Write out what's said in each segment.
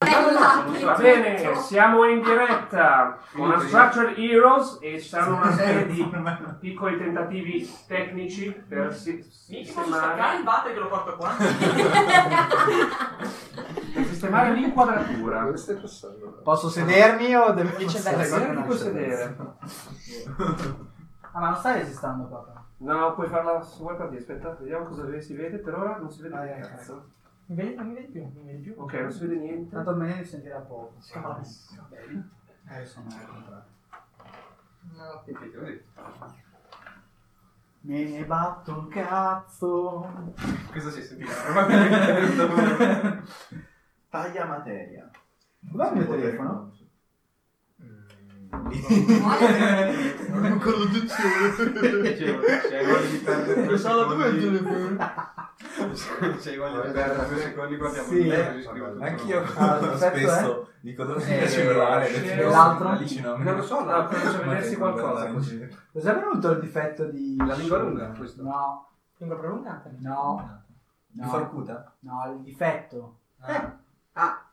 Va bene, siamo in diretta con la Structured Heroes e ci saranno una serie di piccoli tentativi tecnici per si- Mica posso staccare sistemare, il bate che lo porto qua. per sistemare l'inquadratura. Dove stai passando? Posso sedermi o devo Stasera ti puoi sedere. Ah, ma non stai resistando papà. No, puoi farla su web per te, aspetta, vediamo cosa si vede. Per ora non si vede Ah, niente. eh, cazzo. Mi vedi, non mi vedi più, non mi vedi più. Ok, non si vede niente. Tanto me ne sentirà poco. Eh, sono No, tipico, vedi? Me ne batto un cazzo. Questo si sentirà probabilmente. Taglia materia. Dov'è il mio telefono? Non conduzione. C'è gol di perdere due secondi. telefono? C'è gol di perdere due secondi guardiamo Sì. il telefono, ci scriviamo. Anch'io Ah, aspetta, spesso dico dove sia Eh, il cellulare, c'è perché l'altro? lì ci Non lo so, no, comincia a vedersi qualcosa così. Cos'è venuto il difetto di... La lingua lunga, questo. No, Lingua prolungata. no, Di No. farcuta? no, il difetto. Ah. Eh.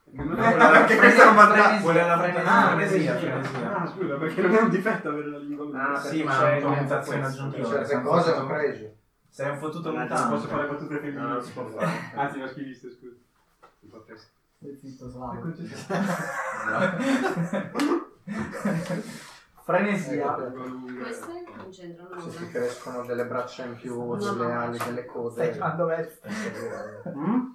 Non è Eh, perché questa è una battuta. Quella la Ah, frenesia, cioè, frenesia. frenesia. Ah, scusa, perché non è un difetto avere la lingua lunga. Ah, Sì, perché ma c'è è un'aumentazione questo. Cioè, aggiuntiva. Certe Sei un cose fottuto- è un pregio. Sei un fottuto Non lontano. posso fare battute femminili. No, non Ah, si può fare. Anzi, maschiliste, scusa. Un po' testa. Sei zitto, Slavo. Ecco, Frenesia. lingua lunga. Queste non c'entrano Se ti nulla. crescono delle braccia in più, No, delle no. ali, delle Stai cose. giocando verso. Ecco, Mm?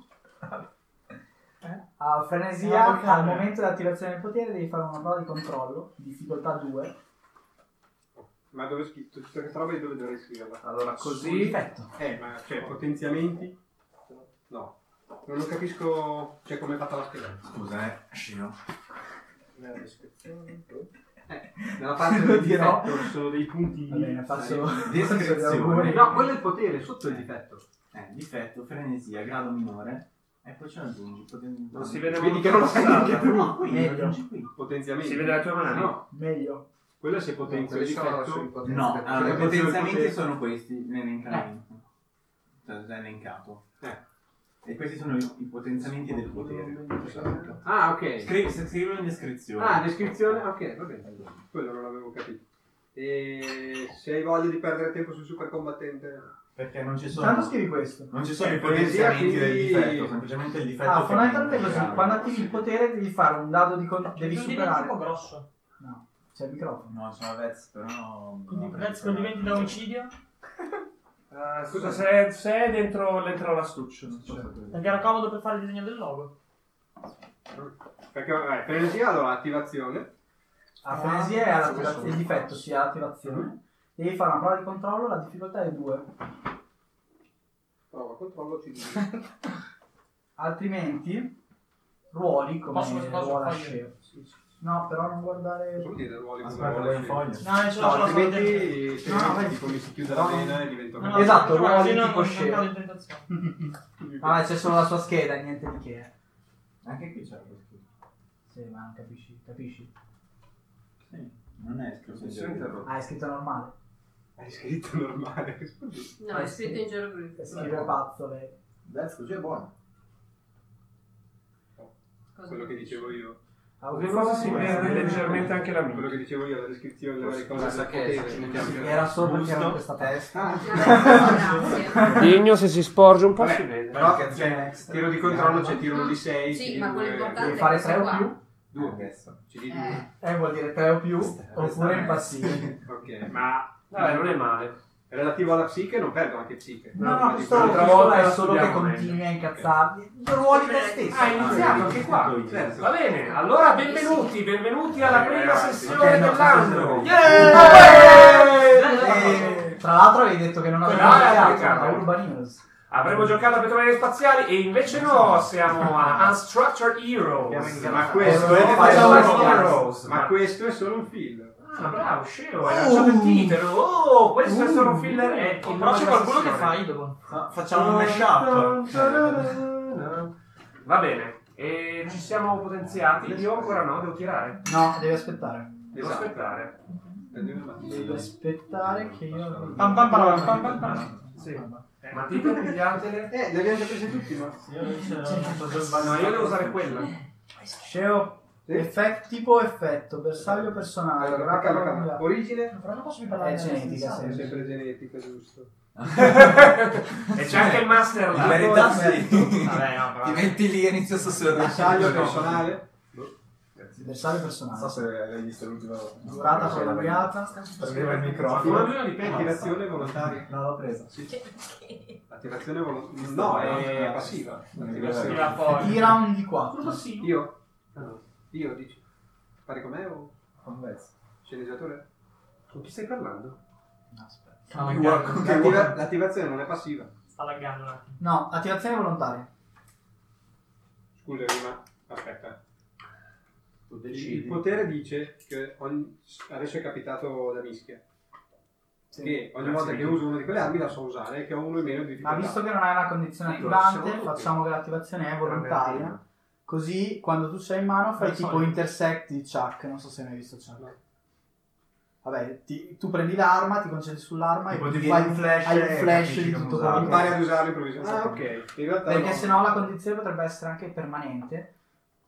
Ah, frenesia, Ah, vocale. al momento dell'attivazione del potere devi fare una prova di controllo, difficoltà 2. Ma dove ho scritto? Tutta questa roba di dove dovrei scriverla? Allora, Un così. difetto. Eh, ma cioè, potenziamenti? No. Non lo capisco, cioè, come è fatta la scheda. Scusa, eh, Scino. Nella descrizione. Eh, nella parte del Dirò. difetto ci sono dei punti. Va bene, faccio... Descrizione. No, quello è il potere, sotto il difetto. Eh, difetto, frenesia, grado minore. E poi ce ne aggiungi. poten- Non si vede Vedi molto che non lo sai passata. neanche tu. No, qui, Meglio. aggiungi qui. Potenziamenti. Si vede la tua mano? No, Meglio. quello è se potenzia il difetto. No, ah, allora, i Potenziamenti potenziamenti poten- sono questi, l'elencamento. Cioè, già elencato. Eh. E questi sono i, i potenziamenti del potere. Ah, ok. Scri- se- scrivilo in descrizione. Ah, descrizione? Ok, va bene. Quello non l'avevo capito. E se hai voglia di perdere tempo sul super combattente... Perché non ci sono... Intanto scrivi questo. Non ci sono Eh, i potenziamenti poesia, del quindi- difetto, semplicemente il difetto. Ah, femminile, fondamentalmente così, chiaro. quando attivi il potere devi fare un dado di con... devi Non diventi un po' superare. grosso. No, c'è il microfono. No, sono Vez, però... Quindi no, prezzo non diventi da omicidio. Ah, scusa, se è, se è dentro, dentro l'astuccio. non so se- Perché era comodo per fare il disegno del logo. Perché, vabbè, frenesia, allora, attivazione. A Eh, frenesia è all'attivazione, il difetto sì, è all'attivazione. Devi fare una prova di controllo, la difficoltà è 2. Prova, controllo, ci dico. Altrimenti ruoli come Posso- posso- posso ruola fare io? scemo. No, però non guardare... Cosa vuol dire ruoli come Aspetta, vuoi ruoli? un Ah, foglio? No, non ce No, l'ho solo altrimenti se No, no, no, vai. tipo mi si chiude la No. vena e divento No, no, un- Esatto, guarda, ruoli se no tipo non scemo. cado in tentazione. Vabbè, Ah, c'è solo la sua scheda, niente di che. Anche qui c'è questo. Sì, ma non capisci, capisci? Sì, non è scritto. in Sono giro. interrotto. Ah, è scritto normale. Hai scritto normale. scusi. No, Eh, è scritto in geroglifico. È scritto pazzo lei. Beh, così è buono. Cosa Quello che dici? dicevo io. Ah, Alcune cose si vede leggermente anche la Quello mia. che dicevo io, la descrizione, le varie cose. Ma sa del che potere, ci del mettiamo- potere. Era solo perché Busto, era in questa testa. Ah, Grazie. Digno, se si sporge un po' Vabbè, si vede. però Perché c'è next. tiro di controllo, c'è Ah, tiro di 6, Sì, ma quello importante Devi è fare questa 3 o qua. più. Due 2. adesso. Ci di Eh, Eh, vuol dire 3 o più, questa oppure è- impassibile. due. Ok, ma Dai, non è male. relativo alla psiche non perdo anche psiche. No, no, questo, l'altra questo volta è la solo che studiamo continui meglio. a incazzarvi. Ruoli te stesso. Ah, iniziamo anche qua. Certo. Va bene, allora benvenuti, benvenuti alla prima sessione Ok, no, dell'anno. sì, sì, Eh, Tra l'altro avevi detto che non avevi Quella è iniziato applicata. la Urban News. Avremmo giocato a petroliere spaziali e invece no, siamo a Unstructured Heroes. Abbiamo Ma questo Eh, è solo no, fai un solo film. Heroes. Ma questo è solo un film. Ah, bravo, Sceo, hai lanciato il titolo. Oh, questo è solo filler. È il Però c'è nome qualcuno che della fa sessione. idolo. No, Facciamo un mashup. Va bene, e ci siamo potenziati. Io ancora no, devo tirare. No, Eh, devi aspettare. Devo aspettare. Esatto. Devi aspettare che io... Pam, pam, pam, pam, pam, pam. Sì. Vabbè. Eh, Matita pigliatele. Eh, le abbiamo già prese tutti, ma... Io non ce Ma l'ho. no, io devo usare quella. Sceo. Sì. Effect- tipo effetto, bersaglio personale. Allora, grafica calma, calma. propria. Origine? Però non posso più parlare È della genetica, stessa. È sempre genetica, giusto. E c'è anche il master In là. Ah, verità perfetto. sì. Vabbè, no, però. Ti metti lì e inizia a sussurrare. Bersaglio personale? Bersaglio Non so personale. se l'hai visto l'ultima volta. Durata prolungata. Prendeva il Non ho microfono. bisogno di pelle. Attivazione volontaria. No, l'ho presa. Attivazione volontaria. No, è passiva. Sì, Attivazione. la poi. Tira un di 4. Io? Ah, no. Io, dici. Pari con me o Converso. sceneggiatore? Con chi stai parlando? Aspetta. Sta laggando. L'attiva- L'attivazione non è passiva. Sta laggando un attimo. No, attivazione volontaria. Scusami, ma aspetta. Tu Il potere dice che ogni- adesso è capitato da mischia. Che ogni volta che uso una di quelle armi la so usare, che ho uno in meno di Ah, difficoltà. Ma visto che non hai una condizione Sì, lo siamo attivante, tutti. facciamo che l'attivazione è volontaria. Volontaria. Così quando tu sei in mano fai Al tipo solito. intersect di Chuck, non so se hai mai visto Chuck. No. Vabbè, ti- tu prendi l'arma, ti concentri sull'arma Tipo, e ti ti viene fai un flash hai e un flash capisci di come tutto usarlo. quello. Ah, impari ad usarlo improvvisamente. Ah, ok. In realtà Perché no. sennò la condizione potrebbe essere anche permanente,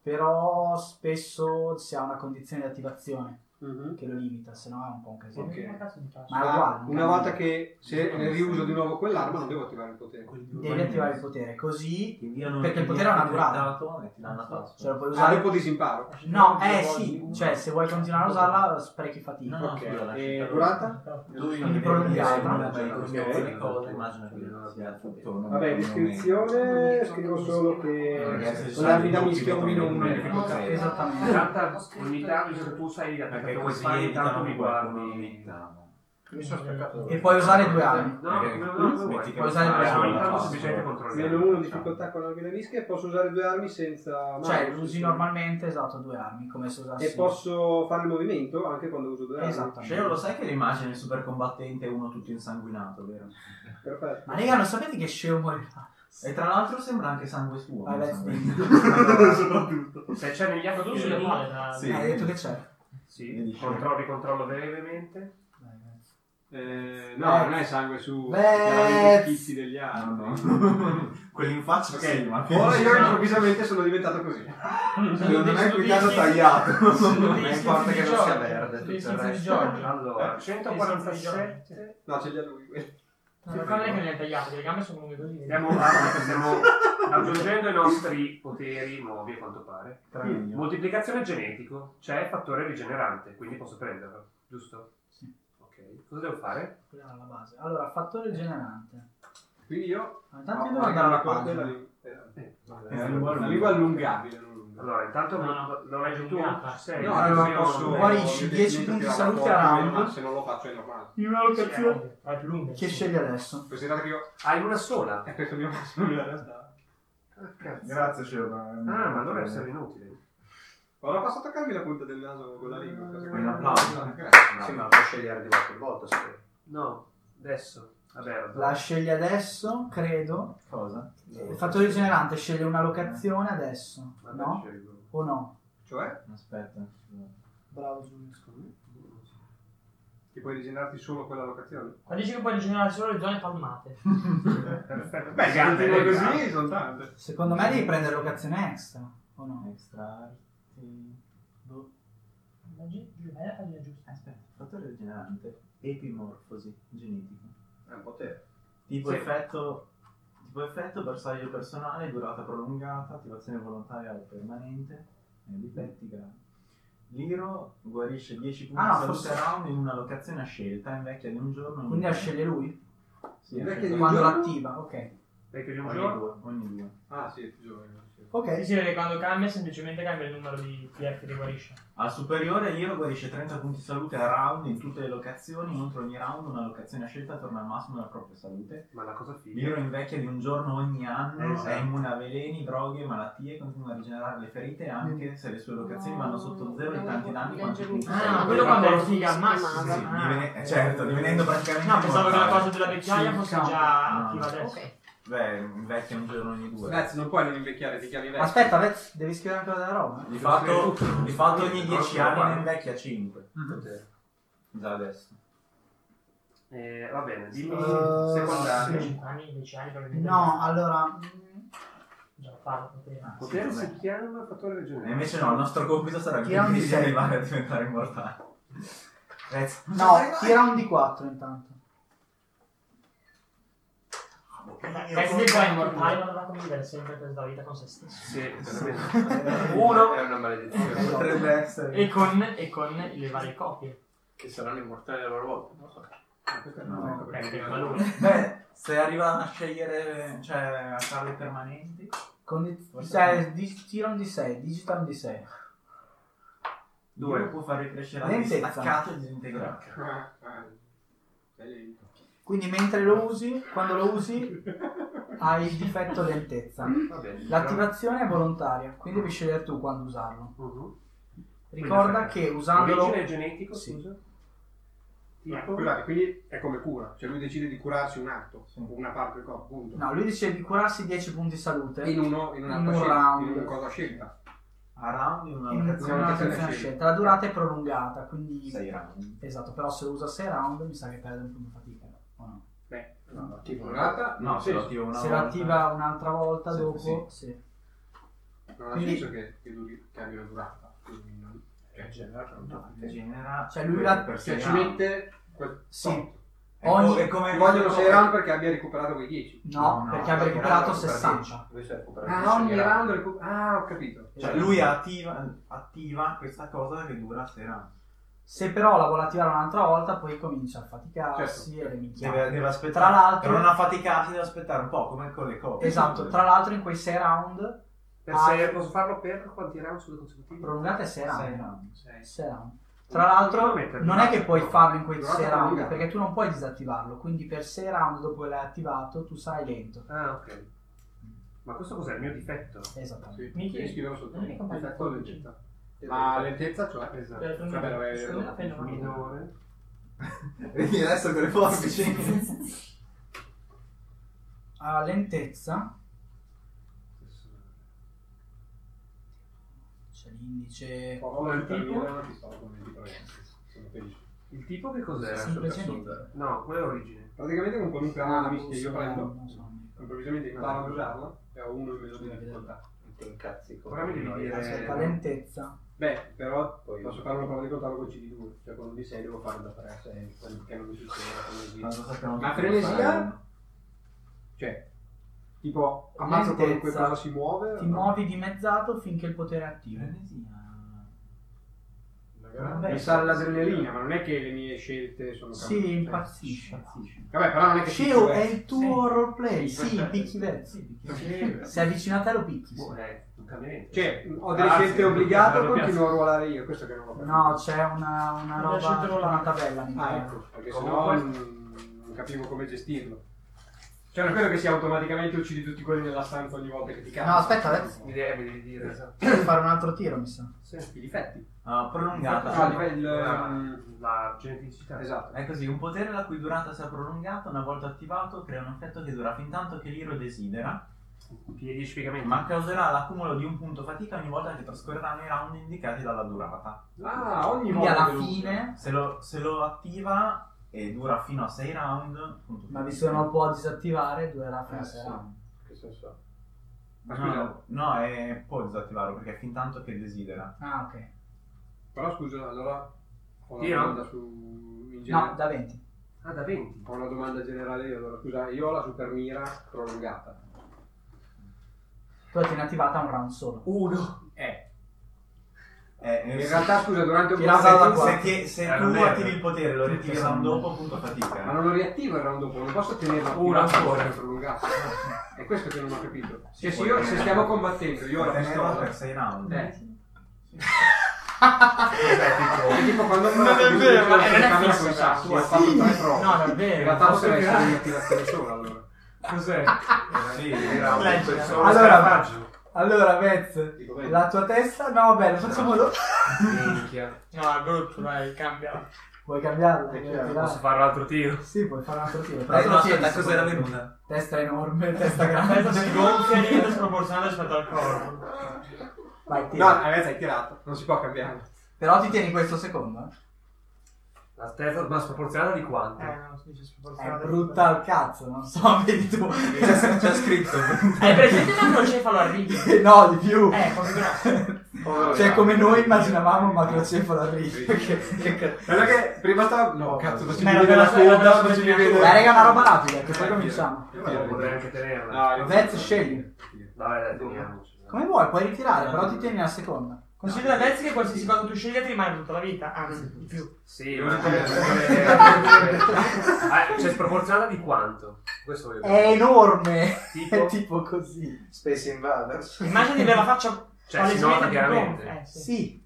però spesso si ha una condizione di attivazione Mhm. che lo limita, sennò è un po' un casino. Ok. Ma cazzo mi piace? Ma è Ma uguale. non una cambia volta niente. che se ne riuso di nuovo quell'arma non devo attivare il potere. Devi attivare il potere, così Perché il potere potere ha una durata. E ti danno la ce la password. puoi Ah, usare. dopo disimparo. No, eh sì, cioè se vuoi continuare a usarla sprechi fatica. ok. scusa, la E scelta durata? loro. Lui Quindi Quindi prolungata. prolungare, ma Ok. le cose, immagino che sia tutto. non- Vabbè, non- descrizione, scrivo solo che Ragazzi, con l'armi da mischia meno uno in Eh, difficoltà. ok. Esattamente. Esatta unità, cioè, se tu sai Perché perché come così fai, intanto evitano mi che qualcuno mi guardi. evitano. Mi sono spaccato. E puoi usare due armi. No, no, Perché- no, no, no, Smetti che puoi mi usare il fa- no, personaggio. la intanto faccio. semplicemente controllare. Meno uno in difficoltà con l'armi da mischia e posso usare due armi senza... Cioè malus. usi normalmente, esatto, due armi, come se usassi... E posso fare il movimento anche quando uso due armi. Cioè, Esattamente. lo sai che l'immagine del super combattente è uno tutto insanguinato, vero? Perfetto. Ma raga, non sapete che Sceo morirà? E tra l'altro sembra anche sangue suo. Vabbè, non sangue. Soprattutto. Se c'è negli Ma tu altri sulle film, palle, tra- Sì. Eh, hai detto che c'è. sì, controlli, controllo brevemente. Eh, no, non è sangue su Beh. chiaramente i schizzi degli Ah, altri. no, no. Quelli in faccia Ok. sì, ma Ora io improvvisamente sono diventato così. Secondo me qui caso tagliato. Non importa che non sia verde. tutto il resto. Allora, 147. No, ce li ha lui. quelli. Non ricordo che me le tagliate, le gambe sono lunghe così. Stiamo, ah, stiamo aggiungendo i nostri poteri nuovi a quanto pare. Tranne Moltiplicazione genetico, c'è fattore rigenerante, quindi posso prenderlo, giusto? Sì. Ok, cosa devo fare? Quella era la base. Allora, fattore generante. Quindi io... Ma Intanto ho io devo andare alla ricordo la pagina. lingua- eh, Eh, Eh, lingua La lunga. lingua allungabile, non lunga. Allora, intanto No, non no, lo leggi tu? no, Ci sei? No, Io allora non- posso... Guarisci, ho 10 punti tirare salute fuori, a round. ma Se non lo faccio è normale. In una Sì, è lunghe, ma è più lunghe. Che sì. scegli adesso? Considerate che io... Hai una sola? È questo è il mio massimo della realtà. Ah, cazzo. Grazie, Sceo. Ah, Ah, ma allora essere inutile. Ora posso toccarmi la punta del naso con la lingua. cosa che- Un applauso. No, grazie. Sì, ma può scegliere di qualche volta. se- No, adesso. Vabbè, La scegli adesso, credo. cosa? Il fattore generante sceglie una locazione adesso, vabbè, no? scelgo. O no? Cioè, Aspetta. Bravo Giulio. ti puoi rigenerarti solo quella locazione. Ma dici che puoi rigenerare solo le zone palmate. Perfetto. Beh, se Gante, continui eh, così sono tante. Secondo me devi prendere locazione extra, o no? Extra arti. Boh. Ma gi- gi- vai alla pagina giusta. Aspetta, fattore rigenerante. Epimorfosi genetico. È un potere. Tipo Sì. effetto. Tipo effetto, bersaglio personale, durata prolungata, attivazione volontaria o permanente. eh, Difetti gravi. L'Iro guarisce 10 punti Ah, no, di salute forse- a round in una locazione a scelta, invecchia di un giorno. ogni Quindi la tre. sceglie lui? Sì, Invecchia scelta di Quando giorno? l'attiva, ok. Perché di un ogni giorno... due. Ogni due. Ah, sì, è più giovane. sì. Sì, Ok. sì, perché quando cambia semplicemente cambia il numero di TF che guarisce. Al superiore Iro guarisce 30 punti salute a round in tutte le locazioni, inoltre ogni round una locazione a scelta torna al massimo della propria salute. Ma la cosa figa... L'Iro invecchia di un giorno ogni anno, Esatto. è immune a veleni, droghe, malattie, continua a rigenerare le ferite anche se le sue locazioni vanno sotto zero in tanti danni quanti punti. Ah, salute. quello quando ero figa al Sì, massimo. sì, divene- eh, certo, divenendo praticamente No, pensavo che la immortale. cosa della vecchiaia Sì, fosse no. già No. attiva adesso. Ok. Beh, invecchia un giorno ogni due. Ragazzi, non puoi non invecchiare, ti chiami vecchio. Aspetta, Vez, devi scrivere ancora della roba. Di fatto, di fatto ogni Proprio 10 anni Mm-hmm. qua. ne invecchia 5. Potere. Già adesso. Eh, va bene, dimmi Eh, secondario. 5 anni, 10 anni probabilmente. No, allora, Già farlo Eh, poteva. Potere Sì, si vabbè. chiama fattore E regenerativo. invece no, il nostro compito sarà Tira un quindi di disegno. arrivare a diventare immortali. Prezzo. no, tira un D4 intanto. Presidente qua immortale, ma dovrà convivere sempre per la vita con se stesso. Sì, veramente. Uno è una maledizione. Esatto. Potrebbe essere. E con, e con le varie copie. Che saranno immortali a loro volta. Non lo so. No. Beh, perché quello lui. Beh, se arriva a scegliere, cioè a farle permanenti, Condi- Forse cioè, di- tira un D6, digita un D6. Due. lui può far crescere la Lentezza. distaccato e disintegrato. Ah, ah, Sei lento. Quindi mentre lo usi, quando lo usi, hai il difetto lentezza. Va bene. L'attivazione è volontaria, quindi devi scegliere tu quando usarlo. Mhm. Ricorda Quindi, che usandolo... Origine genetico, Sì. scusa. Ma, Tipo? Scusate, quindi è come cura, cioè lui decide di curarsi un atto, Sì. una parte del corpo, punto. No, lui dice di curarsi 10 punti salute In uno, in una In un scelta, round. in una cosa scelta. A round in una in una locazione una- azione scelta. La durata è prolungata, quindi... 6 round. Esatto, però se lo usa 6 round mi sa che perde un punto fatica. o no? Beh, No, no, tipo un'altra, Ah, No, se sì, lo attivo una se lo volta. attiva un'altra volta Sì, dopo... Sì. non ha Quindi- senso che, che duri, cambi la durata. quindi non- Che genera No, genera Cioè, lui quello la- per Cioè sei ci round. mette quel Sì. tot. È co- ogni- è come Ci vogliono 6 round perché abbia recuperato quei 10. No, No, no, perché ha recuperato 60. Questo è recuperato. Ah, ogni round recu- Ah, ho capito. Cioè, lui attiva, attiva questa cosa che dura 6 round. Se però la vuole attivare un'altra volta, poi comincia a faticarsi e le Certo, Deve, minchiate. deve aspettare. Tra l'altro- Per non affaticarsi, deve aspettare un po', come con le cose. Esatto, tra l'altro in quei 6 round, Per Ah. sei- posso farlo per quanti round sono consecutivi? prolungate 6 Sei round. eh, round. Sei. Sei round. Tra l'altro Devo metterli. non è che puoi farlo in quei Durata 6 round, prolungata. perché tu non puoi disattivarlo, quindi per 6 round dopo che l'hai attivato tu sarai lento. Ah, ok. Ma questo cos'è? Il mio difetto? Esattamente. Sì, Mi chiedi- scrivevo sotto. non mi compare il Difetto codice. lentezza. Ma lentezza cioè? Esatto. Per- Vabbè, vabbè, Secondo vabbè. me appena una- Minore. Vedi adesso con le forbici. Alla lentezza c'è l'indice. Ho il il tipo? tagliere, una pistola con 20 proiettili. Sono felice. Il tipo che cos'era? Sempre super genetico. No, quella è origine. Praticamente con qualunque Ah, arma che io non so, prendo, non so. improvvisamente imparo ad usarla e ho uno in meno di difficoltà. Cazzi, Ora mi devi dire- Aspetta, Eh, lentezza. Beh, però Poi- posso fare una prova di controllo con CD2, cioè con un D6 devo fare da 3 a 6, quello che non mi succede. Ma quindi- lo sappiamo Ma tutti frenesia? fare. Cioè, tipo, ammazzo qualunque Lentezza. cosa si muove. Ti muovi dimezzato finché il potere è attivo. Eh, Frenesia. Mi sale l'adrenalina, ma non è che le mie scelte sono cambiate. Sì, impazzisce. Vabbè, però non è che Sceo si- è il tuo Sì. roleplay, Sì, sì, picchi verso. Se avvicina a te lo picchi. sì. Boh, è un cambiamento. Cioè, ho delle Grazie, scelte obbligate, non mi piace. continuo a ruolare io, questo che non lo capisco. No, c'è una, una Non roba, lasciatelo là. una tabella Ah, all'interno. ecco, perché Comunque- sennò non, non capivo come gestirlo. Cioè, non credo che sia automaticamente uccidi tutti quelli nella stanza ogni volta che ti cazzo. No, aspetta, adesso. Mi devi, mi devi dire esatto. Devi fare un altro tiro, mi sa. I difetti. Ah, Ah, prolungata. difetti, il, ehm, la geneticità. Esatto. È così, un potere la cui durata sia prolungata una volta attivato crea un effetto che dura fin tanto che l'iro desidera, Piedi spiegamenti. ma causerà l'accumulo di un punto fatica ogni volta che trascorreranno i round indicati dalla durata. Ah, ogni Quindi volta. alla che lo uso. fine, Se lo, se lo attiva e dura fino a 6 round, punto ma fatica. visto che non lo può disattivare, durerà fino a Eh, sei sì. round. Che senso? Ma scusa, No, no, è- può disattivarlo perché è fin tanto che desidera. Ah, ok. però scusa, allora ho una Io? domanda su... in No, generale. da 20. Ah, da 20. Ho una domanda generale io, allora scusa, io ho la supermira prolungata. Tu la tieni attivata un round solo. Uno. Eh. Eh, eh, In se- realtà, scusa, durante un Ti la dava round... se, qua. se ti- se Eh, tu non è- attivi il potere lo riattivi il round dopo, punto fatica. Ma non lo riattivo il round dopo, non posso tenerlo Uno attivato ancora. per prolungato. È questo che non ho capito. Si Cioè, se, può io, tenere. se stiamo combattendo, io ho la Puoi tenerlo pistola. per 6 round. Eh. Cioè, Perché tipo Ah, quando Non è vero, ma non è camera fissa, con i sassi, ma ho fatto tre prove. No, in davvero. realtà posso potrebbe essere tirare. un'attivazione sola allora. tipo, cos'è? Sì, solo Allora- salvataggio. Allora, Vez, Dico, vedi, la tua testa... No, bello, facciamolo. Minchia. No, è brutto, dai, cambia. Vuoi cambiarla? È Vuoi chiaro, tirare? Posso fare un altro tiro? Sì, puoi fare un altro tiro. Però Dai, te Eh, no, lo tieni, aspetta, se cos'era vuoi. venuta? Testa enorme, testa La grande. testa si gonfia e diventa sproporzionata rispetto al corpo. Vai, No, tira. eh, ragazzi, hai tirato, non si può cambiare. Però ti tieni questo secondo, eh. Altezza, ma sproporzionata di quanto? Eh, no, si dice È sproporzionata. brutta al cazzo, non so, vedi tu. C'è, c'è scritto. Hai presente l'acrocefalo al rigo? no, di più. Eh, come grosso. Povero Cioè, gatto. come noi immaginavamo un macrocefalo al rigo. che, che cazzo. Quello che prima stava... No, cazzo, Ma facevi era vedere la per la- era coda, per la facevi miniatura. vedere... Eh, Dai, raga, una roba rapida, che poi cominciamo. Io Io potrei volevo- anche tenerla. No, io- Vez, scegli. Dai, dai, teniamo. Come vuoi, puoi ritirare, però ti tieni la seconda. Considera adesso che qualsiasi cosa tu scegli ti rimane tutta la vita, Ah, anzi, di più. Sì, Io ma... volevo- Eh, Cioè, sproporzionata di quanto? Questo voglio È dire. enorme. È Tipo? tipo così. Space Invaders. Immagini di avere la faccia Cioè, si palesemente nota di chiaramente. Bond. Eh, sì. Sì.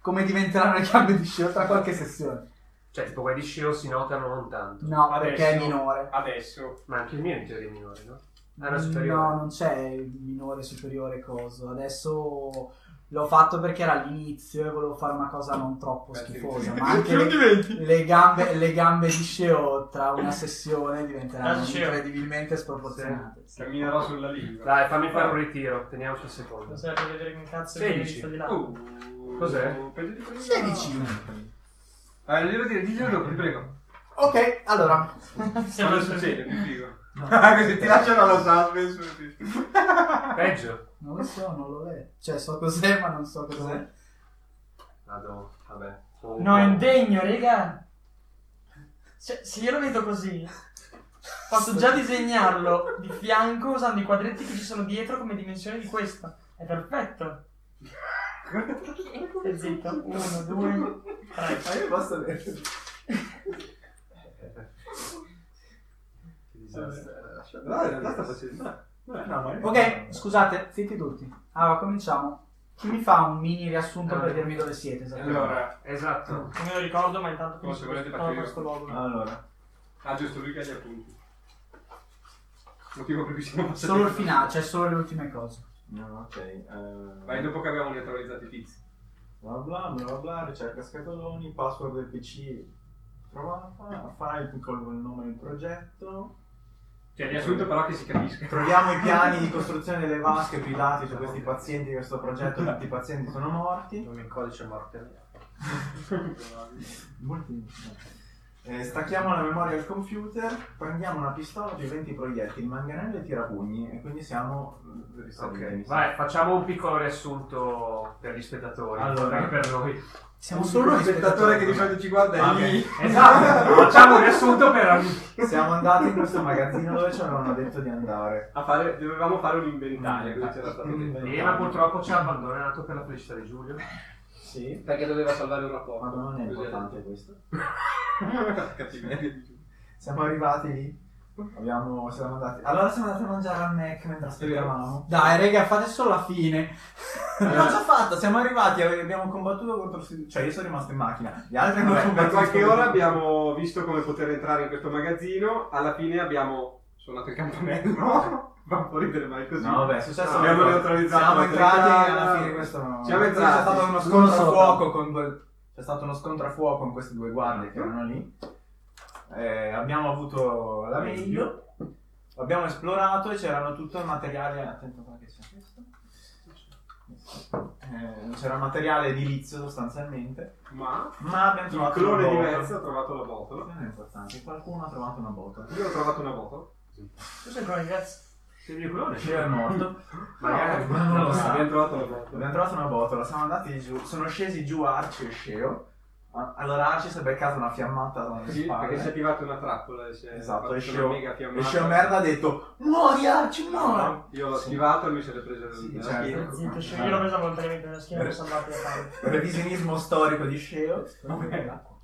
Come diventeranno le gambe di Shiro tra qualche sessione. Cioè, tipo quelli di Shiro si notano non tanto. No, Adesso. perché è minore. Mm, Adesso. Ma anche il mio è in teoria è minore, no? Ah, era superiore. No, non c'è il minore, superiore, coso. Adesso l'ho fatto perché era all'inizio e volevo fare una cosa non troppo Perché- schifosa. Ma anche le, le gambe, le gambe di Sheo tra una sessione diventeranno Ah, Sheo. incredibilmente sproporzionate. Sì. Camminerò sulla lingua. Dai, fammi fare un ritiro. Teniamo sul secondo. Non serve per vedere come cazzo è 16. visto di là. Uh, Cos'è? Peggio di prima. 16. Eh, non devo dire, diglielo dopo, ti prego. Ok, allora. Sembra Cosa il succede, ti prego. Ah, Così ti lasciano la suspense. Peggio? Non lo so, non lo vedo. Cioè, so cos'è, ma non so cos'è. Vado, vabbè. No, è indegno, raga. Cioè, se io lo vedo così, posso già disegnarlo di fianco usando i quadretti che ci sono dietro come dimensione di questa. È perfetto. Stai zitto. Uno, due, tre. Eh, Ma io posso vedere. Eh, No, in realtà sta facendo. No, ma io- Ok, scusate, zitti tutti. Allora, cominciamo. Chi mi fa un mini riassunto per dirmi dove siete? esattamente? Allora, Esatto. Non me lo ricordo, ma intanto Oh, se volete questo- faccio questo logo. Allora, ah, giusto, lui che ha gli appunti. Motivo per cui siamo passati. Solo il finale, cioè solo le ultime cose. no, ok. eh, Vai dopo che abbiamo neutralizzato i tizi. Bla bla bla bla bla, ricerca scatoloni, password del PC trovata, file con il nome del progetto. Cioè, riassunto però che si capisca. Troviamo i piani di costruzione delle vasche pilati su questi pazienti di questo progetto, tutti i pazienti sono morti. Non mi codice morte. Molti. Eh, stacchiamo la memoria al computer, prendiamo una pistola di 20 proiettili, manganello e tirapugni e quindi siamo eh, risaliti, mi Ok, sa. vai, facciamo un piccolo riassunto per gli spettatori. Allora. Anche per noi. Siamo solo il gli spettatore che di spettatori. solito ci guarda Ah, è lì. Esatto, facciamo un riassunto per ogni... Siamo andati in questo magazzino dove ci avevano detto di andare. A fare, dovevamo fare un inventario, Mm. così c'era stato detto. E ma purtroppo ci ha abbandonato per la felicità di Giulio. Sì, Perché doveva salvare un rapporto. ma non è Così importante Eh, questo. ha detto. Cattiveria di Giulio. Siamo arrivati lì. Abbiamo, siamo andati. Allora siamo andati a mangiare al Mac mentre aspettavamo. Dai, raga, fate solo la fine. L'abbiamo già fatta, siamo arrivati, abbiamo combattuto contro. questi- Cioè, io sono rimasto in macchina. Gli altri hanno Vabbè, combattuto. per qualche ora abbiamo visto come poter entrare in questo magazzino, alla fine abbiamo suonato il campanello, va un po' ridere mai così. No, vabbè, è successo. Abbiamo qualcosa. neutralizzato Siamo la entrati e telecamera. alla fine questo. Siamo C'è entrati. stato uno Non lo scontro so. a fuoco con due- C'è stato uno scontro a fuoco con queste due guardie che erano lì. Eh, abbiamo avuto la meglio. Abbiamo esplorato e c'erano tutto il materiale. Attento qua che c'è questo. Eh, c'era materiale edilizio sostanzialmente. Ma Ma abbiamo il trovato clone una di botola. Mezzo ha trovato la botola. Non è importante, qualcuno ha trovato una botola. Io ho trovato una botola. Tu sei ancora in cazzo. Sei il mio clone? Ciro è morto. Magari. No, non lo so. Abbiamo trovato la botola. Abbiamo trovato una botola, siamo andati giù, sono scesi giù Arci e Sceo. Ah, Allora Arci si è beccata una fiammata dalle Sì, perché si è spalle. attivata una trappola e si è eh. Esatto, fatto e una Sceo, mega e fiammata. Sceo merda ha detto Muori Arci, muori! No, Io l'ho schivato e lui se l'è presa Sì, nella certo. schiena. Zitto, scegli, io l'ho presa volontariamente nella schiena, mi sono andato a fare. Revisionismo storico di Sceo.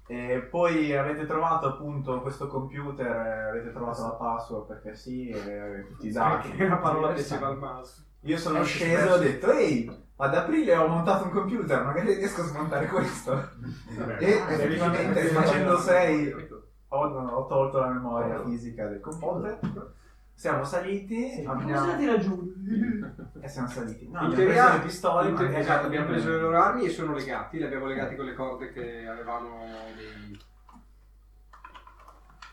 E poi avete trovato appunto questo computer, eh, avete trovato la password perché sì, e tutti i dati. Perché è una parola che si va Eh, al mouse. Io sono sceso e ho detto, ehi, ad aprile ho montato un computer, magari riesco a smontare questo. E effettivamente facendo 6 ho, ho tolto la memoria fisica del computer. Siamo saliti Come abbiamo- se la tira giù? Eh, e siamo saliti. No, In abbiamo teoria- preso le pistole, in ma te- anche- esatto, abbiamo preso le loro armi e sono legati, li abbiamo legati con le corde che avevano dei,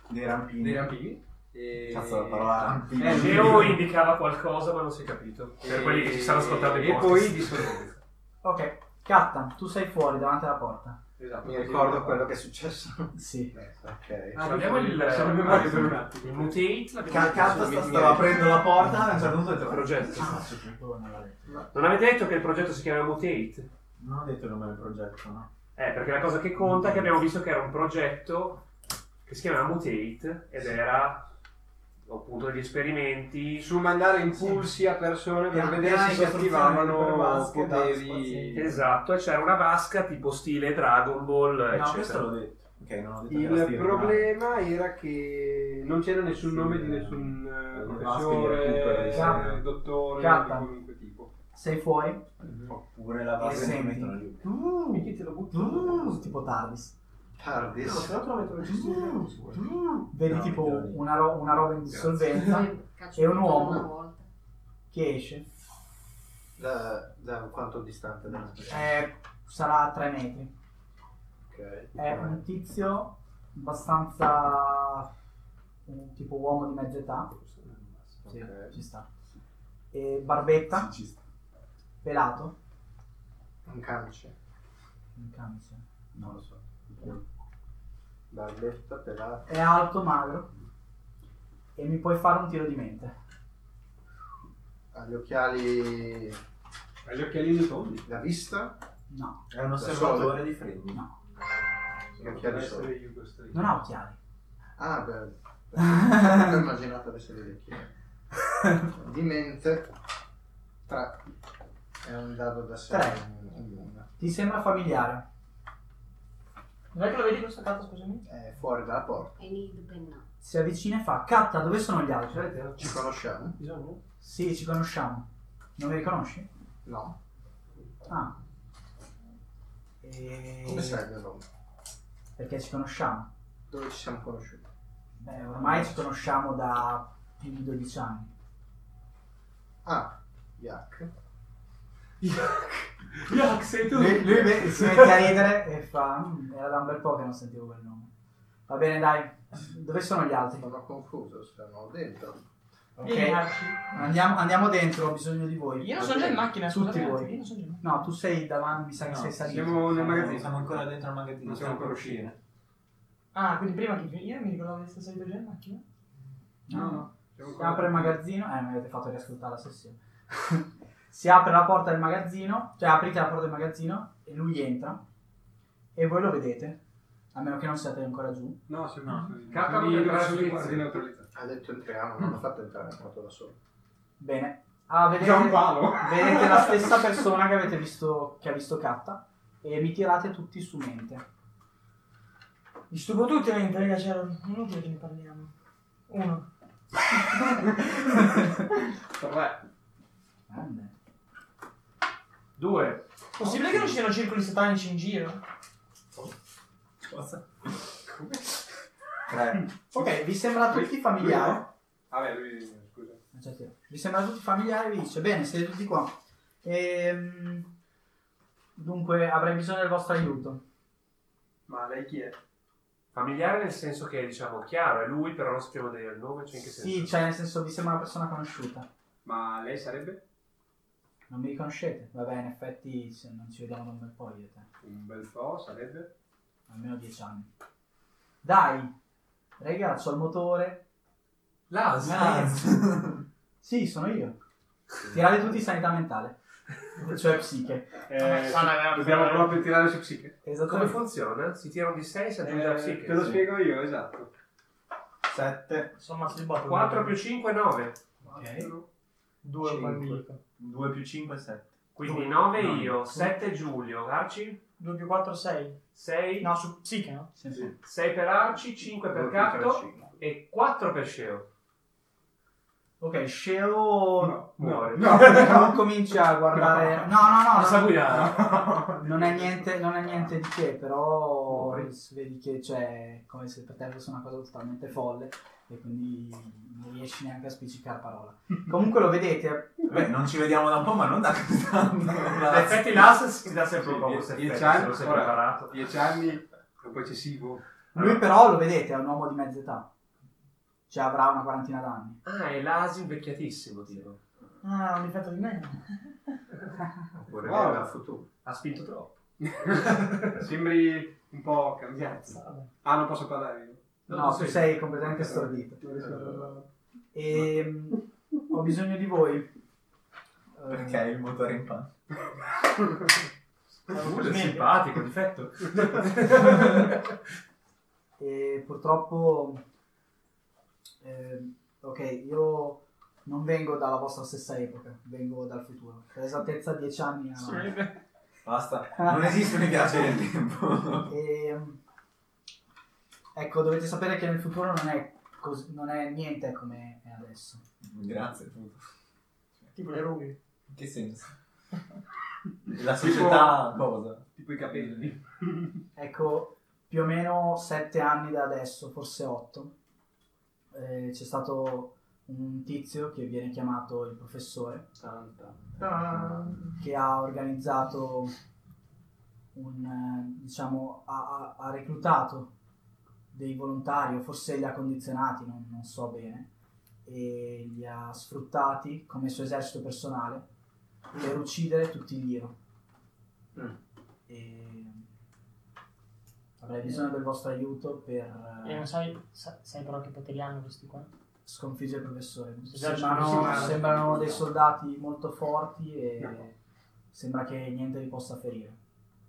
dei rampini. dei rampini. E... Cazzo, la parola rampini. Eh, Geo indicava qualcosa ma non si è capito. Per quelli che ci stanno ascoltando E in poi podcast. di sorpresa. Ok, Cattan, tu sei fuori davanti alla porta. Esatto. Mi ricordo quello che è successo. Sì. Ok. Ah, abbiamo il, ah, Siamo in memoria per un attimo. il mutate. l'abbiamo Cazzo detto. sta- stava aprendo la porta e a un certo punto ho detto progetto. Non avete detto che il progetto si chiama Mutate? Non ho detto il nome del progetto, no? Eh, perché la cosa che conta è che abbiamo visto che era un progetto che si chiamava Mutate ed era appunto degli esperimenti Su mandare impulsi a persone per Ah, Pian vedere piano se si di costruzione per attivavano vasche, dare poteri. spazienti. Esatto, e c'era una vasca tipo stile Dragon Ball, No, eccetera. questo l'ho detto. Ok, non ho detto che era Eh, Il Steve problema era che non c'era nessun Sì, nome di eh, nessun eh, le professore, vasche di recupero. eh, dottore, di Gatta. qualunque tipo. Sei fuori? Grant. Oppure la base che Senti. mettono giù. Uh. Mm, te lo butto. mm, tipo Tardis. Tardis. Mm, Vedi No, tipo non è. una, ro- una roba in dissolvenza Caccio un tutto uomo. una volta. che esce. Da, da quanto distante dalla specie? Eh, sarà a 3 metri. Eh, Ok. È un tizio abbastanza un tipo uomo di mezza età. Sì, Ok. ci sta. E barbetta, Ci sta. pelato. Un cance. Un camice. Non lo so. Barbetta pelata. È alto, magro. E mi puoi fare un tiro di mente. Ha gli occhiali Ha gli occhialini tondi. da vista? No, È un osservatore di freddi. no. Gli Mm. occhiali solo. Non ha occhiali. Ah, beh. Ho immaginato adesso degli occhiali. Di mente. Tre. È un dado da Tre. 6 in una. Ti sembra familiare. Dov'è che lo vedi questo cazzo, scusami? È fuori dalla porta. I need penna. Si avvicina e fa, Catta, dove sono gli altri? eh. Ci conosciamo? Sì, ci conosciamo. Non mi riconosci? No. Ah. E- Come sai il mio nome? Perché ci conosciamo. Dove ci siamo conosciuti? Beh, ormai ci conosciamo da più di 12 anni. Ah, Yak. sei tu. Lui, lui me- si mette a ridere e fa, "Mm, era da un bel po' che non sentivo quel nome. Va bene, dai. Dove sono gli altri? Sono confuso, sono dentro. Vieni, Ok, Arci. andiamo, andiamo dentro, ho bisogno di voi. Io non sono già in macchina, Tutti scusate. voi. Io non sono già in macchina. No, tu sei davanti, mi sa che sei salito. Siamo nel magazzino. Siamo ancora dentro al magazzino. Non siamo per uscire. Ah, quindi prima che io mi ricordavo di essere salito già in macchina. No, no. Siamo Si ancora- apre il magazzino, eh, mi avete fatto riascoltare la sessione. si apre la porta del magazzino, cioè aprite la porta del magazzino e lui entra e voi lo vedete, a meno che non siate ancora giù. No, siamo No. sono- Cacca sono- non sono- entrare sono- sui- sono- neutralizzato. Ha detto entriamo, non l'ho fatto entrare, è fatto da solo. Bene. Ah, vedete, Già un palo. vedete la stessa persona che avete visto che ha visto Katta e mi tirate tutti su mente. Mi stupro tutti, mentre, raga, c'era un inutile che ne parliamo. Uno. Tre. Grande. Due. Possibile che non ci siano circoli satanici in giro? Tre. Ok, vi sembra tutti familiari? Vabbè, Ah, lui, scusa. Non c'è tiro. Vi sembra tutti familiari? Vi dice, bene, siete tutti qua. Ehm, dunque, avrei bisogno del vostro aiuto. Ma lei chi è? Familiare nel senso che diciamo chiaro, è lui, però non sappiamo del nome, cioè in che senso. Sì, cioè, nel senso, vi sembra una persona conosciuta. Ma lei sarebbe? Non mi riconoscete? Vabbè, in effetti se non ci vediamo da un bel po' io e te. Un bel po', sarebbe? Almeno dieci anni. Dai! Rega, c'ho il motore. L'as. Sì, sono io. Tirate tutti sanità mentale. Cioè psiche. Eh, dobbiamo proprio tirare su psiche. Come Esattamente. funziona? Si tirano di 6 si aggiunge la Eh, psiche. te lo spiego io, esatto. Sette. Sono ammazzato di botto. 4 più 5 è 9. Ok. 2 Cinque. 2 più 5 è 7. Quindi 9 No. io, 7 Giulio, Arci 2 più 4 6. 6, No, su psiche, no? Sì. 6 per Arci, 5 per Gatto e 4 per Sceo. Ok, Sceo No, muore. non cominci a guardare. No, no, no. Non sa no. guidare. Non è niente, non è niente di che, però Ok. s- vedi che c'è come se per te fosse una cosa totalmente folle e quindi non riesci neanche a spiccicare parola. Comunque lo vedete, Beh, non ci vediamo da un po', ma non da quest'anno. In effetti l'as si dà sempre un po' Sì, questo dieci effetto, anni, se lo sei ora. preparato. 10 anni, è un po' eccessivo. lui però lo vedete, è un uomo di mezza età. Cioè avrà una quarantina d'anni. Ah, è l'as invecchiatissimo, tipo. Ah, un difetto di me. Oppure Wow. era futuro. Ha spinto troppo. Sembri un po' cambiato. Vabbè. Ah, non posso parlare io. No, tu sei completamente stordito. Non riesco a- E ho bisogno di voi. Perché hai il motore in panca? Scusa, è simpatico, difetto. E purtroppo, ehm, ok, io non vengo dalla vostra stessa epoca, vengo dal futuro. Per esattezza, dieci anni avanti. Basta, non esistono i viaggi nel tempo. Ehm, ecco, dovete sapere che nel futuro non è, cos- non è niente come è adesso. Grazie, tutto. Tipo le rughe. In che senso? La società cosa? Tipo i capelli. Ecco, più o meno sette anni da adesso, forse otto, eh, c'è stato un tizio che viene chiamato il professore, che ha organizzato un, eh, diciamo, ha, ha- ha reclutato dei volontari, o forse li ha condizionati, non, non so bene, e li ha sfruttati come suo esercito personale per uccidere tutti gli Iro. Mm. E avrei bisogno del vostro aiuto per E eh, non sai, sa- sai però che poteri hanno questi qua? sconfiggere il professore. Esercito Sembrano, personale. sembrano dei soldati molto forti e sembra che niente li possa ferire.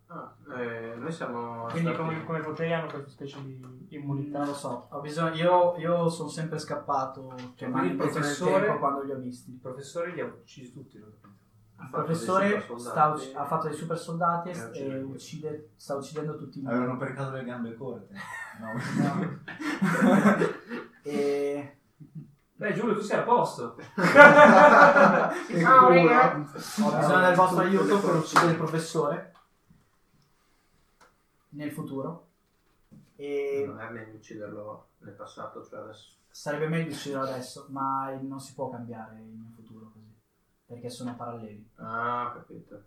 Ah, eh, noi siamo... Quindi stati- come, come poteri hanno questa specie di immunità? Non lo so, ho bisogno, io, io sono sempre scappato, cioè quindi il il professore professore- tempo quando li ho visti. Il professore li ha uccisi tutti, non ho capito. Il fatto dei Eh, professore super sta soldati. ucc- ha fatto dei super soldati e, E ha e ucciso. uccide- sta uccidendo tutti i Avevano per caso le gambe corte. No. E Dai Giulio, tu sei a posto. Ah, Ciao, raga. ho bisogno del vostro aiuto per uccidere il professore nel futuro. E Non è meglio ucciderlo nel passato, cioè adesso. sarebbe meglio ucciderlo adesso, ma non si può cambiare il mio futuro così, perché sono paralleli. Ah, ho capito.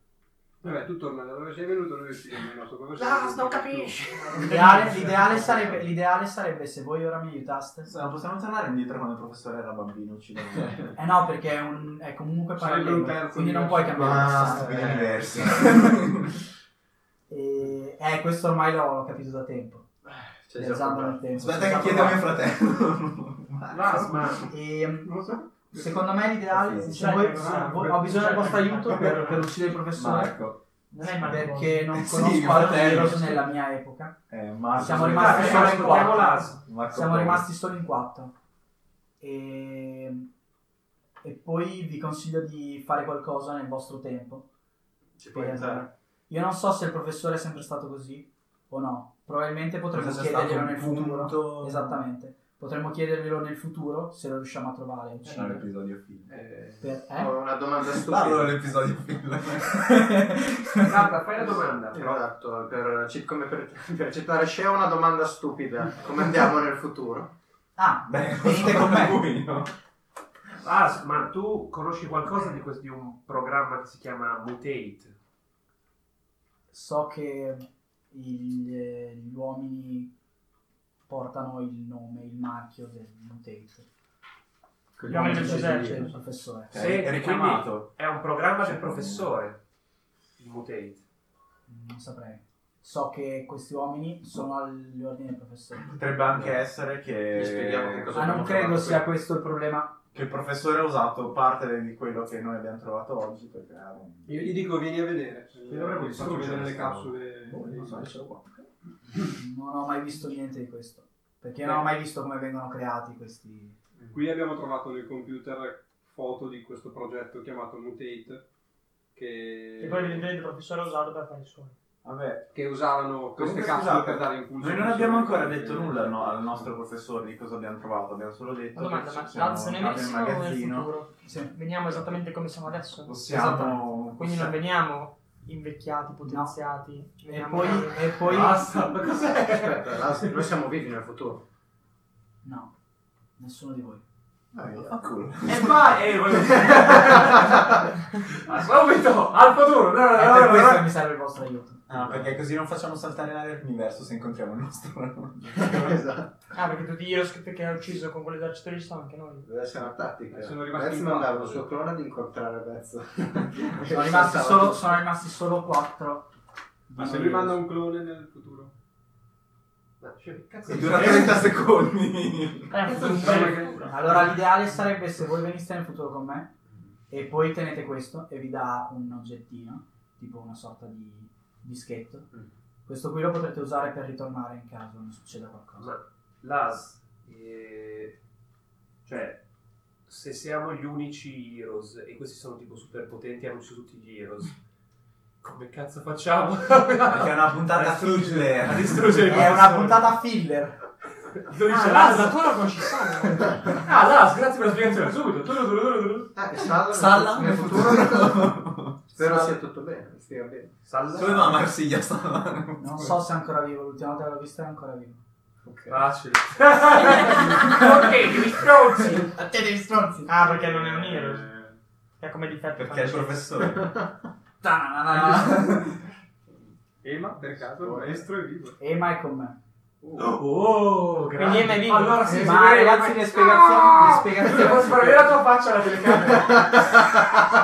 Vabbè, tu torna da dove sei venuto, noi uccidiamo il nostro professore. No, non capisci. L'ideale, l'ideale sarebbe, l'ideale sarebbe se voi ora mi aiutaste. Scusa, non possiamo tornare indietro quando il professore era bambino uccidendo. Eh no, perché è, un- è comunque Sarebbe parallelo, un terzo quindi non diverso. puoi cambiare. Ma il bene diversi. E, eh, questo ormai l'ho, l'ho capito da tempo. Cioè, Viaggiando nel tempo. Aspetta sono stato che chiedo a mio bravo. fratello. Plasma. E, mm, secondo me l'ideale, se Sai voi- che non se ha- voi- ho bisogno del vostro aiuto per, per uccidere il professore. Marco. Non è male. Perché non ecco. Sì, conosco mio altri fratello. erosi nella mia epoca. Eh, Marco. Siamo Sì, rimasti dai, solo in ascoltiamo quattro. l'Ars. Marco Siamo Polo. rimasti solo in quattro. E, e poi vi consiglio di fare qualcosa nel vostro tempo. Ci puoi per- aiutare. Io non so se il professore è sempre stato così o no. Probabilmente potremmo Cosa c'è stato chiederglielo un nel futuro. punto? Esattamente. Potremmo chiederglielo nel futuro se lo riusciamo a trovare. C'è uccidere. l'episodio film. Eh, Per- eh? Oh. Ho una domanda Parlo stupida. dell'episodio film. Guarda, fai la domanda. però. Esatto, per, ci- come per, per citare Shea una domanda stupida. Come andiamo nel futuro? Ah, Beh, venite con me. Lui, no? Lars, ma tu conosci qualcosa di, questo, di un programma che si chiama Mutate? So che il- eh, gli uomini portano il nome, il marchio del mutate. Abbiamo il C'è Giuseppe. il professore. Ok, è richiamato. È un programma C'è del professore, il Mutate. Non saprei. So che questi uomini sono agli ordini del professore. Potrebbe anche essere Gli spieghiamo che che, Ah, cosa Ma non abbiamo credo trovato sia qui. questo il problema. che il professore ha usato parte di quello che noi abbiamo trovato oggi per creare un... Io gli dico vieni a vedere. Ti dovremmo Ti faccio distruggere vedere le sta capsule. Boh, non so, dicevo qua. Non ho mai visto niente di questo. Perché non ho mai visto come vengono creati questi. Qui abbiamo trovato nel computer foto di questo progetto chiamato Mutate che, E poi evidentemente il professore ha usato per fare i suoi. Vabbè, che usavano queste Comunque, capsule scusate, per dare impulso. noi non abbiamo ancora detto nulla no, al nostro professore di cosa abbiamo trovato, abbiamo solo detto La domanda, che ma siamo se noi entrati venissimo nel nel magazzino, futuro, Sì. veniamo esattamente come siamo adesso? Esatto. possiamo... Quindi non possiamo- veniamo invecchiati, potenziati. E veniamo- poi, e poi. Basta, ma cos'è? Aspetta, Lars, noi siamo vivi nel futuro. No, nessuno di voi. Dai, fa culo. E va, eh, voglio Aspetta un momento, al futuro. No, no, E no, per no, questo no. mi serve il vostro aiuto. Ah, perché così non facciamo saltare in aria l'universo se incontriamo il nostro. esatto. Ah, perché tutti gli Heroes che, che ha ucciso con quell'esercito lì sono anche noi. Deve essere una tattica. Eh, sono rimasti Bez in mandava quattro. il suo clone ad incontrare Bez. Sono rimasti solo, sono rimasti solo quattro. Ma se lui manda un clone nel futuro? Ma cioè, cazzo E di- dura 30 secondi. Eh, Eh, Allora l'ideale sarebbe se voi veniste nel futuro con me e poi tenete questo e vi dà un oggettino, tipo una sorta di dischetto. Questo qui lo potrete usare per ritornare in caso non succeda qualcosa. Ma Las, eh, cioè, se siamo gli unici heroes e questi sono tipo super potenti hanno ucciso tutti gli heroes, come cazzo facciamo? Perché è una puntata a filler. distruggere i È una puntata filler. Lo dice Ah, Las. Lazza, tu la conosci solo. Ah, Las, grazie per la spiegazione, subito. Tu, tu, tu, tu, tu. Ah, e Salla, Salla? nel futuro. Spero Salla. sia tutto bene, mi stia bene. Sal- Come va a Marsiglia stamattina? Non so se è ancora vivo, l'ultima volta che l'ho vista è ancora vivo. Facile. ok, mi stronzi. A te devi stronzi. Ah, perché non è un hero. Che ha come difetto. Eh, Perché è il professore. Ema, per caso, il maestro è vivo. Ema è con me. Oh, grazie. Quindi Emma è vivo. Eh, Allora sì, Ma sì, ragazzi Emma- le spiegazioni... Le spiegazioni... Posso far vedere la tua faccia alla telecamera?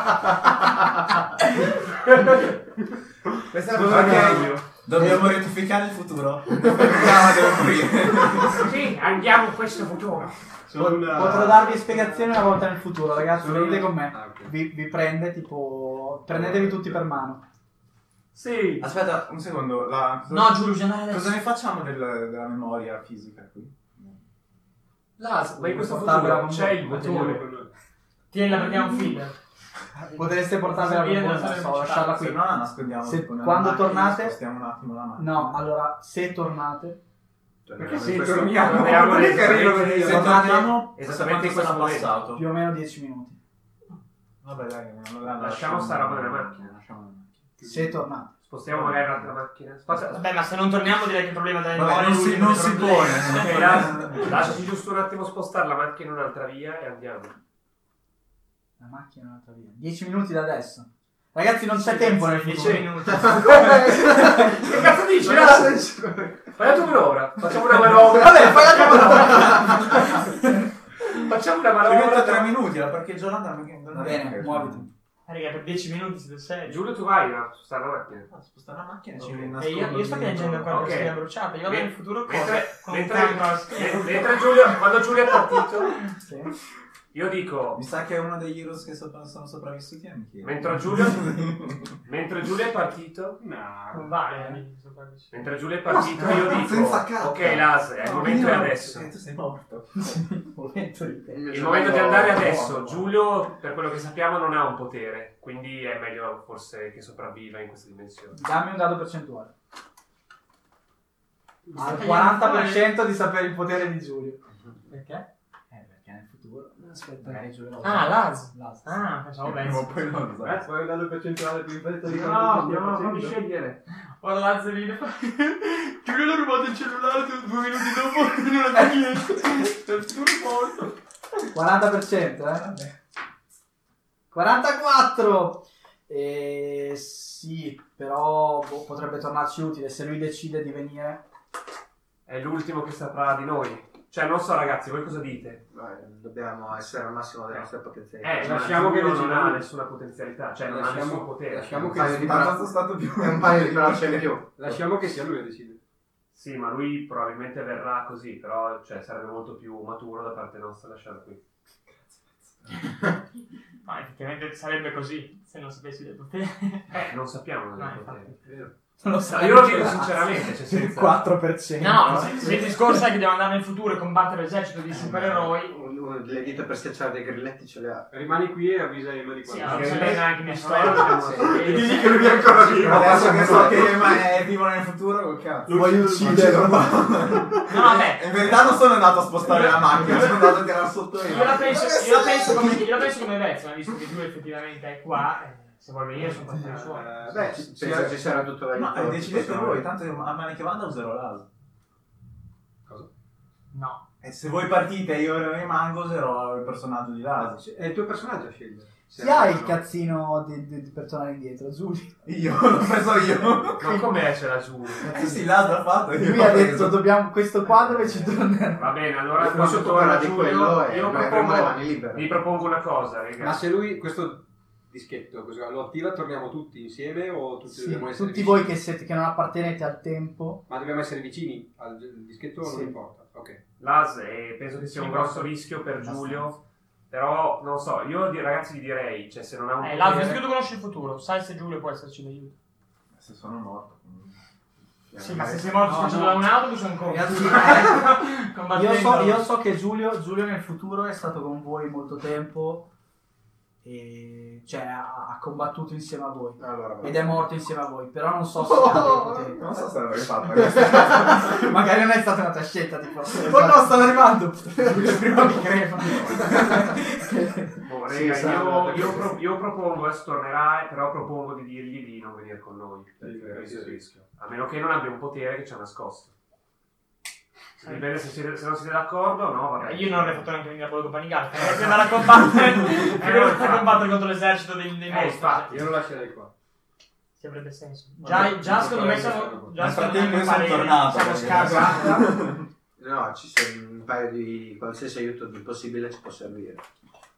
Questa è Dove cosa andiamo? Dobbiamo rettificare il futuro. Dobbiamo devo morire. sì, andiamo in questo futuro. Sono una... Potrò darvi spiegazioni una volta nel futuro, ragazzi. Sono- Venite con me. Ah, ok. Vi, vi prende tipo... Prendetevi tutti per mano. Sì. Aspetta, un secondo. la- Giulio, generale. Cosa ne facciamo del- della memoria fisica qui? Las, ma in questo Portarvela futuro con c'è voi. il motore. Tienila perché è un filler. Potreste portarvela Via con voi, della non so, sala lasciarla Se qui. no la nascondiamo. Se- con la quando macchina, tornate- Spostiamo un attimo la macchina. No, allora, se tornate... Perché se Questo- torniamo? torniamo Non è carino nel- che Se io- tornate- torniamo, esattamente in questo sarà momento. passato. Più o meno 10 minuti. Vabbè, dai, allora Lasciamo sta roba nella macchina. Lasciamo la macchina. Se tornate. Spostiamo magari l'altra macchina. Spazio- Vabbè, ma se non torniamo direi che il problema della Vabbè, memoria non è lui, si, non il si problema. Ok, pone. Las, lasciaci giusto un attimo spostare la macchina in un'altra via e andiamo. La macchina è un'altra via. 10 minuti da adesso. Ragazzi, non c'è tempo nel 10 futuro. minuti. Che cazzo dici? Las? Fai la tua manovra. Facciamo una manovra. Vabbè, fai la tua Facciamo una Ci metto tre manovra. minuti, la parcheggio là da me. Va bene, muoviti. Ah, raga, per 10 minuti siete seri. Eh, Giulio, tu vai a spostare la macchina. Spostare la macchina ci E io, io sto piangendo ancora Ok. per schiena bruciata. Io vado Me- nel futuro con, mentre- con mentre- un cranio alla schiena. Me- Mentre Giulio, quando Giulio è partito, Sì. io dico, Mi sa che è uno degli heroes che sopra- sono sopravvissuti a Michele. Mentre Giulio- mentre Giulio è partito, Non No. vale, amici, sono qua vicino. mentre Giulio è partito, io Senza dico, cazzo. ok Las, è il momento è adesso. Eh, tu sei morto. Momento di tempo. Il momento di andare adesso. Giulio, per quello che sappiamo, non ha un potere, quindi è meglio forse che sopravviva in questa dimensione. Dammi un dado percentuale. Al stai 40% di sapere il potere di Giulio. Perché? Eh, perché nel futuro. Aspetta, Giulio lo Ah, usa. Laz. Laz. Ah, pensavo Ma Benz. poi non lo sai. Eh, vuoi dare il percentuale più in fretta di scegliere. Ora Laz viene e fa... Giulio l'ha rubato il cellulare due due minuti dopo in una taglietta. Per tutto morto. 40%, eh? 44! Eh, sì, però boh, potrebbe tornarci utile se lui decide di venire. È l'ultimo che saprà di noi. Cioè, non so ragazzi, voi cosa dite? Dobbiamo essere al massimo delle nostre potenzialità. Eh, Lasciamo lasciamo che che non decida ha lui. nessuna potenzialità, cioè non ha Lasciamo- nessun potere. lasciamo che- Un paio di Ma braccia- tanto è stato più un paio di braccia in più. Lasciamo che sia lui a decidere. Sì, ma lui probabilmente verrà così, però cioè, sarebbe molto più maturo da parte nostra lasciarlo qui. Ma effettivamente sarebbe così, se non sapessi del potere. Eh, non sappiamo No, del infatti. potere. Non lo No, io lo dico sinceramente, cioè Il senza... 4%. No, se, se il discorso è che devo andare nel futuro e combattere l'esercito Eh, di supereroi... Un- un- Le dita per schiacciare dei grilletti ce le ha. Rimani qui e avvisa Ema di Sì, quando. non perché c'è lei- neanche mi Sì, sì. storia. che lui è ancora vivo. Adesso che so che Ema è vivo nel futuro, col cazzo. Vuoi ucciderlo? No, vabbè. In verità non sono andato a spostare la macchina, sono andato a tirare sotto io. Io la penso, io la penso come, io la penso come Vezzo, ma visto che lui effettivamente è qua, eh, se vuol venire sono partito suo. Eh, Beh, beh, ci- sì, penso sì. ci sarà tutto l'aiuto. Ma eh, decidete Possiamo- voi, tanto io a mani che vada userò l'as. No. E se voi partite e io rimango userò il personaggio di l'as. c- Ah, è il tuo personaggio a scegliere. Chi ha il cazzino di- di- di- per tornare indietro? Giulio. Io, l'ho preso io. Ma com'è ce la giuro? Eh sì, l'as l'ha fatto. io Lui ha l'ho preso. detto dobbiamo questo qua dove ci tornerà. Va bene, allora Poi quando sotto quella torna di Giulio, quello io e noi avremo le propongo, mani libere. vi propongo una cosa, raga. Ma se lui, questo dischetto, così, lo attiva e torniamo tutti insieme o tutti Sì, dobbiamo essere tutti vicini? voi che, siete, che non appartenete al tempo, Ma dobbiamo essere vicini al al dischetto o non Sì. importa? Ok. L'AS eh, penso che sia un Sì, grosso ma- rischio per abbastanza. Giulio, però non so, io di- ragazzi gli direi, cioè se non ha un Eh, potere- l'altro che tu conosci il futuro, sai se Giulio può esserci d'aiuto. Se sono morto. quindi- Sì, ma se sei morto No, schiacciato no. da un autobus è un conto. Ragazzi, Combattendo. io so, io so che Giulio, Giulio nel futuro è stato con voi molto tempo, e, cioè ha, ha combattuto insieme a voi Allora, ed è morto insieme a voi, però non so se ha dei poteri. Non so se l'avrei fatto. Magari non è stata una tua scelta, tipo. Oh no, stanno arrivando! Prima mi credo. Boh, Sì, raga, sa, io, io guarda, perché- pro- io propongo, adesso tornerà, però propongo di dirgli di non venire con noi, perché sì, questo è il sì. rischio. A meno che non abbia un potere che ci ha nascosto. Dipende se, siete- se non siete d'accordo o no, vabbè. Eh, Io non avrei fatto neanche venire a Bolgo panicato. Eh, se andare a combattere, Eh, è venuto a combattere contro l'esercito dei, dei Eh, mostri. infatti. Io lo lascerei qua. Sì, avrebbe senso. Già, già secondo me siamo. Già Nel secondo frattempo me io sono pare- tornato, Siamo eh. perché- scarsi. No, ci sono un paio di qualsiasi aiuto di possibile ci può servire.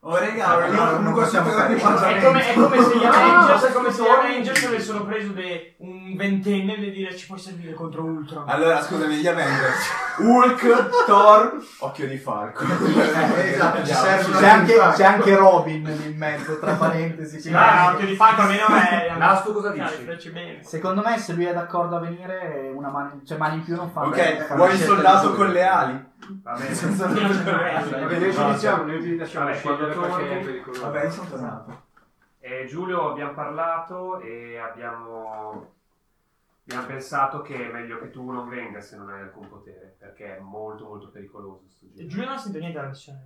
Oh, raga, io comunque possiamo sono stare qua. È come, è come se gli No, Avengers, è sti come se gli uomini. Avengers avessero preso de- un ventenne e dire ci puoi servire contro Ultron. Allora, scusami, gli Avengers. Hulk, Thor, Occhio di Falco. esatto, ci servono C'è anche, c'è anche Robin in mezzo, tra parentesi. Sì, quindi- ma occhio di falco almeno è. Lasto cosa Dai, dici? feci bene. Secondo me, se lui è d'accordo a venire, una mano, cioè mani in più non fa Ok, bene. vuoi il soldato con le ali? Va bene. Eh, Vabbè, noi ci No, diciamo, noi ci lasciamo Vabbè, scegliere quando perché è torni- pericoloso. Vabbè, io sono tornato. Eh, Giulio abbiamo parlato e abbiamo, abbiamo pensato che è meglio che tu non venga se non hai alcun potere, perché è molto molto pericoloso sto giro. Giulio non ha sentito niente della missione.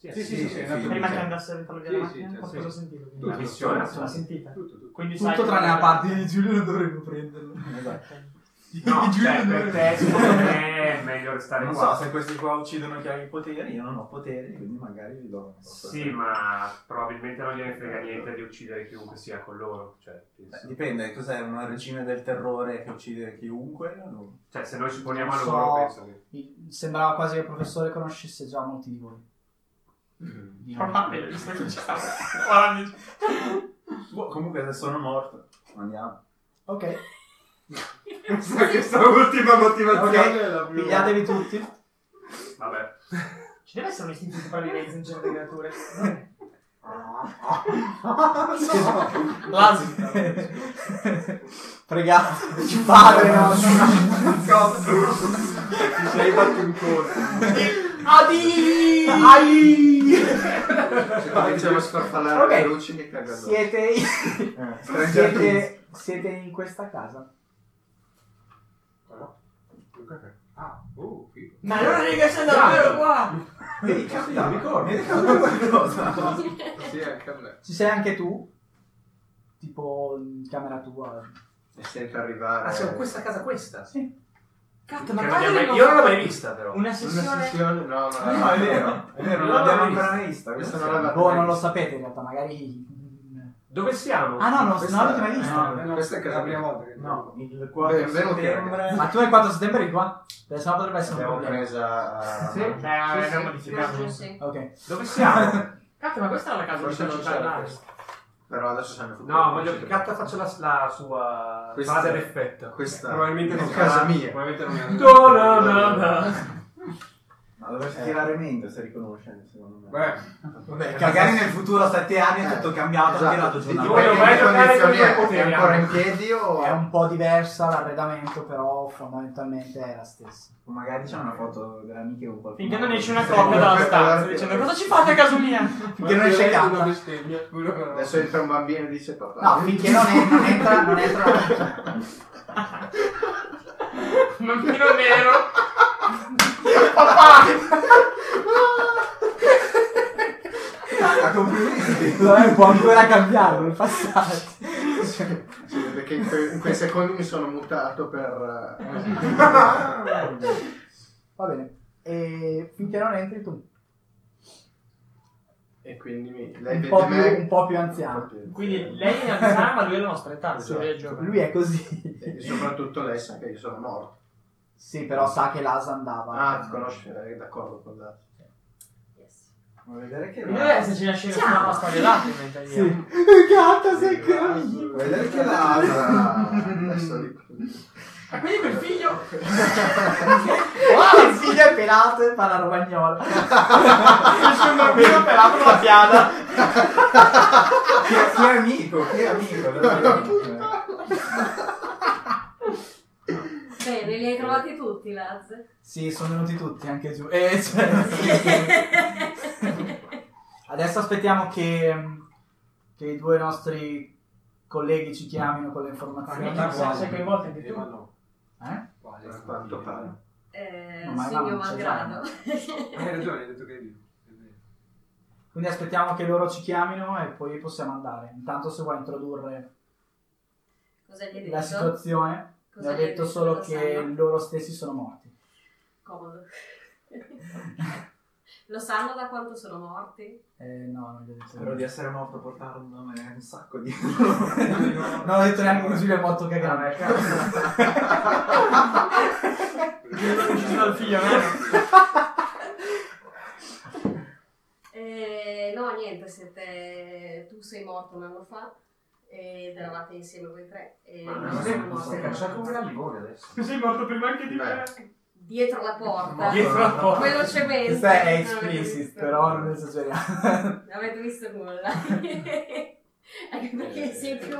vero? Sì, sì, sì, sì, sì. Prima sì. che andasse a entrare via Sì, la sì, macchina, sì, qualcosa sì. ho sentito. quindi. La Tutto. missione L'ha insomma. sentita. Tutto, tutto. Quindi sai Tutto che- Esatto. tranne la parte di Giulio non dovremmo prenderlo. No, Di Giulio cioè, non per dovremmo- te secondo me è meglio restare Non qua. so, se questi qua uccidono chi ha i poteri, io non ho poteri, quindi magari vi do una sorpresa. Sì, ma probabilmente non gliene frega niente di uccidere chiunque sia con loro. Cioè, Beh, penso. Dipende, cos'è una regina del terrore che uccide chiunque? No. Cioè, se noi ci poniamo a Non loro, so. penso che... Il- Sembrava quasi che il professore conoscesse già molti di voi. Di noi. Probabile, visto che c'è. Guarda, mi- Boh, comunque se sono morto, andiamo. Ok, Questa è l'ultima motivazione. Ok. è la più- pigliatevi tutti. Vabbè. Ci deve essere un istinto di sopravvivenza in genere di creature. Pregate, ci padre nostro. Ti sei fatto un colpo. Adì! Ai! Se cominciamo a sfarfallare Ok. le luci mi cago addosso. Siete, Eh. siete, siete in questa casa. Ah, oh, figo. Ma allora, raga, sei davvero qua! Ehi, capita, mi ricordo, mi ricordo qualcosa. Sì, anche a me. Ci sei anche tu? Tipo in camera tua. E sento arrivare... Ah, casa questa? Sì. Cazzo, Esatto, ma Che non guarda abbiamo mai- che non Io non l'ho fa- mai vista, però. Una Una sessione. sessione? No, no, no. No, è vero, è vero, non l'abbiamo ancora mai vista. Questa questa non l'aveva- Boh, non lo sapete in realtà, magari. Dove siamo? Eh, Ah no, non, Questa- non l'avete mai vista. no, questa è che casa la prima mia. volta che No, il 4 Benvenuti, settembre. Ma tu il 4 settembre eri qua? Beh, sennò potrebbe essere un L'abbiamo problema. presa... Sì, eh, abbiamo Immagino modificato. sì. Ok. Dove siamo? Cazzo, ma questa era la casa di Forse cui non ci c'era parlavi. questa. Però adesso siamo fuori. No, voglio che Gatta faccia la, la sua Questa- frase d'effetto. Questa... Probabilmente non è casa sarà- mia. Probabilmente non No, no, no, no. Ma dovresti tirare meglio se riconosce, secondo me. Beh, Vabbè, magari nel futuro a 7 anni è tutto cambiato, Esatto. ha tirato giù una Di voi Dipende non vai roba. a che giocare con condizioni i è. tuoi poteri, È ancora in anche. piedi o... È un po' diversa l'arredamento, però fondamentalmente è la stessa. Magari c'è una foto della amica con qualcuno. Finché non esce una coppia dalla stanza dicendo cosa ci fate a casa mia? Finché non esce Guarda, una Kappa. bestemmia. Giuro che no. Adesso entra un bambino e dice papà. No, finché non, è, non entra, non entra. Bambino nero. Ah, complimenti! Vabbè, può ancora cambiarlo nel passato. Sì, perché in, que- in quei secondi mi sono mutato per... eh, Va bene. E finché non entri tu. e quindi mi... Lei Un vede po' me... più, un po' più anziano. Quindi lei è anziana, ma lui è la nostra età. Sì, lui è giovane. Lui è così. E soprattutto lei sa che io sono morto. Sì, però sa che l'Asa andava. Ah, ti conosci, eh, d'accordo con la... Yes. Ma vedere che Deve la... esserci una scena Ciao. sulla pasta di latte in italiano. Gatta sei Vuoi vedere che l'altra Ah, adesso lì. Ah, quindi quel figlio... Wow, il figlio è pelato e fa la romagnola. C'è un bambino pelato la piada. Chi è, chi è amico? Chi è amico? davvero? Bene, li hai trovati tutti, Laz. Sì, sono venuti tutti, anche giù. Eh, cioè, sì, sì. Adesso aspettiamo che, mm, che i due nostri colleghi ci chiamino con le informazioni. Ma sei- sei coinvolto anche Eh, tu? ma no, Eh? quasi. Per quanto pare. Eh, No, ma sì, Eva non mio c'è malgrado. Hai ragione, hai detto che è vivo. È vero. Quindi aspettiamo che loro ci chiamino e poi possiamo andare. Intanto se vuoi introdurre Cosa gli hai detto? la situazione, Cosa vi ho gli hai detto solo Lo che sanno? loro stessi sono morti. Comodo. Lo sanno da quanto sono morti? Eh, no, non gli ho detto Spero di niente. essere morto a portare un nome un sacco di... Non ho detto neanche così, è morto cagato. Sono ucciso dal figlio, no? Eh, no, niente, siete... tu sei morto un anno fa ed eravate insieme voi tre. E loro Ma sono sei- morti sei un anno cacciato come fa. una limone adesso. Tu sei morto prima anche di me. Dietro la porta. Dietro la porta. Velocemente. Questo è Non avete explicit, visto. però non esageriamo. Non avete visto nulla. Anche Eh, perché sei più,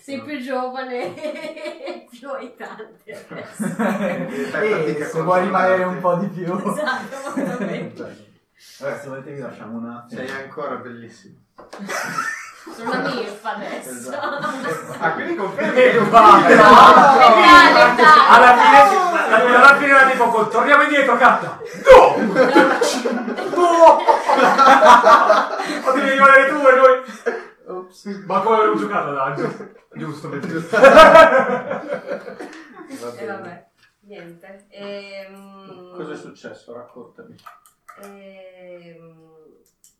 sei più giovane e più aitante adesso. Eh, Eh, e se vuoi rimanere un po' di più. Esatto, molto bene. Vabbè, se volete vi lasciamo un attimo. Sei ancora bellissimo. Sono una milfa adesso. Ah, quindi confermi Eh, che- guarda. Legale, dai. Alla fine, alla, alla fine era tipo, torniamo indietro, gatta! No! No! Potevi rimanere tu e noi... Ops. Ma come avevo giocato ad Agio? Giusto, bene. Va E bene. Eh, vabbè, niente. Ehm, Cosa è successo? Raccontami. ehm,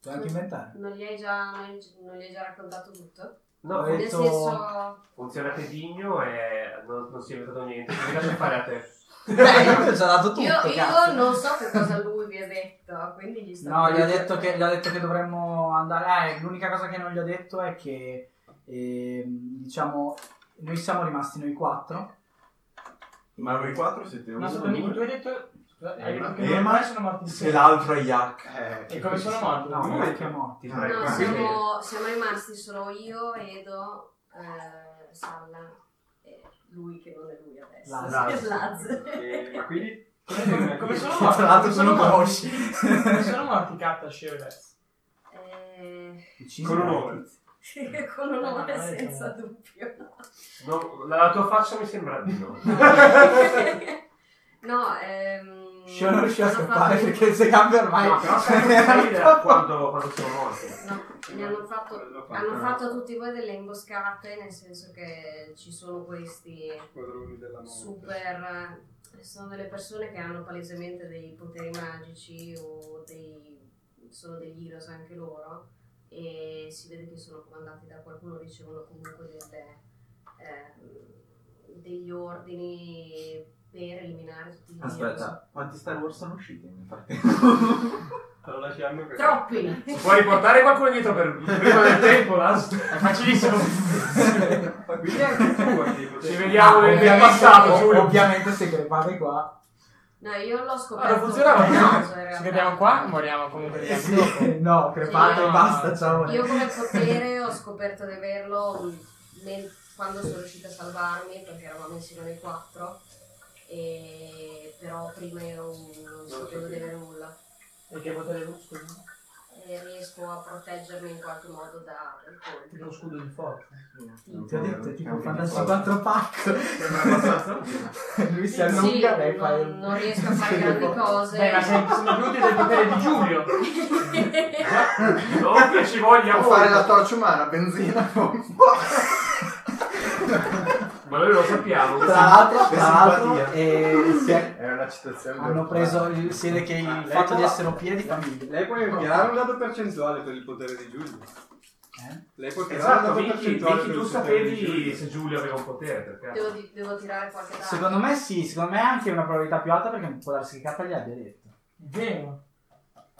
Puoi anche inventare. non gli hai già, non gli- non gli hai già raccontato tutto? No, Ho fun- Nel detto- senso... funziona Pedigno e non, non si è inventato niente. Mi lascia fare a te. Beh, io ti ho già dato tutto. Io, io cazzo. non so che cosa lui vi ha detto, quindi gli sto No, gli ho, detto che, gli ho detto che dovremmo andare. Ah, e l'unica cosa che non gli ho detto è che ehm, diciamo noi siamo rimasti noi quattro. Ma voi quattro siete uno, Ma scusami, tu due, hai detto... Scusate, hai Emma- detto Eh, che Emma ormai sono morti e insieme. l'altro è Yak. Eh, E come sono morti? No, ecco, Due. che è morto. Ti prego. No, Vai, siamo, siamo rimasti solo io, Edo, eh, Salla e lui che non è lui adesso. Laz. Laz. Eh, Ma quindi? Come, come sono Che morti? Tra l'altro Come tu non morti? conosci. Come sono morti Katta Shirless? Eh, Uccisi Con un dai. nome. con un Ah, nome ecco. senza dubbio. No, la, la tua faccia mi sembra di no. no, ehm... Shio non riusciva a hanno scappare fatto- perché se cambia ormai. Ah, No, però sai sai da quando, quando sono morti. No, ne hanno fatto L'ho Hanno fatto tutti voi delle imboscate, nel senso che ci sono questi Squadroni della morte. super... Sono delle persone che hanno palesemente dei poteri magici o dei... sono degli heroes anche loro e si vede che sono comandati da qualcuno, ricevono comunque delle, ehm, degli ordini per eliminare tutti gli heroes. Aspetta, quanti Star Wars sono usciti nel frattempo? Te lo lasci a me perché- Troppi! Puoi riportare qualcuno dietro per prima del tempo, Last? È facilissimo. Quindi anche tu eh, vuoi poter- Ci vediamo nel nel passato, Giulio. Ovviamente se crepate qua. No, io l'ho scoperto. Ah, non funzionava? per No. cioè, caso, in realtà. Ci vediamo qua e moriamo comunque di anni dopo. Sì, no, crepate Sì, e no. basta, ciao. Io come potere ho scoperto di averlo mm, nel- quando sono riuscita a salvarmi perché eravamo insieme nei quattro e però prima io non, non sapevo di avere nulla E che potere lo scudo? e riesco a proteggermi in qualche modo da dai colpi. Tipo lo scudo di forza. Ti ho detto, è tipo Cambi di fantasy forza. 4 pack. Sembra abbastanza. Lui si allunga, Sì, lei fa il- non, non riesco a fare grandi cose. Beh, ma sei, sono venuti del potere di Giulio. Non che ci voglia Può fare la molto. torcia umana, benzina, Ma noi lo sappiamo. Tra l'altro, Che tra l'altro simpatia. eh, si è- È una citazione. hanno preso il siede che Ah, il lei fatto di può- essere un piede di famiglia. Lei può tirare un dato percentuale per il potere di Giulio. Eh? Lei può tirare un Esatto, dato Vicky, percentuale Vicky, per tu il potere di sapevi Giulio. se Giulio aveva un potere, perché... Devo, di- devo tirare qualche dado. Secondo me sì, secondo me è anche una probabilità più alta perché può darsi che Katta gli abbia detto. Vero.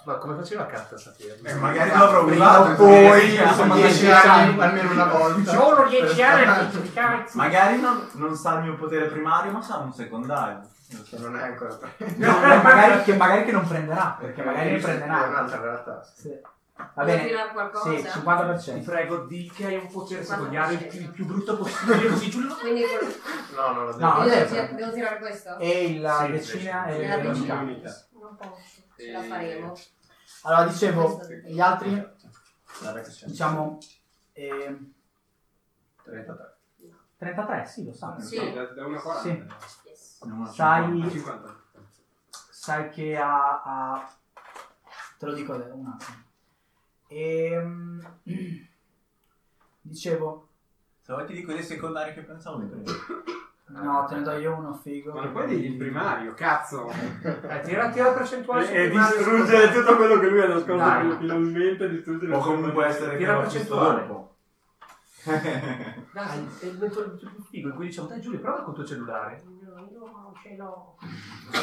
Ma come faceva Kat a Eh, saperlo? magari Esatto. l'avrò Prima o usato poi, perché sono sono dieci 10 anni, almeno una volta. Solo Eh, 10 anni, cazzo. Magari non, non sa il mio potere primario, ma sa un secondario. Non so. Non è ancora preso. No, magari, che, magari che non prenderà, perché magari ne È prenderà. un'altra realtà. Eh, Sì. Va Vuoi bene, tirare qualcosa? sì, eh, Ti 50%. prego, di che hai un potere secondario il più, il più brutto possibile, così giù lo Quindi quel- No, non lo devo. No, io devo, adesso. tir- devo tirare questo? E la Sì, decina sì, e La l'unità. decina. l'unità. Non posso, ce la faremo. Allora, dicevo, Questo è- gli altri, Guarda che c'è. diciamo, ehm, 33. 33, sì, lo sa. Sì. Da, da una 40. Yes. A Sai, 50. sai che ha, ha- Te lo dico adesso, un attimo. Ehm, dicevo, Se vuoi ti dico dei secondari che pensavo di prendere. no, te ne do io uno figo. Ma non puoi dirgli il primario, cazzo! Eh, tira, tira la percentuale Eh, sul primario. tutto quello che lui ha Dai. fino- finalmente distruggere O comunque essere Tira quello la acquisto percentuale. dopo. Dai, è il metodo più figo in cui diciamo, dai Giulio, prova col tuo cellulare. No, io non ce l'ho.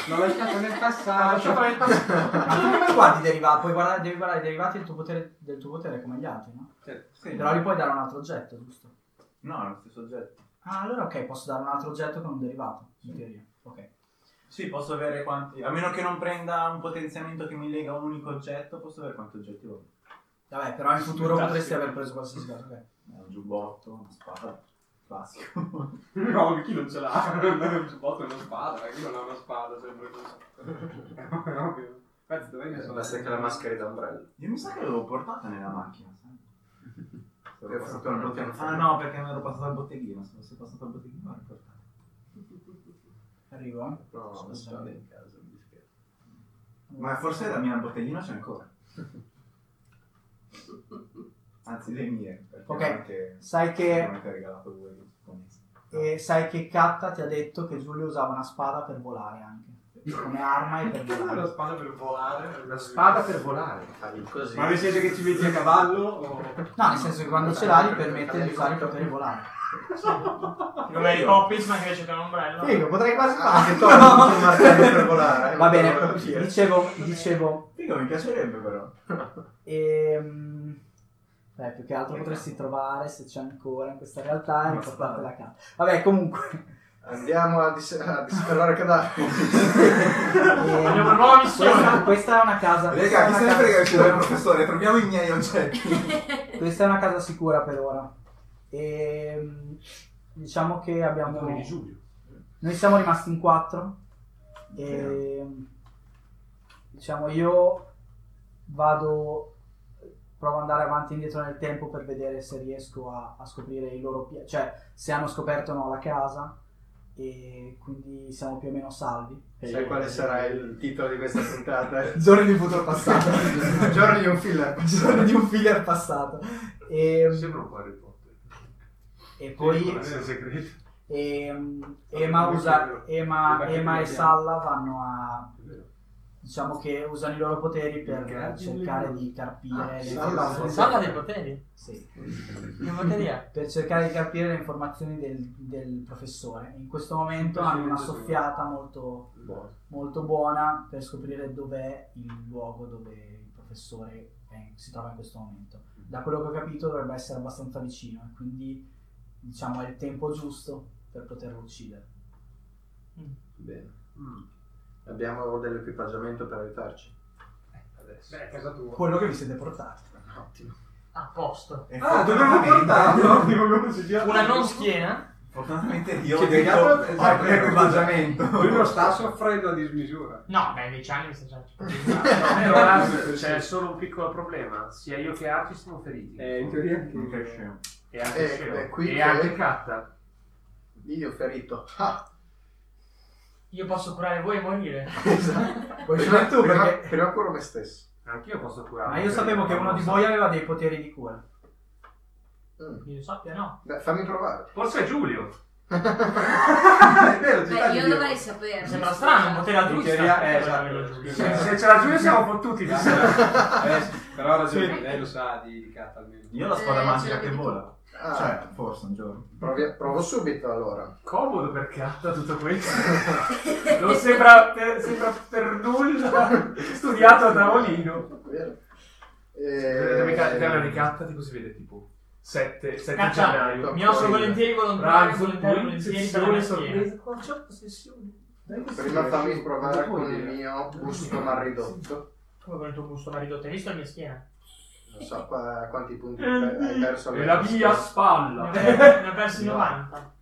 l'ho lasciato nel Ah, passato lasciamola in pace. Ma tu come guardi i derivati? Puoi guardare, devi guardare i derivati del tuo potere, del tuo potere come gli altri, no? Cioè, Sì. Però li puoi dare a un altro oggetto, giusto? No, è lo stesso oggetto. Ah, allora ok, posso dare un altro oggetto con un derivato, in teoria. Ok. Sì, posso avere quanti. A meno che non prenda un potenziamento che mi lega a un unico oggetto, posso avere quanti oggetti voglio. Vabbè, però in futuro potresti aver preso qualsiasi cosa, ok. Eh, Un giubbotto, una spada. Classico. No, chi non ce l'ha? Un giubbotto e una spada, eh, chi non ha una spada sempre così. È ovvio. Pezzo, dove ne sono? Eh, Basta che la maschera da ombrello. Io mi sa che l'avevo portata nella macchina, sai? Per fortuna non ti hanno fatto. Ah no, perché non ero passato al botteghino. Se fosse passato al botteghino l'avrei portata. Arrivo, eh. No, no, non sta in casa, mi dispiace. Ma forse la mia botteghina c'è ancora. Anzi, le mie. Perché Ok. anche- Sai che che, avete regalato voi. eh, sai che Katta ti ha detto che Giulio usava una spada per volare anche. Come arma e per Perché la volare. spada per volare? La spada per volare. Fai così. Ma nel senso che ci metti a cavallo o... No, nel senso che quando ce l'ha gli permette di usare il potere volare. Come i Poppins, ma invece che un ombrello. Figo, potrei quasi Ah, farlo. che tolgo il martello per volare. Va bene, Non lo dire. dicevo, dicevo, Figo, mi piacerebbe però. ehm, beh, più che altro potresti trovare se c'è ancora in questa realtà e Ma fa sta- parte la carta. Vabbè, comunque, Andiamo a, dis- a dispellare cadaveri. ehm, Abbiamo una nuova missione. questa, questa è una casa, Raga, mi questa è sembra una che casa, uscirà il professore, troviamo i miei oggetti. questa è una casa sicura per ora. Ehm, diciamo che abbiamo... Come di Giulio. Noi siamo rimasti in quattro. E, diciamo, io vado. Provo ad andare avanti e indietro nel tempo per vedere se riesco a, a scoprire i loro pia- cioè se hanno scoperto o no la casa. E quindi siamo più o meno salvi. Sai quale sarà il titolo di questa puntata? Giorni di futuro passato. Giorni di un filler. Giorni di un filler passato. E, Sembra un po' Harry Potter. e Sì, poi ma senza segreti. Ehm, Ema, usa- Ema- Ema e Salla vanno a diciamo che usano i loro poteri per cercare di carpire Ah, le Salla- informazioni Sala dei poteri. Sì. Che poteri è? per cercare di carpire le informazioni del, del professore in questo momento hanno una soffiata molto, molto buona per scoprire dov'è il luogo dove il professore è- si trova in questo momento da quello che ho capito dovrebbe essere abbastanza vicino e quindi diciamo è il tempo giusto per poterlo uccidere Bene. Abbiamo dell'equipaggiamento per aiutarci. Adesso. Beh, è casa tua. quello che vi siete portati Ottimo. A posto. Ah, dovevo portarlo! Ti volevo consigliare. Una non schiena. Fortunatamente io Che ho detto cazzo- ho esatto, preso equipaggiamento. Lui non sta soffrendo a dismisura. No, beh, 10 anni mi sta già. Allora, c'è solo un piccolo problema. Sia io che Arci siamo feriti. Eh, in teoria Non anche... crescevo. E anche Eh, Sceo. beh, qui E c'è- anche Katta. Io ferito. Ah, Io posso curare voi e morire. esatto. Vuoi scegliere tu prima, perché... prima curo me stesso. Anch'io posso curare. Ma io sapevo che uno di voi aveva dei poteri di cura. Mm. Io sappia, no. Beh, fammi provare. Forse è Giulio. è vero, ci sta Beh, di io Dio. dovrei saperlo. Mi Eh, sembra strano, un potere In altruista. teoria, eh, Quello esatto. giusto. Se, se ce la Giulio siamo fottuti. Eh, sì, però ha Eh, ragione, lei lo sa di, di Kat almeno. Io ho la spada Eh, ce magica che l'avevi tu. vola. Ah, Cioè, forse un giorno. provi- provo subito allora. Comodo per Katta tutto questo. Non sembra per, sembra per nulla studiato a tavolino. Vero. Eh, Eh, mi ca- dalla ricatta tipo si vede tipo 7, 7 Caccia, gennaio. Mi offro Poi- volentieri volontari, Pranzo, volentieri, poi volentieri per la sessione mia schiena. sorpresa. Qua c'è la sessione. Prima fammi provare Dopo con il dire. mio gusto mal ridotto. Come con il tuo gusto maridotto, hai visto la mia schiena? Non so qua- quanti punti per- hai perso. Eh, E la mia Ne spalla. ho per- ne ho persi 90.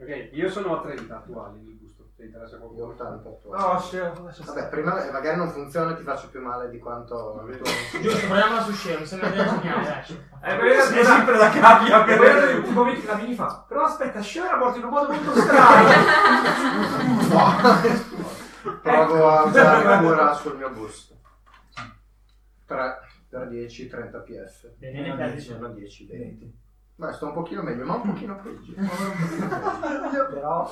Ok, io sono a 30 attuali nel gusto, se interessa Io ho qualcuno. 80 attuali. Ah, Oh, scemo, adesso sta- Vabbè, prima eh, magari non funziona e ti faccio più male di quanto il tuo- Giusto, proviamola su Shea, mi sembra che la geniale. Eh, però È sempre la cavia E per poi negli ultimi momenti la mini fa. Però aspetta, Shea era morto in un modo molto strano. Ecco. Provo a usare cura sul mio gusto. 3 per 10, 30 PF. Bene, ne perdi. Sono 10, 20. Venti. Beh, sto un pochino meglio, ma un pochino peggio. Però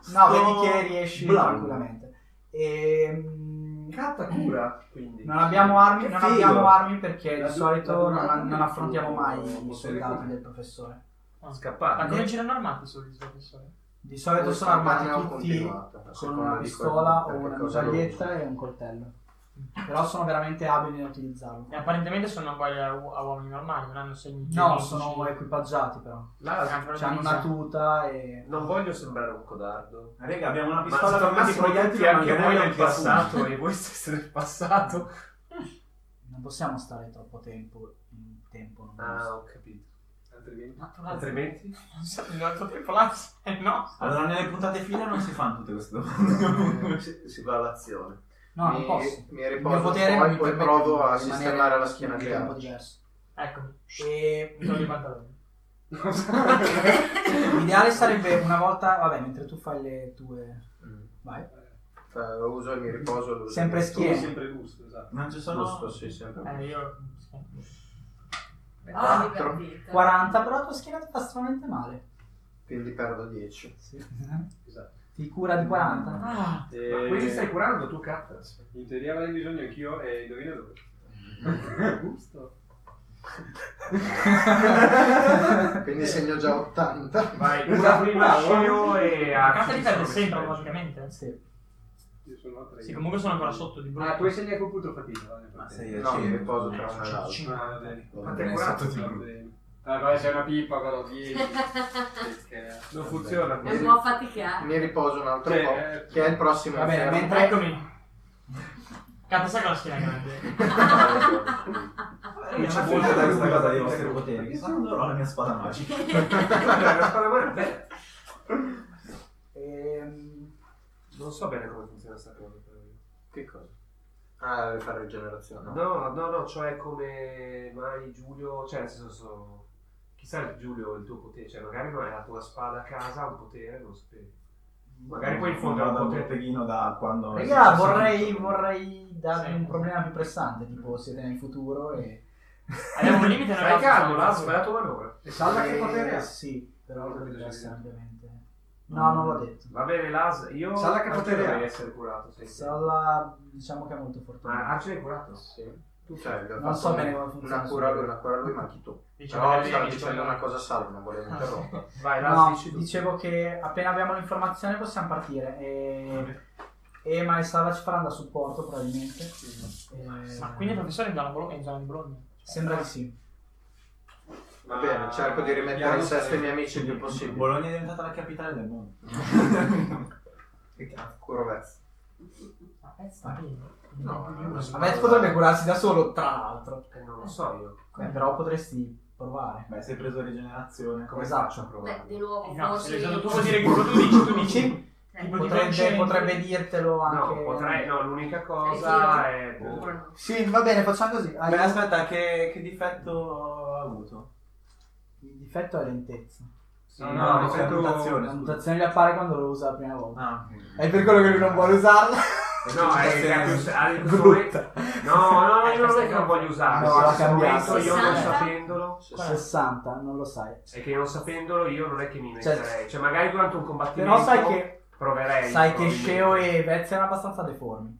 Sto no, vedi che riesci blanco. tranquillamente. Ehm, Catta cura, quindi. Non abbiamo armi, Che non figo. abbiamo armi perché La di du- solito la non, durata non del affrontiamo tuo mai potere i soldati comune. del professore. Ma Scappare. come girano armati solo gli professori? Di solito sono armati tutti con una pistola o una mitraglietta e un coltello. Però sono veramente abili nel utilizzarlo. E apparentemente sono uguali a, u- a uomini normali, non hanno segni. No, genetici. sono equipaggiati però. Cioè, Là, Hanno una tuta e... non voglio sembrare un codardo. Raga, abbiamo una Ma se pistola con tornassi questi proiettili proiettili anche voi nel passato e voi stessi nel passato. Non possiamo stare troppo tempo in tempo. non Ah, ho capito. Altrimenti. Altrimenti? Non so, il nostro tempo là è no. Allora, nelle puntate fine non si fanno tutte queste domande. si, si va all'azione. No, non mi, posso. mi Il mio riposo potere poi, mi poi permette provo a di rimanere sistemare la in schiena un di tempo Gatti. diverso. Eccomi, E mi tolgo i pantaloni. l'ideale sarebbe una volta... Vabbè, mentre tu fai le tue... Mm. Vai. Cioè, lo uso e mi riposo. Lo uso. Sempre Tu schiena. sempre gusto, esatto. Non ci sono... Giusto, sì, sempre. Eh, io... Ah, tro- divertita. 40, però la tua schiena ti fa stranamente male. Quindi perdo 10. Esatto. Ti cura di 40. Ah, Ma quindi stai curando tu, Catta? Eh, In teoria avrei bisogno anch'io e indovina dove. gusto. Quindi segno già 80. Vai, cura prima Sheo e la Arthur carta sono li perde messi sempre peggio. automaticamente. Sì. Io sono a 30. Sì, comunque sono ancora sotto di brutto. Ah, poi segna con punto fatica. va, nel Ah, Ma frattempo. sei No, mi acceso. riposo Eh, tra una e sono l'altra. 5. Ah, va bene. Ma Vabbè. te hai curato? Va bene. Ah, vai, sei una pippa, però 10. Non funziona È un così. po' faticare. Mi riposo un altro Cioè, po'. Chi è il prossimo? Va bene, infermo? mentre... Eccomi. Cazzo, sai che la schiena è grande? Non c'è molto da questa cosa Eh, dei vostri poteri. Chissà quando avrò la mia spada magica. Ehm, Non so bene come funziona sta cosa. però io. Che cosa? Ah, deve fare rigenerazione. No, no, no, cioè come mai Giulio, cioè nel senso so- chissà Giulio il tuo potere, cioè magari non è la tua spada a casa, ha un potere, non lo sapevi. Magari poi in fondo ha Guarda un un potere. botteghino da quando... Raga, si- vorrei, vorrei darvi Sì. un problema più pressante, tipo siete nel futuro e... Abbiamo un limite Fai nella calmo, là, ho sbagliato manovra. E salva che Eh, potere ha? Sì, però Non ho capito dovrebbe se essere sia. ampiamente... No, non l'ho detto. Va bene, Las, io... Sa la che anche potere dovrei ha? essere curato, sì. sì. Sala, diciamo che è molto Ma fortunato. Arce è curato? Sì. Tu cioè, gli ho Non fatto so un- bene come funziona. Una cura a lui, una cura a lui, ma anche tu. Diciamo Però che stavo abbiamo dicendo una diciamo- cosa salva, non volevo interrompere. Vai, Las, No, dici tu. dicevo che appena abbiamo l'informazione possiamo partire. E... Ema e Sala ci faranno da supporto probabilmente. Eh, Ma quindi il professore è in zona Bologna, è in zona di Bologna. Sembra di sì. Va Ah, bene, cerco di rimettere in sesto i miei amici il più possibile. Bologna è diventata la capitale del mondo. Che cazzo, Curo Vez. Ma è sta bene. No, no, no. Vabbè, potrebbe curarsi da solo, tra l'altro. Eh, non lo so io. Eh, però potresti provare. Beh, sei preso rigenerazione. Come Esatto. faccio a Beh, provare? di nuovo, No, forse. se l'hai usato tu vuol dire che quello tu dici, tu dici. Eh, tipo di Potrebbe, consciente. potrebbe dirtelo anche. No, potrei, no, l'unica cosa è... boh. Sì, va bene, facciamo così. Hai- Beh, aspetta, che, che difetto ha avuto? Il difetto è lentezza. Sì, No, no, no, ho cioè, fatto- mutazione, La scusa. mutazione gli appare quando lo usa la prima volta. Ah, È per quello che lui non vuole usarla. No, è che Mutazione. Brutta. No, no, io non è che non voglio usarlo. Eh, No, l'ha in questo cambiato. momento Io non 60? sapendolo. 60, non lo sai. È che non sapendolo io non è che mi Cioè- metterei. Cioè, magari durante un combattimento Però sai che, proverei. sai che probabilmente. Sceo e Vezia erano abbastanza deformi.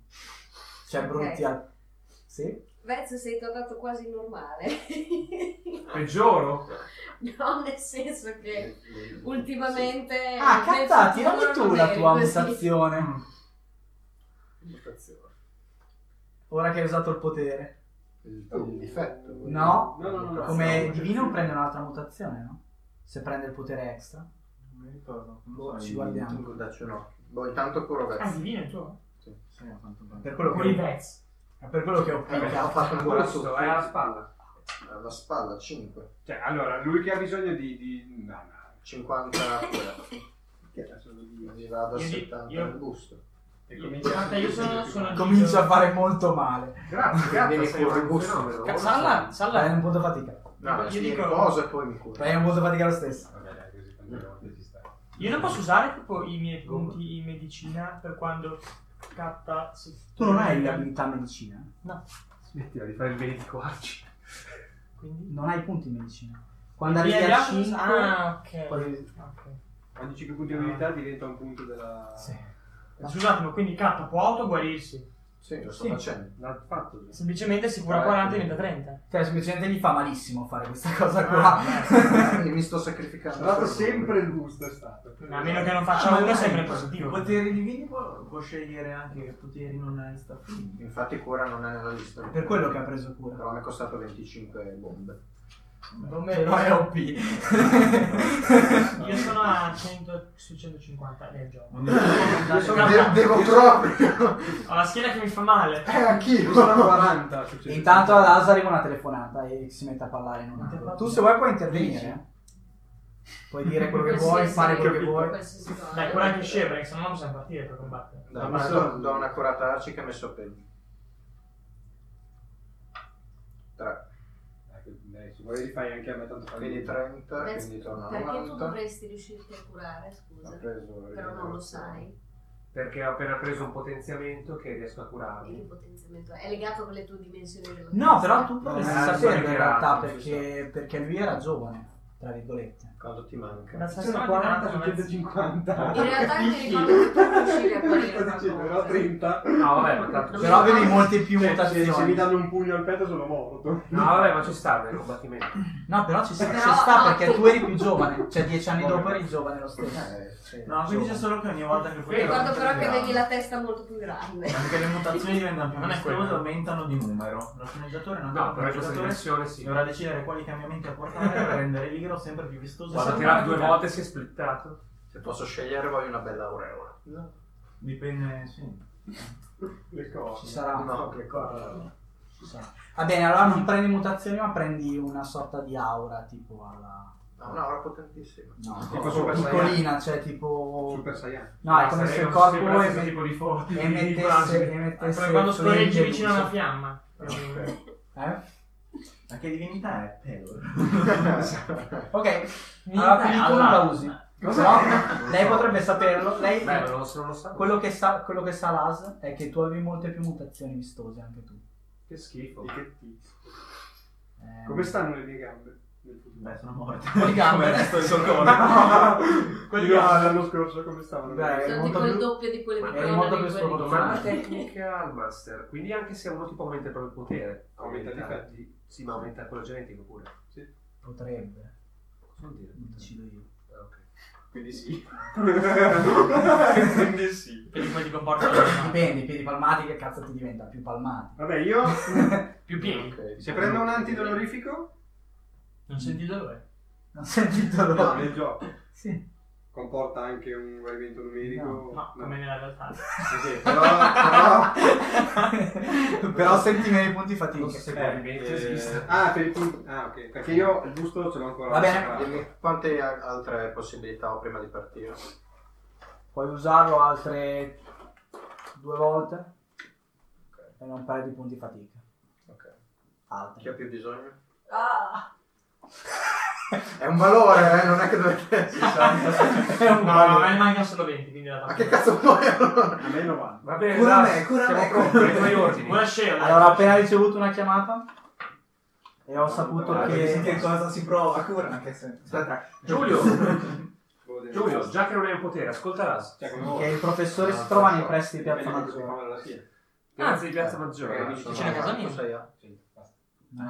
Cioè, Ok. Eh, brutti al... Sì? Vez sei tornato quasi normale. Peggioro? no, nel senso che ultimamente... Ah, penso cazzati, che dammi tu la eri tua così. mutazione. Mutazione. Ora che hai usato il potere. Il- Un difetto. No. No, no, no, no. Come no, divino no. prende un'altra mutazione, no? Se prende il potere extra. Non mi ricordo. Non Boh, so, ci i- guardiamo. Dacci un occhio. Boh, intanto curo Ah, verso. divino il tuo. Sì, a quanto pare. Per quello Con i che pezzi. ho, per quello che ho Ha piccato. Eh, fatto un buon Questo assunto. è alla spalla. Alla spalla, 5. Cioè, allora, lui che ha bisogno di... di... No, no. 50 cura. Che adesso lo dico. Gli va da Io di- 70 io- al busto. E comincia- Guarda, io sono- sono- Comincia a fare molto male. Grazie, grazie. Vieni sei col un gusto. fenomeno. Ca- Salla, Dai salla. un punto fatica. No, Io io dico- dico... riposo e poi mi cura. Dai un punto fatica lo stesso. Vabbè, dai, così tante volte ci sta. Io non posso usare tipo i miei punti in medicina per quando scatta... se- Tu non hai l'abilità medicina. Smettila di fare il medico, Arci. Quindi... Non hai punti in medicina. Quando Mi arrivi a arrivato- 5... Ah, ok. poi- Ok. Ogni 5 punti di abilità diventa un punto della... Sì. Scusate, ma quindi K può autoguarirsi? Sì, lo sto Sì. facendo. L'ha fatto. lui. Semplicemente si Eh. cura Ah, 40 e quindi. diventa 30. Cioè, semplicemente gli fa malissimo fare questa cosa qua. Ah, E mi sto Ha sacrificando. dato per voi. sempre il gusto, è stato. A meno che non faccia uno, è sempre I positivo. poteri divini può, può scegliere anche che poteri non hai sta Infatti cura non è nella lista. Per quello che ha preso cura. Però mi è costato 25 bombe. Però è OP. Io sono a 100 su 150 nel gioco. Io sono- Guarda, Eh, devo proprio. Ho la schiena che mi fa male. Eh, anch'io. Io sono cioè, a 40. E Intanto ad Asa arriva una telefonata e si mette a parlare in un angolo. Tu se vuoi puoi intervenire. eh. Puoi dire quello che vuoi, Qualsiasi- fare quello che vuoi. qualsiasi cosa. Dai, cura anche scema, perché sennò non possiamo partire per combattere. Dai, ma do, do una curata a Arci che ha messo peggio. 3. Se vuoi rifai anche a me tanto fa Quindi niente. 30, Beh, quindi torno a Perché tu 90. dovresti riuscirti a curare, scusa. Ha preso il- Però non lo sai. Perché ho appena preso un potenziamento che riesco a E che curarmi. potenziamento è? È legato con le tue dimensioni della No, però tu potresti eh, sapere sono in realtà liberato, perché, perché lui era giovane, tra virgolette. Quanto ti manca? La Sono stasera 40 su 150. In realtà mi Capisci? ricordo che tu riuscivi a guarire Sto dicendo, no, qualcosa. 30. No, vabbè, ma tanto. Non Però mi avevi ricordo. molte più Cioè, se, se mi mutazioni. danno un pugno al petto sono morto. No, vabbè, ma ci sta nel combattimento. No, però ci sta, Però- ci sta perché tu eri più giovane. Cioè, dieci anni dopo eri giovane lo stesso. Eh, sì. No, quindi c'è solo che ogni volta che fai Ricordo però che avevi la testa molto più grande. Perché le mutazioni diventano più Non è mischiose quello. aumentano di numero. Lo sceneggiatore non No, però in questa sceneggiatore dimensione sì. dovrà decidere quali cambiamenti apportare per rendere l'igro sempre più vistoso. Guarda, ha e tirato due semplice. volte si è splittato. Se posso scegliere voglio una bella aureola. Dipende, sì. Le Ci cose. sarà. No, che cosa. ci sarà. Va bene, allora non prendi mutazioni, ma prendi una sorta di aura tipo alla. Ha un'aura potentissima. No, Tipo Super Saiyan. piccolina, cioè tipo. Super Saiyan. No, è Ma come se sarei il un corpo sembra questo eme- tipo di foto. emettesse, emettesse Come quando flegge scorreggi vicino a luce. una fiamma. Eh? Ma che divinità è? Pelor. Ok, Mi allora dai, quindi tu non allora. la usi. Però lei potrebbe saperlo. Lei, Beh, non lo, non lo sa. quello, che sa, quello che sa Las è che tu avevi molte più mutazioni vistose anche tu. Che schifo. Di che tipo? Eh, Come stanno le mie gambe? Nel futuro. Beh, sono morte. Con le gambe. Come il resto del suo corpo. Quelli là, l'anno scorso come stavano? Beh, Sono molto tipo il più- doppio di quelle Ma di eri Conan molto in più quelle di Domanda sproporzionato. Conan. tecnica al master. Quindi anche se uno tipo aumenta il proprio potere, Aumenta i di- Sì, ma aumenta quello genetico pure. Potrebbe, Cosa vuol dire? lo decido io. Ah, ok. Quindi sì. Quindi sì. Quindi poi ti comporti male. Dipende, i piedi palmati che cazzo ti diventa? Più palmati. Vabbè, io più pieni. Ok. se prendo un antidolorifico Non senti dolore. Non senti il no, dolore. nel gioco Sì. comporta anche un guarimento numerico. No, No, come nella realtà. Sì, però, però Però senti meno i punti fatica. Non so se il Eh, movimento esiste. Ah, per il punto. Ah, ok. Perché io il gusto ce l'ho ancora. Va bene. separato. Dimmi quante a- altre possibilità ho prima di partire? Puoi usarlo altre due volte e non perdi punti fatica. Ok. Chi Altri. ha più bisogno? Ah, È un valore, eh? non è che dovete... È un No, no, valore. me ne mancano solo 20, quindi la Ma che cazzo vuoi allora? A me non va. Va bene, Cura dai, me, cura siamo me. pronti, i tuoi ordini. Buona scena. Allora, ho appena ricevuto una chiamata e ho saputo Ah, Voglio sentire che... cosa si prova, cura. Anche se... Giulio, Devo vedere. Giulio, già che non hai un potere, ascolta l'as. Cioè, come che vuoi. il professore si No, trova no, nei no. pressi di Piazza Dipende da cosa Maggiore. fa la sera. Grazie di eh, Piazza Maggiore. Maggiore. Vicino a casa mia. Non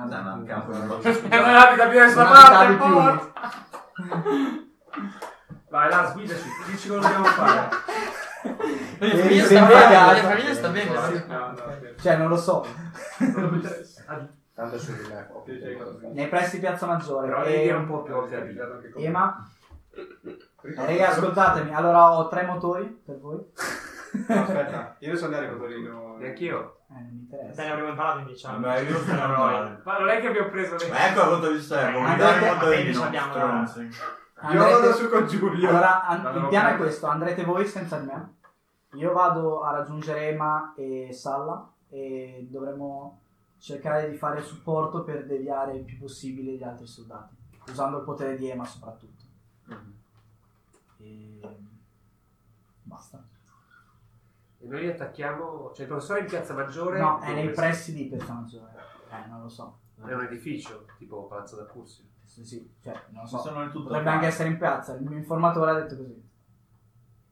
No, no, un campo non non ho posso E non spiegare. abita più da questa parte, porco! Vai, Lars, guidaci, dici cosa dobbiamo fare. La mia Eh, sei famiglia sta bene, la indagato. mia famiglia sta bene. Sì. guarda. No, no, ok. Cioè, non lo so. Non mi interessa. Ah, Tanto su di me. Sì, sì, cosa- Nei pressi Piazza Maggiore. Però devi e- dire un po' più volte a vita. Ema. Eh, raga, ascoltatemi. Allora ho tre motori per voi. Eh, No, aspetta, io so andare con Torino. Neanch'io. Eh, non mi Te ne interessa. avremmo imparato diciamo. in 10 anni. Vabbè, io sono normale. Ma non è che abbiamo preso le... Ma ecco la volta di servo, mi dai Andate- un motorino, vabbè, ci abbiamo, stronzi. Io Andrete- vado su con Giulio. Allora, an- Vado il con piano è Frank. questo. Andrete voi senza di me. Io vado a raggiungere Ema e Salla e dovremo cercare di fare supporto per deviare il più possibile gli altri soldati. Usando il potere di Ema soprattutto. E... Basta. E noi attacchiamo... Cioè, il professore è in Piazza Maggiore... No, è nei dove? pressi di Piazza Maggiore. Eh, non lo so. È un edificio, tipo Palazzo da Cursi. Sì, sì, cioè, non lo so. Sono in tutto Potrebbe anche essere in piazza. Il mio informatore ha detto così.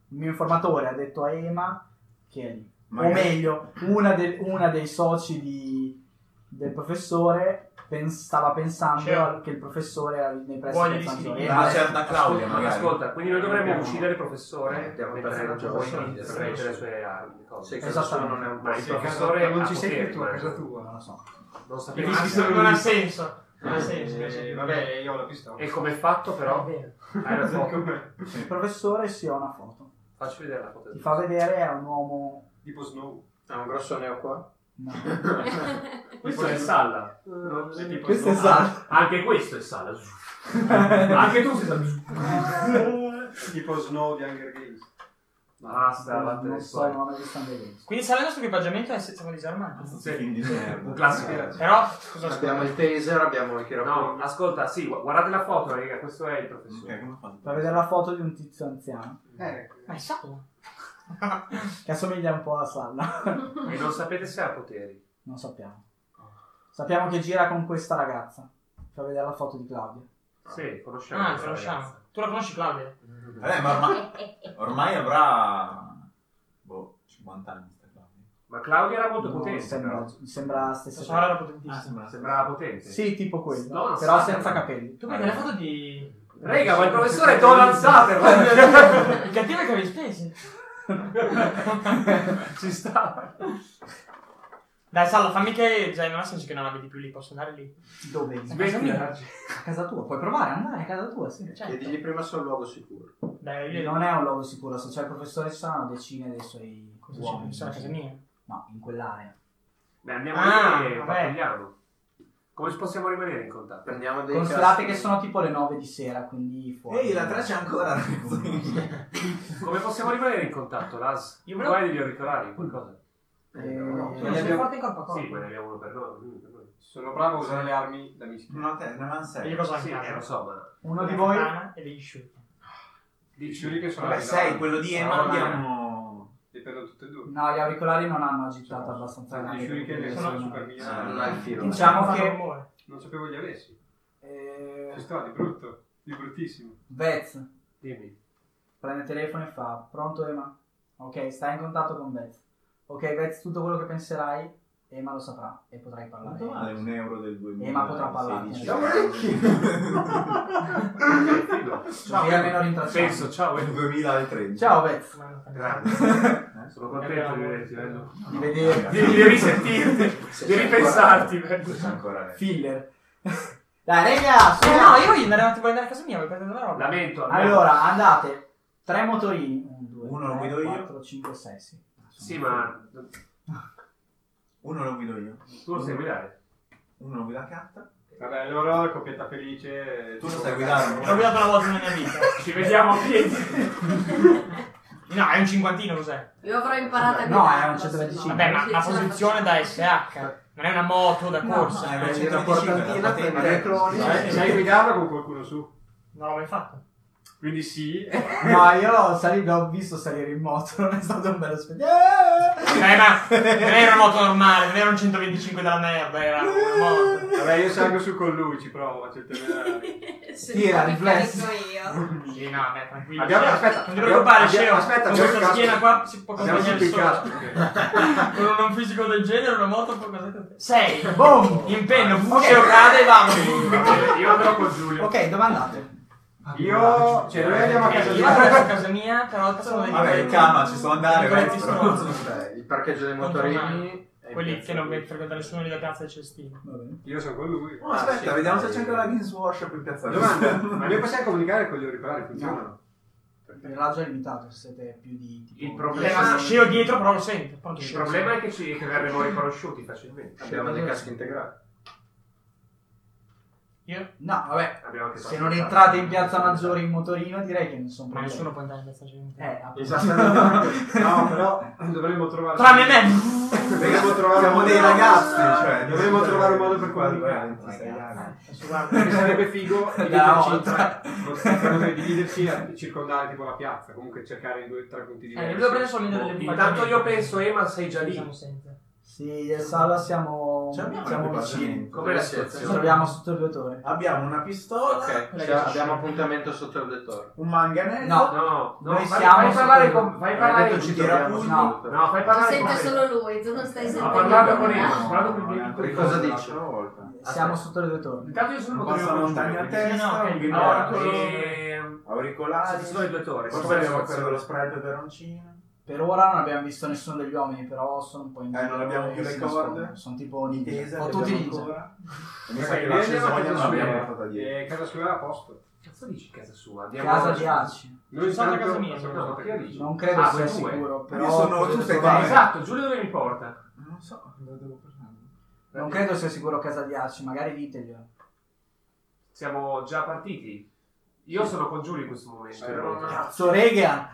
Il mio informatore ha detto a Ema che è lì. O Magari- meglio, una, del- una dei soci di- del professore pens- stava pensando C'era. che il professore era nei pressi Voglio di San di Giorgio. sì. Una certa Claudia, Ma magari. ascolta, quindi noi dovremmo Eh, Abbiamo- Eh, uccidere il professore Abbiamo mentre perso noi la per giornata. prendere le sue armi. cose. Sì, Esattamente. non è un Ma il Sì, professore non ha ci sei poteri, più tu, a ma- casa Non tua. lo so. Non Ah, I sappiamo. fischi sono neanche- Non ha senso. Non ha senso. Eh, vabbè, io ho la pistola. E come è fatto però? Hai la foto. Come? Il professore si ha una foto. Facci vedere la foto. Ti fa vedere, è un uomo... Tipo Snow. Ha un grosso neo qua. No. Questo è Salla. Sì, tipo Questo è esatto. Snow. Sal. Anche questo è Salla. Anche tu sei Salla. Tipo Snow di Hunger Games. Basta, vattene Non so fuori. il nome che stanno vedendo. Quindi sarà il nostro equipaggiamento è senza disarmati. Sì, Eh, quindi Un servo. classico. Però, scusa, Abbiamo scusa. il taser, abbiamo il No, chiropratico. ascolta, sì, gu- guardate la foto, raga, questo è il Ok, professore. come fa? Fa vedere la foto di un tizio anziano Eh, Ma è sciato. che assomiglia un po' a Salla. E non sapete se ha poteri. Non sappiamo. Sappiamo che gira con questa ragazza. Fa vedere la foto di Claudia. Sì, conosciamo. Ah, questa ragazza. conosciamo. Tu la conosci Claudia? Vabbè, Eh, ma ormai, ormai avrà... Boh, 50 anni sta Claudia. Ma Claudia era molto No, potente, sembra, però. mi sembra la stessa La sorella era Ah, potentissima. sembra... Sembrava potente. Sì, tipo quello, No, non però so. senza capelli. Tu prendi le foto di... Raga, ma il professore è Donald Oh, Sutherland! Il cattivo che avevi spesi. Ci sta. Dai, Salla, fammi che... Cioè, non ha senso che non la vedi più lì. Posso andare lì? Dove? Smettila. A casa tua, puoi provare, andare a casa tua, sì. Certo. Chiedigli prima se è un luogo sicuro. Dai, io... Non è un luogo sicuro, se c'è il professore ci saranno decine dei suoi Cosa c'è? uomini. Sono a casa mia. No, in quell'area. Beh, andiamo Ah, lì e vabbè. pattugliamo. Come possiamo rimanere in contatto? Prendiamo dei Considerate caschi. che sono tipo le 9 di sera, quindi fuori. Ehi, la traccia ancora, Come possiamo rimanere in contatto, Las? Io Guai volevo- degli auricolari, qualcosa. Eh, no, Eh, Non sei abbiamo- forte in corpo a corpo. Sì, ma ne abbiamo uno per noi. uno per noi. Sono bravo a usare le armi da mischia. No, te, ne avanza. Io cosa ho in Sì, eh, casa? lo so, ma... Uno di Una voi... katana E degli shoot. I Dici, ciuri che sono Vabbè, arrivati. sei quello di Emma, Allora, abbiamo... Li prendo tutti e due. No, gli auricolari non hanno agitato abbastanza Tanti grande. ciuri che perché sono sono- super mille. Ah, non ha il filo. Diciamo Non fanno che- rumore. Non sapevo gli avessi. Ci Eh, sto, di brutto. Di bruttissimo. Vez, dimmi. prende il telefono e fa, pronto Ema? Ok, stai in contatto con Vez. Ok, Vez, tutto quello che penserai, Ema lo saprà e potrai parlare. Quanto vale un euro del 2000? Emma potrà parlare. Siamo ricchi! Ok, figo. Ciao, almeno rintracciamo. Penso, ciao. eh. 2013. Ciao Vez, Ma non fanno Grande. Eh? Sono contento di vederti, eh. bello. di vedere Di, di risentirti, Se di c'è ripensarti, Eh, Questo bello. è ancora lei. filler. Dai raga, su! Eh no, io voglio andare, voglio andare a casa mia, voglio prendere la roba. Lamento. almeno. Allora, andate. Tre motorini. 1, 2, Uno lo guido io. 4, 5, 6, sì. Sì, ma Uno lo guido io, tu lo sai guidare. uno lo guida Kat, Vabbè, allora coppietta felice. tu lo sai guidare. L'ho guidato una volta nella mia vita. Ci vediamo a piedi. No, è un cinquantino cos'è? Io avrò imparato a No, guidarlo, è un 125. se no. Vabbè, ma la Sì, ce la posizione da SH. Non è una moto da No, corsa. no, eh, è Prendi Cento una di cinque, portantina, la prendi patente. le croniche. Sai, sai guidarla con qualcuno su. Non l'ho mai fatto. Quindi sì. No, io sali- l'ho visto salire in moto, non è stato un bello spettacolo. Eh, ma non era una moto normale, non era un 125 della merda, era una moto. Vabbè, io salgo su con lui, ci provo, faccio il temerario. Se Tira, no, mi riflessi. carico io. Sì, no, beh, tranquillo. Abbiamo- Scemo. aspetta, abbiamo- non ti preoccupare, abbiamo- Scemo. aspetta, abbiamo con questa il casco. schiena qua si può Abbiamo tutto consegnare il solo. casco. ok. Con un fisico del genere, una moto può consegnare te. Sei. Boh. Boom! Impegno, Ok. buceo, cade e vamo. Eh, Io andrò con Giulio. Ok, dove andate? Io, cioè, noi andiamo a Ok, casa di Io vado verso casa mia, però sono dei Vabbè, calma, ci sono andare, Quelli vai, ci però. sono. Beh, Cioè, il parcheggio dei Non motorini. è Quelli piazza che non Duomo. frequenta nessuno lì da piazza e cestino. Va bene. Io sono con lui. Oh, aspetta, vediamo se c'è ancora la Guinness Workshop in piazza Domanda, Vista. ma noi possiamo comunicare con gli auricolari? Funzionano? Il raggio è limitato, se siete più di... tipo, Il Eh, problema- ma dieci- Scemo dietro, però lo sento. Pronto, Il Scemo. problema è che, ci, che verremo riconosciuti facilmente. Abbiamo dei caschi integrali. Io? No, vabbè. Abbiamo anche Se fatto- non entrate in Piazza Maggiore in motorino, direi che non sono Ma problemi. nessuno può andare in piazza gente. Eh, appunto. Esattamente. No, però dovremmo ah. trovare... Tranne me! Dovremmo trovare Siamo un- dei ragazzi, cioè. Dovremmo diciamo, trovare un modo per quasi comunicare. 26 anni. Adesso Perché guarda. sarebbe figo Da dividerci in volta. tre, secondo me, dividerci e circondare tipo la piazza, comunque cercare in due o tre punti Eh, diversi. io devo prendere solo l'idea delle Intanto io penso, Ema, sei già lì. Siamo senza. Sì, del Sala siamo, Cioè, abbiamo siamo una vicini. preparata. Com'è la Ci situazione? troviamo sotto il vettore. Abbiamo una pistola, Ok, Quella cioè, che ci abbiamo scende. appuntamento sotto il vettore. un manganello. No. No, no, Noi fai, siamo fai parlare sotto- con... Fai Hai parlare detto con... ci Tira troviamo Pugli. sotto il vettore. No, fai Ti parlare con... sente me. solo lui, tu non stai Ho sentendo parlato con nulla. Ema, ho parlato con Che lui. cosa Cosa dice? Siamo sotto il vettore. Intanto io sono il Passa motorino montagna a con Giulio. No, testa, ok, un quindi- binocolo, Ehm, auricolari. Ci sono i due torri. Forse Sì, abbiamo sì. quello dello spray al peperoncino. Per ora non abbiamo visto nessuno degli uomini, però sono un po' in Eh, non abbiamo e più si le corde. nascondono. Sono tipo ninja. Tesa, Ho che tutti abbiamo ninja. ancora. E Mi Ok, sa che noi la andiamo a cesoia non casa l'abbiamo sua. portata dietro. E casa sua è a posto. Cazzo dici casa sua? Andiamo Casa di Aci. Noi Sono a casa intanto- mia, sono No, ma che dici? Non credo Ah, sia voi due. sicuro, però... Io sono- tu sei Eh, qua. Esatto. Esatto, Giulio dove mi porta? Non so, dove devo portarlo. Non credo sia sicuro casa di Aci, magari diteglielo. Siamo già partiti. Io sono con Giulio in questo momento. Sì, però- sì. Cazzo, rega!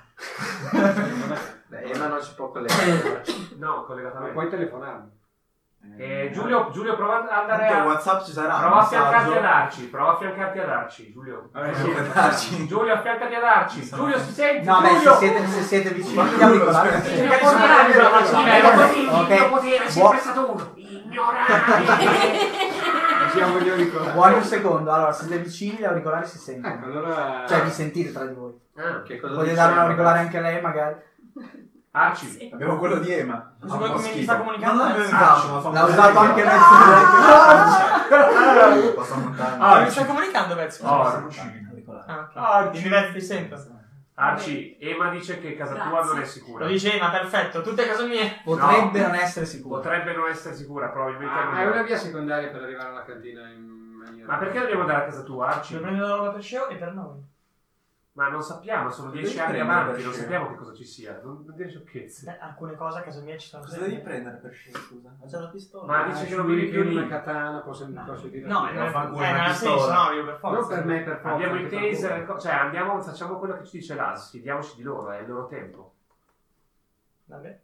Beh, Ema non si può collegare. No, Ma collegatamente. puoi telefonarmi. Eh, Giulio, Giulio, prova ad andare Tanto a... WhatsApp ci sarà. Prova a fiancarti ad messaggio. Arci, prova a fiancarti ad Arci, Giulio. Vabbè, sì. Giulio, affiancati ad Arci. Giulio, si senti? No, beh, se Giulio! siete, se siete vicini... Ma andiamo Giulio, con l'altro. aspetta. Significa di superare la faccia di me, lo potevi, Ok. lo potevi, è Buo- sempre stato uno. Ignorante! Siamo gli auricolari. Buoni un secondo, allora siete vicini, gli auricolari si Ecco, sentono. allora... Cioè vi sentite tra di voi. Ah, Che cosa Voglio dice dare un Ema? auricolare anche a lei magari? Arci, Abbiamo quello di Ema. Non so come mi schifo. sta comunicando. Non l'abbiamo Ah, usato, ma fa un L'ha po' usato schifo. anche lei Ah, Passa montagna. Ah, mi sta comunicando, Bezzo? Oh. Auricolare. Ah, ok. Dimmi, Bezzo, ti sento. Arci, Ema dice che casa tua Grazie. non è Lo sicura. dice, ma perfetto, tutte cose mie. Potrebbe non essere sicuro. Potrebbe non essere sicura, probabilmente non Ah, è è. una via secondaria per arrivare alla cantina in maniera... Ma perché dobbiamo andare a casa tua, Ci Arci? prendo la roba per Sceo e per noi. Ma non sappiamo, sono Devi dieci anni prendere, avanti, non perché- sappiamo che cosa ci sia. Non, non dire sciocchezze. Beh, alcune cose a casa mia ci sono Cosa sempre. devi prendere per scegliere, scusa? Ha già la pistola. Ma Ah, dice ci che non vuole vivi più una lì. katana, posso, posso dire... No, Eh, non fa eh, culo una non ha pistola. senso, no, io per forza. non per me, per forza. Abbiamo i anche per taser, voi. co- cioè andiamo, facciamo quello che ci dice l'AS, fidiamoci di loro, è il loro tempo. Vabbè.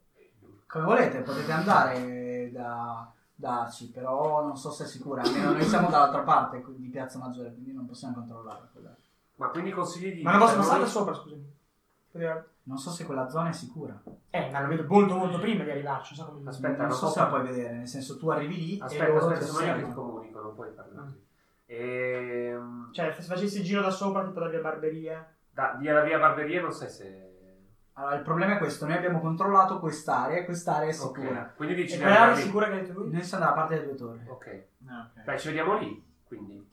Come volete, potete andare da darci, però non so se è sicura. Almeno noi siamo dall'altra parte qui- di Piazza Maggiore, quindi non possiamo controllare quella. Ma quindi consigli di... Cioè, Ma non posso noi- passare da sopra, scusami. Poteva- Non so se quella zona è sicura. Eh, ma lo vedo molto molto prima di arrivarci, non so come Aspetta, non non so posso- se la puoi vedere, nel senso tu arrivi lì e Aspetta, loro aspetta, ti sono io che ti osservano. comunico, non puoi farlo così. Ehm, Cioè, se facessi il giro da sopra, tipo da via Barberia. da, via la via Barberia non sai se... Allora, il problema è questo, noi abbiamo controllato quest'area e quest'area è sicura. Ok, Quindi dici... E di andare quella è lì. sicura che hai detto lui? Noi siamo dalla parte delle due torri. Ok. Ah, ok. Beh, ci vediamo lì, quindi.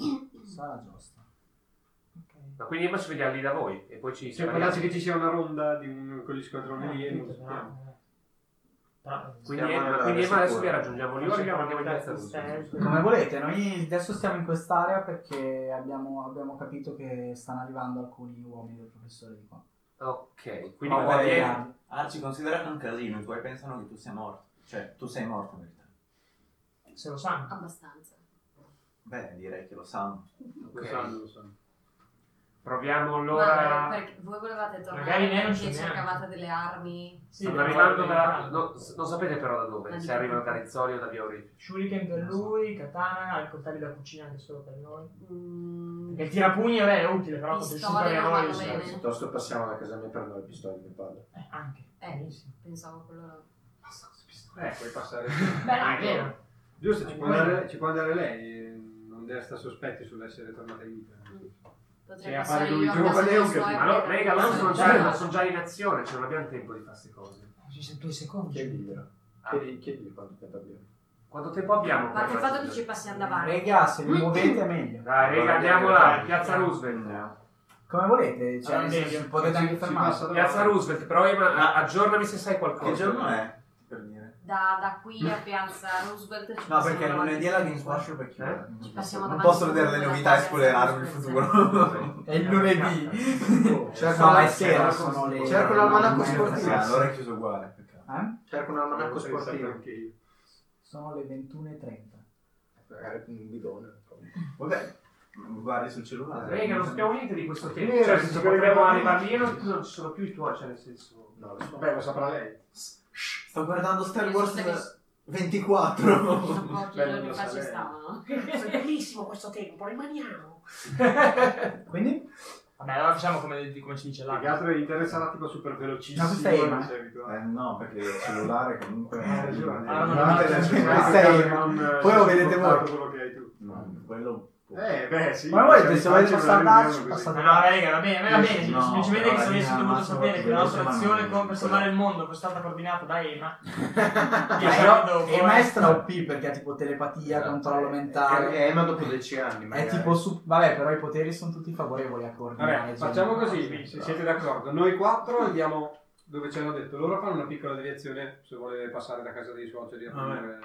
Sala giusta. Ma quindi ma ci vediamo lì da voi e poi ci... Cioè, può darsi che ci sia una ronda di un- con gli squadroni lì e non lo sappiamo. Però, Quindi, Siamo Emma, nella- quindi Emma adesso vi sicura. Ah, eh, raggiungiamo lì o arriviamo andiamo in piazza Duomo? Come volete, noi adesso stiamo in quest'area perché abbiamo, abbiamo capito che stanno arrivando alcuni uomini del professore di qua. Ok, quindi Ma qua vai, viene- dai. Arci, Ah, considera che è un casino, i tuoi pensano che tu sia morto. Cioè, tu sei morto in verità. Se lo sanno. Abbastanza. Beh, direi che lo sanno. Lo sanno, lo sanno. Proviamo Ma allora. perché voi volevate Magari tornare lei non perché c'è neanche. cercavate delle armi? Sì, Stanno però- arrivando da. no, s- non sapete però da dove, Ma se di- arrivano da Rizzoli o da Biorri. Shuriken per lui, katana, il coltello da cucina anche solo per noi. Mm, Perché il tirapugni vabbè, è utile, però con il Pistole non supereroe vanno sì. bene. Piuttosto passiamo alla casa mia per noi il pistole di mio padre. Eh, anche. Eh. Benissimo. pensavo quello là. Eh, puoi passare. Beh, no, è vero. Giusto, ci può, andare, ci può andare lei, eh, non desta sospetti sull'essere tornata in vita. Potrei Sì, a passare fare io lui a giù, casa quello è dei un suoi casino. Ma no, perché- raga, loro sono già, sono già in azione, cioè non abbiamo tempo di fare queste cose. Ci sono due secondi. Chiediglielo. Ah. Chiedi- Chiedigli quanto tempo abbiamo. Quanto tempo abbiamo? per Parte il fatto che ci raggiungere? passiamo davanti. Raga, se vi muovete è meglio. Dai, raga, andiamo là, piazza Roosevelt. Come volete, cioè, Allora, nel senso, meglio. potete anche Ci- ci fermarvi. passa da- Piazza Roosevelt, però Ema, a- aggiornami se sai qualcosa. Che giorno è? Per dire. Da, da qui a piazza Roosevelt ci No, passiamo perché davanti. lunedì è la Games Workshop è Eh? chiusa. Ci passiamo Non davanti posso vedere le comunque novità e la spoilerarmi il piazza futuro. È il lunedì. Cerco, No, è un sera, sono le... Cerco l'almanacco le- sportivo. Sì, allora è chiuso uguale. peccato. Eh? cerco un almanacco L'avevo pensato sportivo. anche io. Sono le 21.30. Magari con un bidone. Vabbè, guardi sul cellulare. Raga, non sappiamo niente di questo tempo. Eh, Cioè, sì, se perché- potremmo arrivare lì, non, non ci sono più i tuoi, cioè nel senso. No, lo so. Beh, lo saprà lei. Sto guardando Star Io Wars sono felice. 24. Sono pochi Beh, non giorni lo fa ci sapevo. stavano. È bellissimo questo tempo, rimaniamo. Quindi? Vabbè, allora facciamo come, come si dice Più che là. altro gli interessa un attimo super velocissimo. Ma questa è Ema. non sei abituato. Eh no, perché il cellulare comunque... Hai ragione. Ah, no, no, no, no, no, no, no, no, sei- no, non- Poi lo vedete portato voi. quello che hai tu. no, quello... Eh, beh, sì. Ma volete, se volete Faccio una passare darci, riunione così. No, passate no, là. raga, va bene, va bene. No, Semplicemente però la linea che se avessi al dovuto massimo sapere che la veloce, nostra ma azione non- con per salvare il mondo è stata coordinata da Ema, E io però- sarebbe e ma è stra OP perché ha tipo telepatia, Esatto. controllo mentale. Eh, ma dopo 10 anni È magari. tipo su... Vabbè, però i poteri sono tutti favorevoli a coordinare. cioè, Vabbè, facciamo gente. così, se siete d'accordo. Noi quattro andiamo dove ci hanno detto. Loro fanno una piccola deviazione se volete passare da casa dei suoceri a Ah, prendere...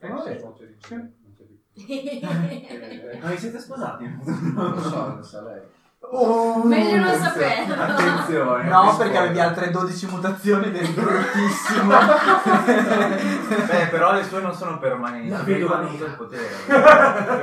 Eh, Ah, sì, vabbè. suoceri. Sì. Non c'è più. Eh, Ma vi siete sposati? Non lo so, non sa lei. Oh, Meglio non attenzione. saperlo. Attenzione. No, mi perché spoiler. avevi altre 12 mutazioni del bruttissimo. Beh, però le sue non sono permanenti. La vedova Perché nera. il potere.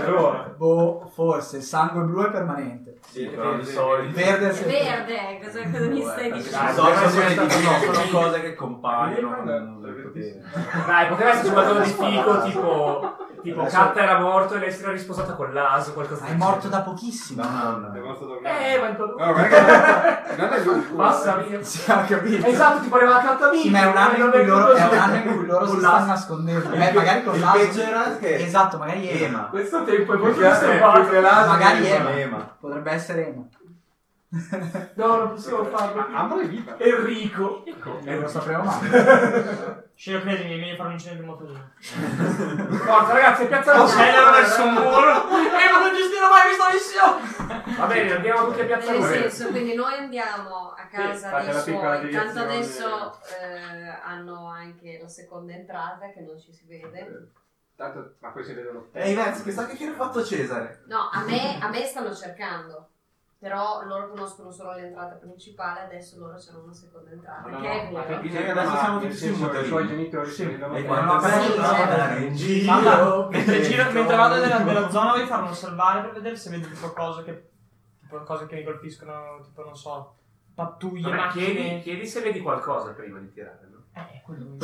Per ora. boh, forse. Sangue blu è permanente. Sì, però di solito. Verde è È verde, eh, cosa, cosa mi stai Vabbè, dicendo? perché sono quelle di no, sono cose che compaiono con il potere. Dai, poteva esserci qualcosa di figo, tipo. Tipo, Adesso- Katta era morto e lei si era risposata con l'aso, qualcosa Ah, di È morto da pochissimo. No, no, È no. morto da un Eh, ma il anno. Allora, guarda- guarda il lupo. Passa via. Sì, ho capito. Esatto, tipo aveva la carta Sì, ma è un anno in cui loro, è un anno in cui loro si Con stanno l'asso. nascondendo. Beh, magari con Il l'asso. peggio era che- Esatto, magari è Ema. Ema. Questo tempo è molto Perché- disturbato. perché l'altro- Magari è- Ema. Potrebbe essere Ema. No, non possiamo farlo. Ma Ambra è viva. Enrico. Non lo sapremo mai. Scegli credimi, è meglio fare un incendio di Eh, motorino. Forza, ragazzi, piazza Oh, la eh. Scegliere verso un muro. Ema non gestirò mai questa missione. Va bene, andiamo tutti a piazza Nel Roosevelt. senso, quindi noi andiamo a Sì, casa fate la dei piccola suoi, tanto deviazione. adesso eh, hanno anche la seconda entrata che non ci si vede. Tanto, ma poi si vedono. Ehi, Vez, Eh, chissà che fine ha fatto Cesare. No, a me, a me stanno cercando, però loro conoscono solo l'entrata principale, adesso loro c'hanno una seconda entrata, Ma no, che è ma quella. che Cioè, adesso siamo tutti Nel senso, sui I suoi motorini. genitori si vedono. E Eh, quando no, ma penso sì, a certo. andare in giro, Mamma, mentre, giro, mentre vado nella, nella zona devi farlo osservare per vedere se vedi tipo cose che, tipo cose che mi colpiscono, tipo non so, pattuglie, Vabbè, macchine. chiedi, chiedi se vedi qualcosa prima di tirare, no? Eh, quello.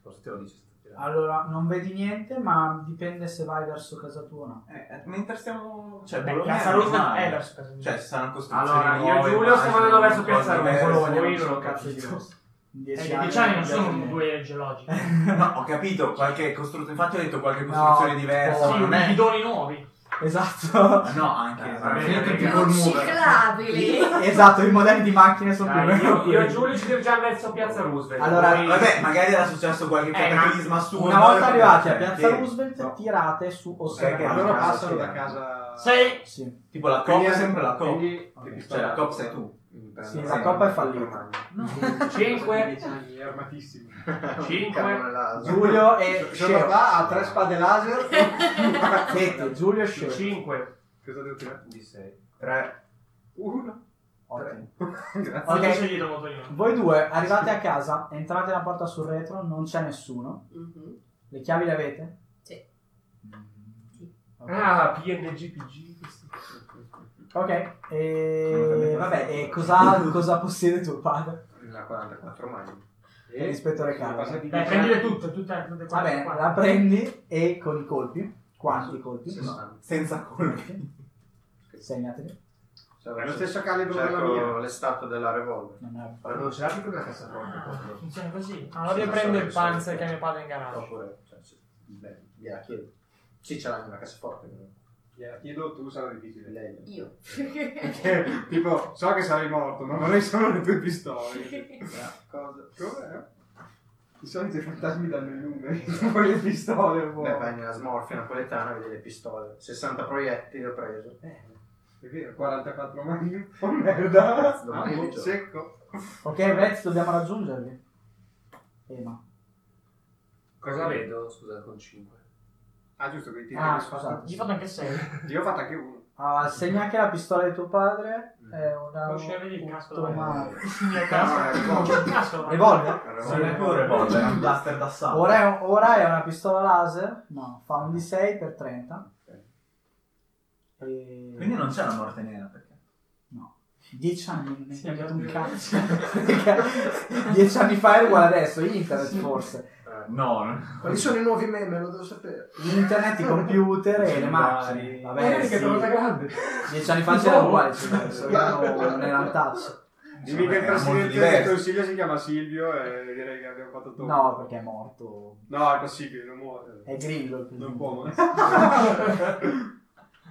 Forse te lo dici. se tirare. Allora, non vedi niente, ma dipende se vai verso casa tua o no. Eh, mentre stiamo... Cioè, Beh, Bologna Piazza è Roosevelt normale. è verso casa mia. Cioè, ci saranno costruzioni Allora, io e nuove, Giulio stiamo andando verso immagini, Piazza cose Roosevelt. diverse. Bologna, voi non so non cazzo di capite. cosa. In Eh, dieci i dieci anni non sono eh. due geologici. No, ho capito, qualche costruzione... Infatti ho detto qualche costruzione No, diversa. oh, ma sì, non i è- bidoni nuovi. Esatto. Ma No, anche... Eh, va bene, sì, perché- perché- Non ciclabili! Esatto, i modelli di macchine sono più o Dai, io, meno io e quelli. Giulio ci dirigiamo verso piazza Roosevelt. Allora, Voi- Vabbè, magari era successo qualche Eh, ma- cataclisma assurdo. Una volta arrivati a Perché- Piazza Roosevelt, no. tirate su che Loro osservare. allora- passano Sì. da casa. Sei. Sì. Tipo la Quindi coppa è sempre la coppa. quindi- Ok. Cioè, la coppa sei tu. Sì, la coppa è fallita. Cinque. Dieci anni, armatissimi. Giulio e Ah, Sono Sceo. qua, ha tre spade laser. Senti, Giulio e Sceo. 5 Cosa devo tirare? di 6. Tre. Uno. Ottimo. Grazie. Ho Ok. scegliere il motorino. Voi due arrivate a casa, entrate la porta sul retro, non c'è nessuno. Mhm. Le chiavi le avete? Sì. Mm. Sì. Ok. Ah, PNG PG. questi. Ok, e... Non vabbè, e cosa, cosa possiede tuo padre? Una 44 mani. E rispetto alle carte. Beh, diciamo prendile tutte, tutte, tutte Va quante. bene, la prendi e con i colpi. Quanti colpi? Senza colpi. Segnateli. È lo stesso calibro della mia. le statue della revolver. Non è- Ma non ce l'ha più una cassa troppo. Funziona così. Allora io Sì, prendo so, il so. panzer che mio padre in garage. Oppure, cioè, sì, beh, gliela chiedo. Sì, ce l'ha nella cassaforte. però. Gliela chiedo, tu sarà difficile. Lei. Io. Perché, tipo, so che sarai morto, ma vorrei solo le tue pistole. Cosa? Come? Di solito i fantasmi danno i numeri, poi le pistole un po'. Beh, vai nella smorfia napoletana, vedi le pistole. 60 proiettili ho preso. Eh, è vero, 44 mani, un po' merda. Domani Ah, boh, gioco. secco. Ok, Rex, dobbiamo raggiungerli. Ema. Cosa vedo? Scusa, con 5. Ah, giusto, quei tiri. Ah, che- scusate. Gli ho fatto anche 6. Io ho fatto anche uno. Ah, segna anche la pistola di tuo padre. È una. Scegli il casco da automatico. Il mio casco. rivolver. Il casco. Revolver? Non è più un revolver, è boh, un blaster d'assalto. Ora è, ora è una pistola laser. No, fa un di 6 per 30. E... Quindi non c'è la morte nera perché. 10 anni non è Sì, cambiato abbiamo- un cazzo. 10 anni fa è uguale adesso, internet forse. No, no. Quali sono i nuovi meme? Lo devo sapere. Internet, i computer e le macchine. Cellulari. Vabbè, che cosa sì. grande. 10 anni fa c'era uguale, cioè, adesso non era un touch. Dimmi che il era molto presidente del diverso. consiglio si chiama Silvio e direi che abbiamo fatto tutto. No, Eh. perché è morto. No, è possibile, non muore. È grillo il Non presidente. può eh. muovere.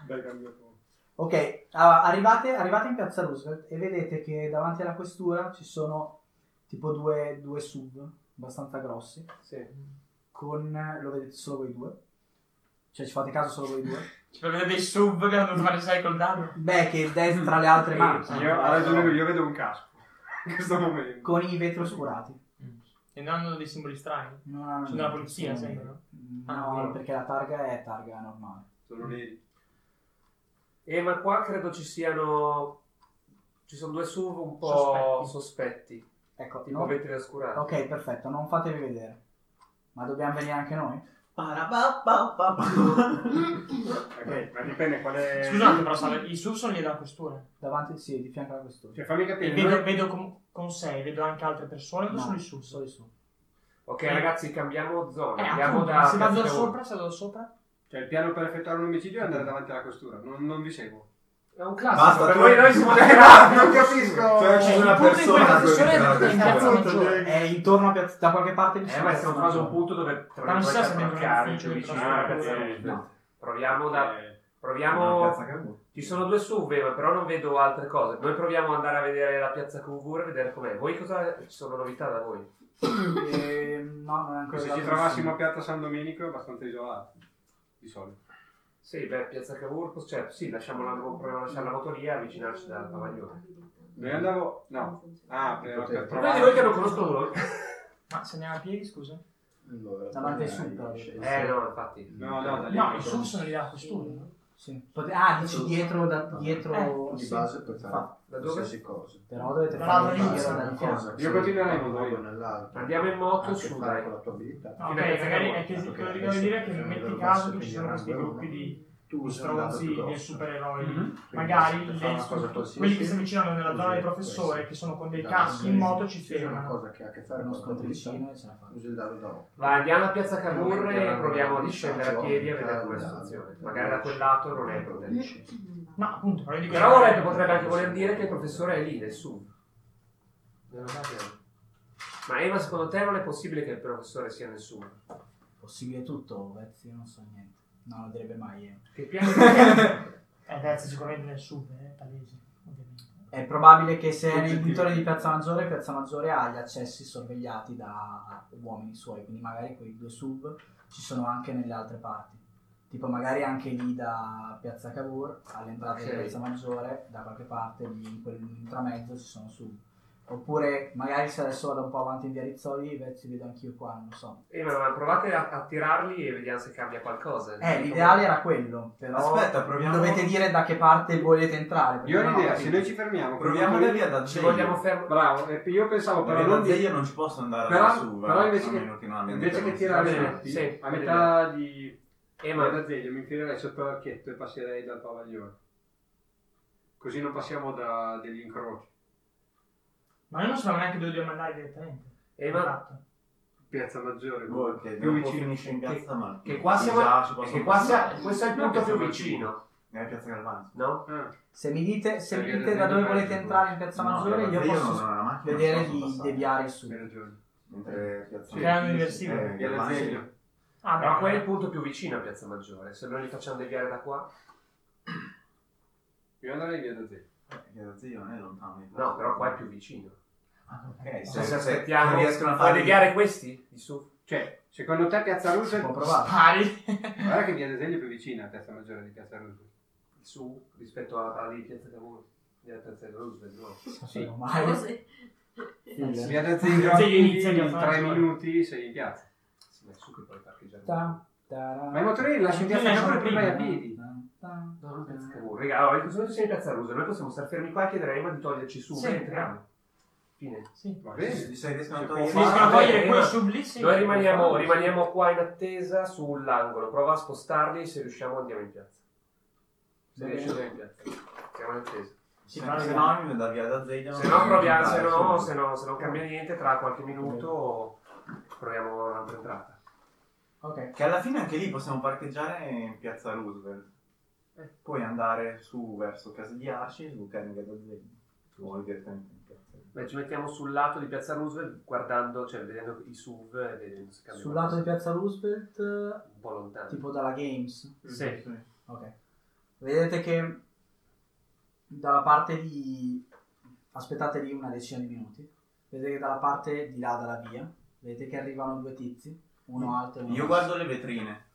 Dai, cambia po'. Ok, ah, arrivate, arrivate in piazza Roosevelt e vedete che davanti alla questura ci sono tipo due, due sub abbastanza grossi. Sì. Con lo vedete solo voi due. Cioè ci fate caso solo voi due. Ci fai vedere dei sub che hanno fare 6 col dado. Beh, che destra tra le altre mani. Io, ha ragione lui, io vedo un casco. In questo momento. Con i vetri oscurati. E non hanno dei simboli strani. Non hanno Sono della niente, polizia, sono- sembra, no? Ah, Mm, No, vero. perché la targa è targa normale. Sono lì. Eh, ma qua credo ci siano. Ci sono due SUV un po' sospetti. Ecco, Tipo no? vetri oscurati. Ok, perfetto, non fatevi vedere. Ma dobbiamo venire anche noi? Ok, ma dipende qual è. Scusate, però Sara, i sub sono lì dalla questura. Davanti, sì, di fianco alla questura. Cioè, fammi E capire. vedo, Noi... vedo con, con 6, vedo anche altre persone, vedo No, solo i sub. solo i sub. Ok, ragazzi, cambiamo Eh, zona. Andiamo appunto, da. ma se vado da Piazza sopra, se vado da sopra. Cioè, il piano per effettuare un omicidio è andare davanti alla questura. Non, non vi seguo. È un classico. Basta, per tu- Eh, noi, noi siamo Non capisco. Cioè, ci sono una Il punto in cui la persona sessione che- è andata in piazza maggiore. È intorno a piazza, da qualche parte vicino. Eh, ma siamo quasi a un punto dove Ma non si sa se dentro marcare l'ufficio più dentro vicino la alla piazza struttura. Roosevelt. Proviamo da. Eh, Una Proviamo. piazza Cavour. Ci sono due SUV, eh, ma però non vedo altre cose. Noi proviamo ad andare a vedere la piazza Cavour e vedere com'è. Voi cosa ci sono novità da voi? Ehm, no, non se è ancora arrivato ci nessuno. trovassimo a Piazza San Domenico è abbastanza isolato. Di solito. Sì, beh, piazza Cavour, cioè sì, lasciamo la, proviamo a lasciare la motoria e avvicinarci dal pavaglione. Mm. Noi andavo. No. Ah, per, per Ma quelli di voi che non conoscono noi? Ma se andiamo a piedi, scusa? Davanti ai sub, però. Eh no, infatti. No, no, da lì. No, i sub sono lì dalla questura. no? Sì. Pote- ah, dici dietro, da, dietro Eh, Di sì. base puoi Fa- fare Da dove? qualsiasi cosa. Però dovete No, fare no, un no, giro no, dal fianco. Io continuerei in moto. Andiamo in moto Anche su, fare dai. con la tua abilità. No, ok, Fino a piazza magari Cavour. è che Ok, quello che adesso voglio dire è che bisogna metti andare caso verso che ci il sono questi rango gruppi uno. di Tu usi la stronzi, più dei grossa. supereroi Mhm. magari Quindi, le se fa una stru- cosa qualsiasi, quelli che si avvicinano nella zona dei usi professore questo. che sono con dei Dai, caschi se- in moto ci se c'è una fermano cosa che ha a che fare Uno con la tua abilità, scontricino e ce la fa. usi il dado da otto. Va, andiamo a piazza Cavour e Ovviamente, proviamo a la- discendere a la- piedi e la- vedere la- com'è la la- situazione. la- Magari da quel lato non è protetta. no appunto però io dico Però vorrebbe, potrebbe anche voler dire che il professore è lì, nel SUV. Non lo sappiamo. Ma Eva, secondo te non è possibile che il professore sia nel SUV? Possibile tutto, Vezzi, io non so niente. No, lo direbbe mai eh. io. Che piano eh terzo sicuramente nel sub eh, palese ovviamente È probabile che se è nel pittore di Piazza Maggiore, Piazza Maggiore ha gli accessi sorvegliati da uomini suoi, quindi magari quei due sub ci sono anche nelle altre parti. Tipo magari anche lì da Piazza Cavour all'entrata Ok. di Piazza Maggiore, da qualche parte, lì in quell'intramezzo ci sono sub. Oppure magari se adesso vado un po' avanti in via Rizzoli, beh, ci vedo anch'io qua, non lo so. Eva, ma provate a, a tirarli e vediamo se cambia qualcosa. Eh, l'ideale era quello, però Aspetta, proviamo. dovete dire da che parte volete entrare. perché Io ho non un'idea, se capito. noi ci fermiamo. Proviamo la via da Ci Zeyo. vogliamo fermare. Bravo, e io pensavo Però però non di io non ci posso andare Però- su. però va, invece a che- meno non abbia Invece che niente tirare Sì, tutti, sì, a sì. metà di Eh, ma ma da Zeglio mi infilerei sotto l'archetto e passerei dal pavaglione. Così non passiamo da degli incroci. Ma io non sapevo neanche dove dobbiamo andare direttamente. Eh, ma Esatto. Piazza Maggiore, Boh, ok, più dopo vicino. finisce in piazza ma... che qua siamo... Già, ci e posso che qua passare. siamo- questo è il No, punto piazza più Martini. vicino, Nella piazza Galvani. no? Ah, Se mi dite, se mi Perché dite non da dove dipende. volete entrare in Piazza No, Maggiore, guarda, io non ho posso una macchina, non vedere posso di passare. deviare su. hai ragione. Mentre piazza Che erano Eh, diversivi. Via Galvani- L'Azeglio. Ah, Ma beh, qua è il punto più vicino a Piazza Maggiore, se non li facciamo deviare da qua. Io andare via da te. Eh, Via L'Azeglio non è lontano. No, però qua è più vicino. Ah, Ok, Se, se non aspettiamo, riescono a puoi fare deviare questi di su? Cioè, secondo te Piazza Può Roosevelt... provare. pari. Guarda che via d'Azeglio è più vicina a Piazza Maggiore di Piazza Roosevelt. Di su rispetto alla, alla lì Piazza Cavour, della Piazza di Roosevelt, no? Sapevo No, mai. se- Via d'Azeglio Sì, in inizia a fare- 3 minuti sei in piazza. Sì, ma è su che puoi parcheggiare. Ta, ta, Ma i motorini lasciano in piazza Sì, Maggiore prima vai a ta, piedi. ta, ta. No, non Piazza Cavour. Raga, allora, in questo momento siamo in Piazza Roosevelt, noi possiamo star fermi qua e chiedere a Emma di toglierci su, Sì. e entriamo. Fine. Sì. Va Se bene. se riescono a Sì, togliere... può Riescono a vabbè, togliere eh, quel sub lì, sì. Noi rimaniamo, rimaniamo qua in attesa sull'angolo, prova a spostarli, se riusciamo andiamo in piazza. Se Va riesci bene. andiamo in piazza. Siamo in attesa. Se se no, mi da via d'Azeglio. Se no proviamo, se no, se no- se non cambia niente, tra qualche minuto proviamo un'altra entrata. Ok. Che alla fine anche lì possiamo parcheggiare in piazza Roosevelt. Eh. E poi andare su verso Casa di Arci e su Carnegie d'Azeglio. O direttamente in piazza. Beh, ci mettiamo sul lato di Piazza Roosevelt guardando, cioè vedendo i SUV e vedendo se cambia Sul lato qualcosa. di Piazza Roosevelt, eh, un po' lontano. tipo dalla Games. Sì. Ok. Vedete che dalla parte di... aspettate lì una decina di minuti. Vedete che dalla parte di là dalla via, vedete che arrivano due tizi, Mm. uno alto e uno Io basso. guardo le vetrine.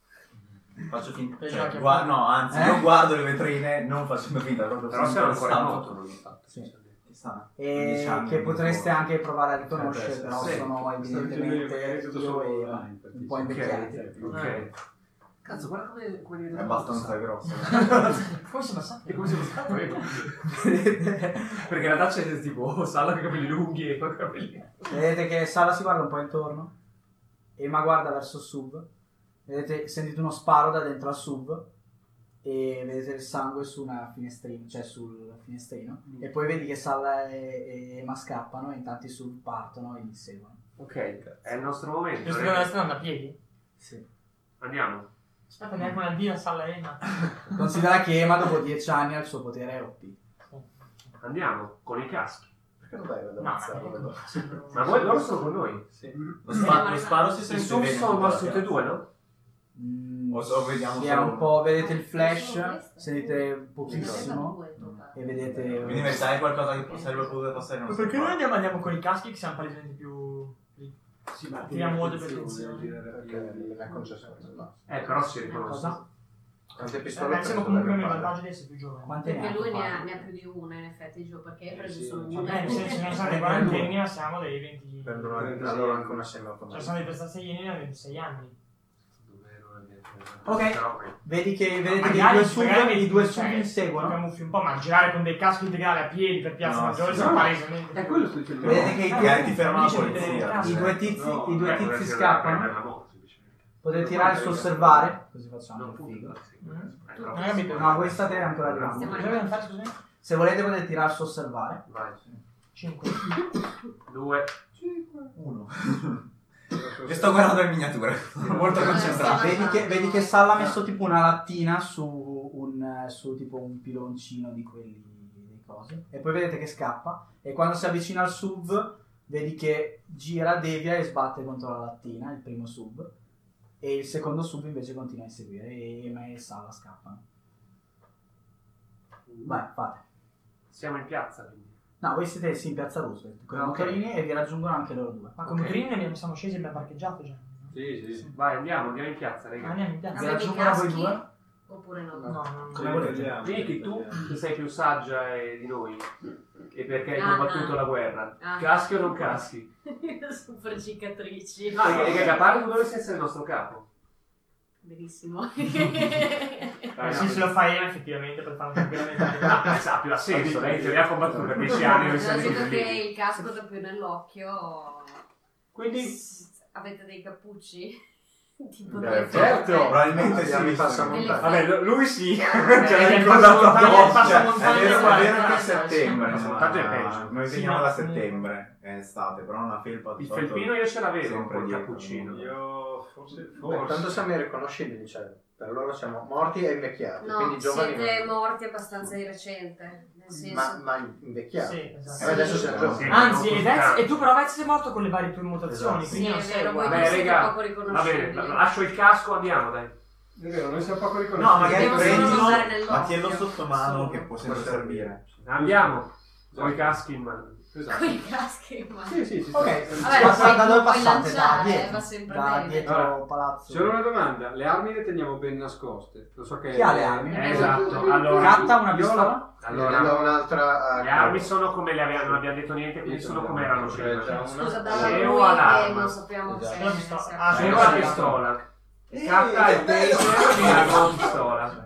Faccio finta. Cioè, Cioè, che- gua- no, anzi, Eh? io guardo le vetrine non facendo finta. Proprio Però siamo ancora in moto, non l'ho fatto. Sì. Chissà. E 15 Diciamo, anni, che potreste non so. anche provare a riconoscere, Sì, però sì, ecco. sono Sto dicendo che magari evidentemente tutto io solo e online, un po' perché- invecchiati. Ok. Cazzo, guarda come, come diventa È abbastanza grosso. Come sono passati? E come siamo stati? Perché la taccia è tipo Salla con i capelli lunghi e poi capelli. Vedete che Sala si guarda un po' intorno. Emma guarda verso sub. Vedete, sentite uno sparo da dentro al sub. E vedete il sangue su una finestrina, cioè sul finestrino. Mm. E poi vedi che Sala e, e Emma scappano. E intanto i sub partono e li seguono. Ok, è il nostro momento. Giusto che ragazzi. andando a piedi? Sì. Andiamo. Aspetta, neanche un addio a Salla Ema. Considera che Emma, dopo 10 anni, ha il suo potere OP. Andiamo con i caschi. Perché non vai ad No, ammazzarlo? Ma voi loro sono con noi. Lo, spa- lo sparo si I sente sub bene sono tutta la mossi tutti e piazza. due, no? Mm, O so, vediamo sì, solo era un uno. po'. Vedete il Solo flash. questa? Sentite Sono pochissimo. due in totale. E vedete. Quindi mi sai qualcosa che sarebbe potuto passare non so Perché noi qua. andiamo, andiamo con i caschi che siamo palesemente più... Sì, ma Tiriamo molto più attenzione, attenzione. girare a Perché piedi. me ne ha concesso no. Eh, però si riconoscono. Cosa? Quante pistole Eh, preso siamo dalle comunque nel palle? vantaggio di essere più giovani. Quante Perché ha? lui tu ne ha, parli? ne ha più di una, in effetti, giù, perché io ho preso sì. solo Vabbè, una. Eh, se se non siamo dei quarantenni, ma siamo dei 20... Prendono Cioè, anche- allora anche una semiautomatica. siamo dei prestazioni a 26 anni. Ok. Però, ecco, Vedi che, vedete che i Magari due ci sub, magari- i due cioè, sub li ti seguono. camuffi un po', ma girare con dei caschi integrali a piedi per Piazza No, Maggiore sì. sono No. palesemente... È quello sto dicendo. Vedete che i Magari due, ti ferma la Dice di tenere il polizia. cazzo. i due tizi, No, i due eh, potete tizi prendere scappano. la moto, semplicemente. Potete tirare su Potete- osservare. Così facciamo. Non il punto. figo. sì. Mm. Eh, però- Non hai capito? No, voi state ancora arrivando. Cosa dobbiamo fare, scusami? Se volete potete tirare su osservare. Vai. 5. Due. Uno. Io sto guardando le miniature. Sono molto concentrato. Ah, Ah, Vedi che, vedi che Salla ha messo tipo una lattina su un, su tipo un piloncino di quelli dei cose. E poi vedete che scappa. E quando si avvicina al sub, vedi che gira, devia e sbatte contro la lattina, il primo sub. E il secondo sub invece continua a inseguire. E Emma e Salla scappano. Mm. Vai, fate. Siamo in piazza, quindi. No, voi siete sì, in piazza Roosevelt con i Ah, ok. motorini e vi raggiungono anche loro due. Ma come Ok. Green abbiamo, siamo scesi e abbiamo parcheggiato già. no? Sì, sì, sì. Vai, andiamo, andiamo in piazza, Ma raga. andiamo Ah, in Vi piazza. ma dei raggiungono voi caschi? due? Oppure no? No, no, no. Come volete. Tagliamo, Vicky, tu tagliamo. che sei più saggia eh, di noi e perché hai Ah, combattuto ah. la guerra, Ah. caschi o non caschi? Ah, Super cicatrici. No, e che a parte tu dovresti essere il nostro capo. Benissimo. Eh, sì, se lo fa Ema effettivamente per farlo capire. Ah, sa, più ha senso, lei in teoria ha combattuto per 10 anni noi siamo Dicendo che lì. il casco da più nell'occhio. Quindi S- Avete dei cappucci? Tipo Beh, delle certo, forme. probabilmente Abbiamo sì, i passamontagni. Delle forme. Vabbè, lui sì. Eh, Cioè, è l'hai il ricordato addosso. passamontagna, il Cioè, È passamontagna vero, è vero guarda, che è guarda, settembre. Il ma- montaggio è peggio. Noi Sì, veniamo no, da comunque. settembre, è estate, però una felpa Il solito felpino io ce l'avevo sempre col dietro, cappuccino. Io forse... Beh, tanto siamo irriconoscibili, cioè, per loro siamo morti e invecchiati, quindi No, giovani siete no. morti abbastanza di recente. Nel senso, ma, ma invecchiati. Sì, esatto. Eh, adesso siamo Sì. giovani. Anzi, non ed così Ex- tanto. e tu però Vex sei morto con le varie tue mutazioni, Esatto. sì, quindi non è sei vero, voi uguale. non Vabbè, siete raga, poco Va bene, riconoscibili. lascio il casco, andiamo dai. È vero, noi siamo poco riconosciuti. No, magari Devo solo prendilo, usare nell'occhio. ma tienilo sotto mano che può sempre Può servire. Andiamo. Con i caschi in mano. Esatto. Con i caschi, ma... Sì, sì, ci sta. Ok. Vabbè, Ma se da dove puoi passate? Da lanciare, dietro. va sempre da bene. dietro Allora, palazzo. C'era una domanda, le armi le teniamo ben nascoste. Lo so che... Chi ha le armi? Eh, esatto, allora- Catta una Io pistola? Allora, Allora, do un'altra... eh, le armi sono come le abbiamo, non abbiamo detto niente, quindi sono come erano prima. Scusa, Sì, dalla o lui che all'arma. non sappiamo se... Esatto. Sto- se- ah, C'è sì, la sì. pistola. Eh, Catta che il peso bello! e la nuova pistola.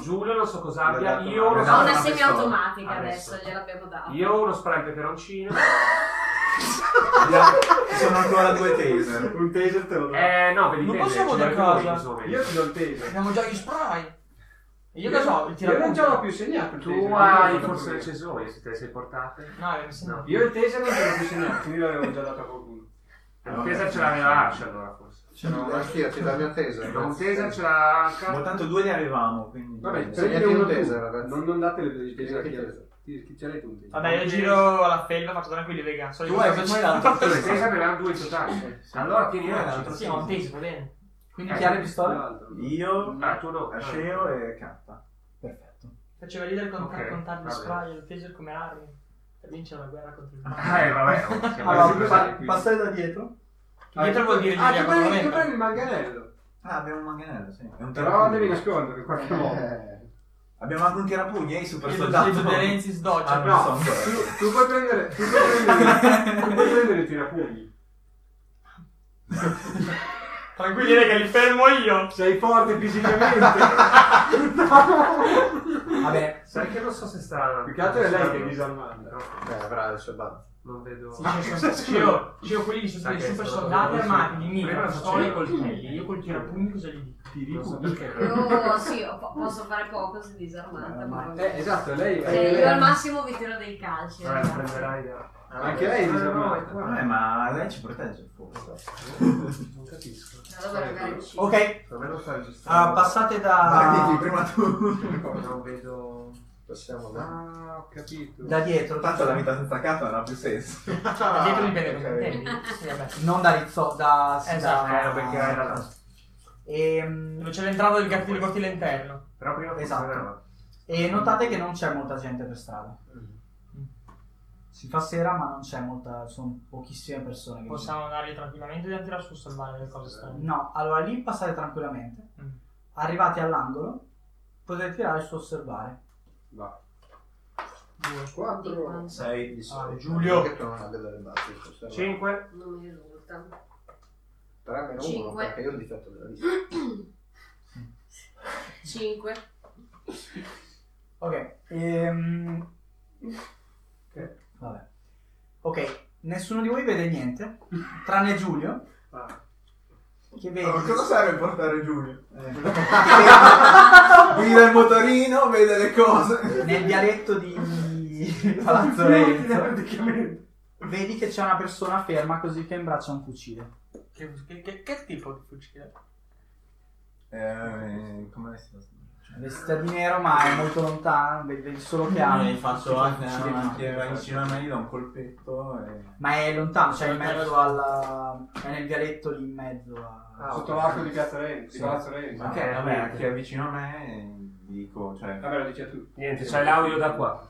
Giulio non so cosa abbia. Esatto. Io ho Ha Esatto. una Ah, semiautomatica adesso. adesso, gliel'abbiamo data. Io ho uno spray al peperoncino. Abbiamo- Ci sono ancora due taser. Un taser te lo do. Eh no, per i Non taser, possiamo ce da l'avete casa. voi, insomma. Io ti do il taser. Abbiamo già gli spray. E io che Io so, il non ce l'ho tirapunto. più segnato il taser. Tu hai forse le cesone, se te le sei portate. No, mi sembra. No. Io il taser non ce l'ho più segnato, quindi l'avevo già dato a qualcuno. La Taser ce l'aveva Arce allora forse. Ce n'ho una anch'io, ti do il mio taser. La Taser ce l'ha Ma tanto due ne avevamo, quindi... Vabbè, Segnati prendete un uno taser, taser, ragazzi. non, non date le dei taser a Segnati chi il taser. Ti schiccerete un taser. Vabbè, io giro alla felpa, faccio tranquilli, raga. Sono Tu io hai che- mai dato? Cioè, le Taser ne avevano due in totale. Allora tieni Arce. Sì, ma un taser, va bene. Quindi chi ha le pistole? L'altro. Io, Ah, tu no. Asceo e Katta. Perfetto. Faceva ridere con Ok, contare va gli bene. spray e il taser come armi. Per vincere la guerra contro il male. Eh vabbè, oh, siamo Allora, sempre- pa- qui. passare da dietro? Dietro vuol dire Ah, gli che prendi, che accompagnamento. prendi il manganello. Ah, abbiamo un manganello, sì. È un Però devi tirapugni. nascondere in qualche modo. Eh, Abbiamo anche un tirapugni, ehi, super Il soldato. utilizzo di Renzi sdoggia. No, Ah, non so ancora. tu, tu puoi prendere, tu puoi prendere, tu puoi prendere i tirapugni. Tranquilli, raga, li fermo io. Sei forte fisicamente. Vabbè, Sai che non so se sta... Più che altro è lei che è disarmata. No, Beh, avrà le sue batte. non vedo... Ah, Sì, ci sono- ci sono- ci sono quelli che sono Sai stati che super è stato- soldati armati di Prima mitra, non pistole e facevo. coltelli. Io col tirapugni cosa gli dico? Non so perché. Io sì, io po- posso fare poco se disarmata. ma- Eh, esatto, lei Eh, lei- io al massimo vi tiro dei calci. Vabbè, la ragazzi. prenderai da... Eh, Ma anche lei è disarmata. Vabbè, eh, ma lei ci protegge, forse. Non capisco. Da dove magari uscire. ok, Per me non sta ah, registrando. passate Ah, da, dici, prima tu. non vedo... Possiamo vedere. Ah, ho capito. da dietro, Tanto la vita senza Katta non ha più senso. Ah, dietro li vede con i ok. coltelli. Sì, vabbè. non da Rizzo, da... sì, Esatto, Ah, da- Eh, lo beccherai da là. Dove Ehm, c'è l'entrata del cortile, cortile interno. Però prima Esatto. funzionava. E notate che non c'è molta gente per strada. Si fa sera, ma non c'è molta. Sono pochissime persone. Che Possiamo andare tranquillamente e tirare su salvare le cose strane. No, allora lì passate tranquillamente. Mm. Arrivati all'angolo, potete tirare su osservare. Va. Due. Di Quattro. quanto? Sei Di solito. Giulio. Perché tu non abbia delle batte, questo è vero. 5. Non mi risulta. 3 meno 1, Cinque. perché io ho il difetto della vista. 5. Ok. Ehm... Vabbè. Ok, nessuno di voi vede niente, tranne Giulio. Ah. Che vede. Allora, Oh, cosa serve portare Giulio? eh. Guida il motorino, vede le cose. Nel vialetto di Palazzo Renzo Praticamente. vedi che c'è una persona ferma così che imbraccia un fucile. Che, che- che- che tipo di fucile? Eh, come si fa? Vestita di nero, ma è molto lontana, vedi vedi solo che ha. un- faccio un anche fucile in mano. anche va vicino a me, gli do un colpetto e... Ma è lontano, cioè in mezzo alla. è nel vialetto lì in mezzo a. Ah, Sotto l'arco di Piazza Renzi, Sì. di Palazzo Renzi. Ok, Eh, vabbè, quindi- chi è vicino a me eh, gli dico, cioè... Vabbè, lo dici a tu. Niente, c'hai l'audio da qua.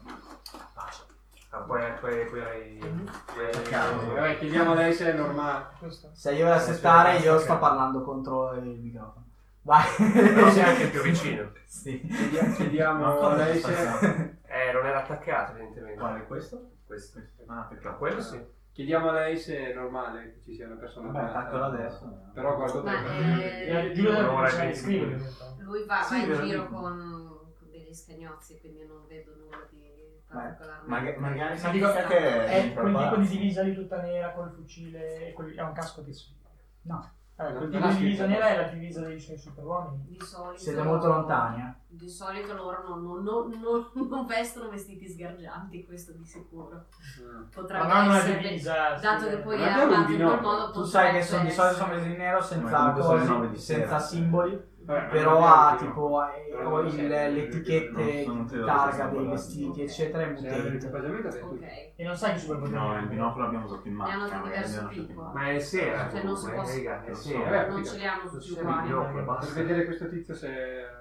Ah, poi, poi, poi hai... Mhm. Eh, Vabbè, chiediamo a lei se è normale. Questo. Se io la Eh, settare, sì, io ok. sto parlando contro il microfono. Vai. Però sei anche più vicino. Sì. Chiediamo, Ma chiediamo cosa a lei ti se... facciamo? Eh, non era attaccato evidentemente. Quale, questo? Questo. Ah, Ma peccato. quello sì. Chiediamo a lei se è normale che ci sia una persona. Vabbè, attaccalo malata. adesso. Però guardo Ma te. eh, Giulio deve Allora, cominciare a quindi- scrivere. lui va, Sì, va in veramente. giro con, con degli scagnozzi, quindi non vedo nulla di particolare. Mag- magari Ma si dico- dica che Eh, È è quel tipo di divisa lì tutta nera col fucile e quel- ha un casco di No. Eh, quel Non ha tipo di divisa scritto. nera è la divisa dei suoi superuomini. Di solito... Siete molto lontani, eh? Di solito loro non, non- non- non- non vestono vestiti sgargianti, questo di sicuro. Ma Potrebbe non una essere... divisa. Dato sì. che poi Ma è abbiamo armato un in quel binocolo. modo... Tu sai che potrebbe sono, di solito sono essere- messi in nero senza Ma comunque sono le nove cose, di sera. senza simboli, Vabbè, però abbiamo ha il primo. tipo eh, Però o non il- serve, le perché etichette non- non di credo che targa siamo dei là. vestiti, equettera, in Se avete mutante. l'equipaggiamento avete tutto. Ok. E non sai che superpotere. No, ha. il binocolo l'abbiamo usato in Ne hanno macchina. magari diverso abbiamo lasciato in tipo. macchina. Ma è sera, Cioè, non si comunque, può- raga, è Non so. sera. Non ce li hanno Non tutti ci sono i uguali. binocoli, Per basta. vedere questo tizio se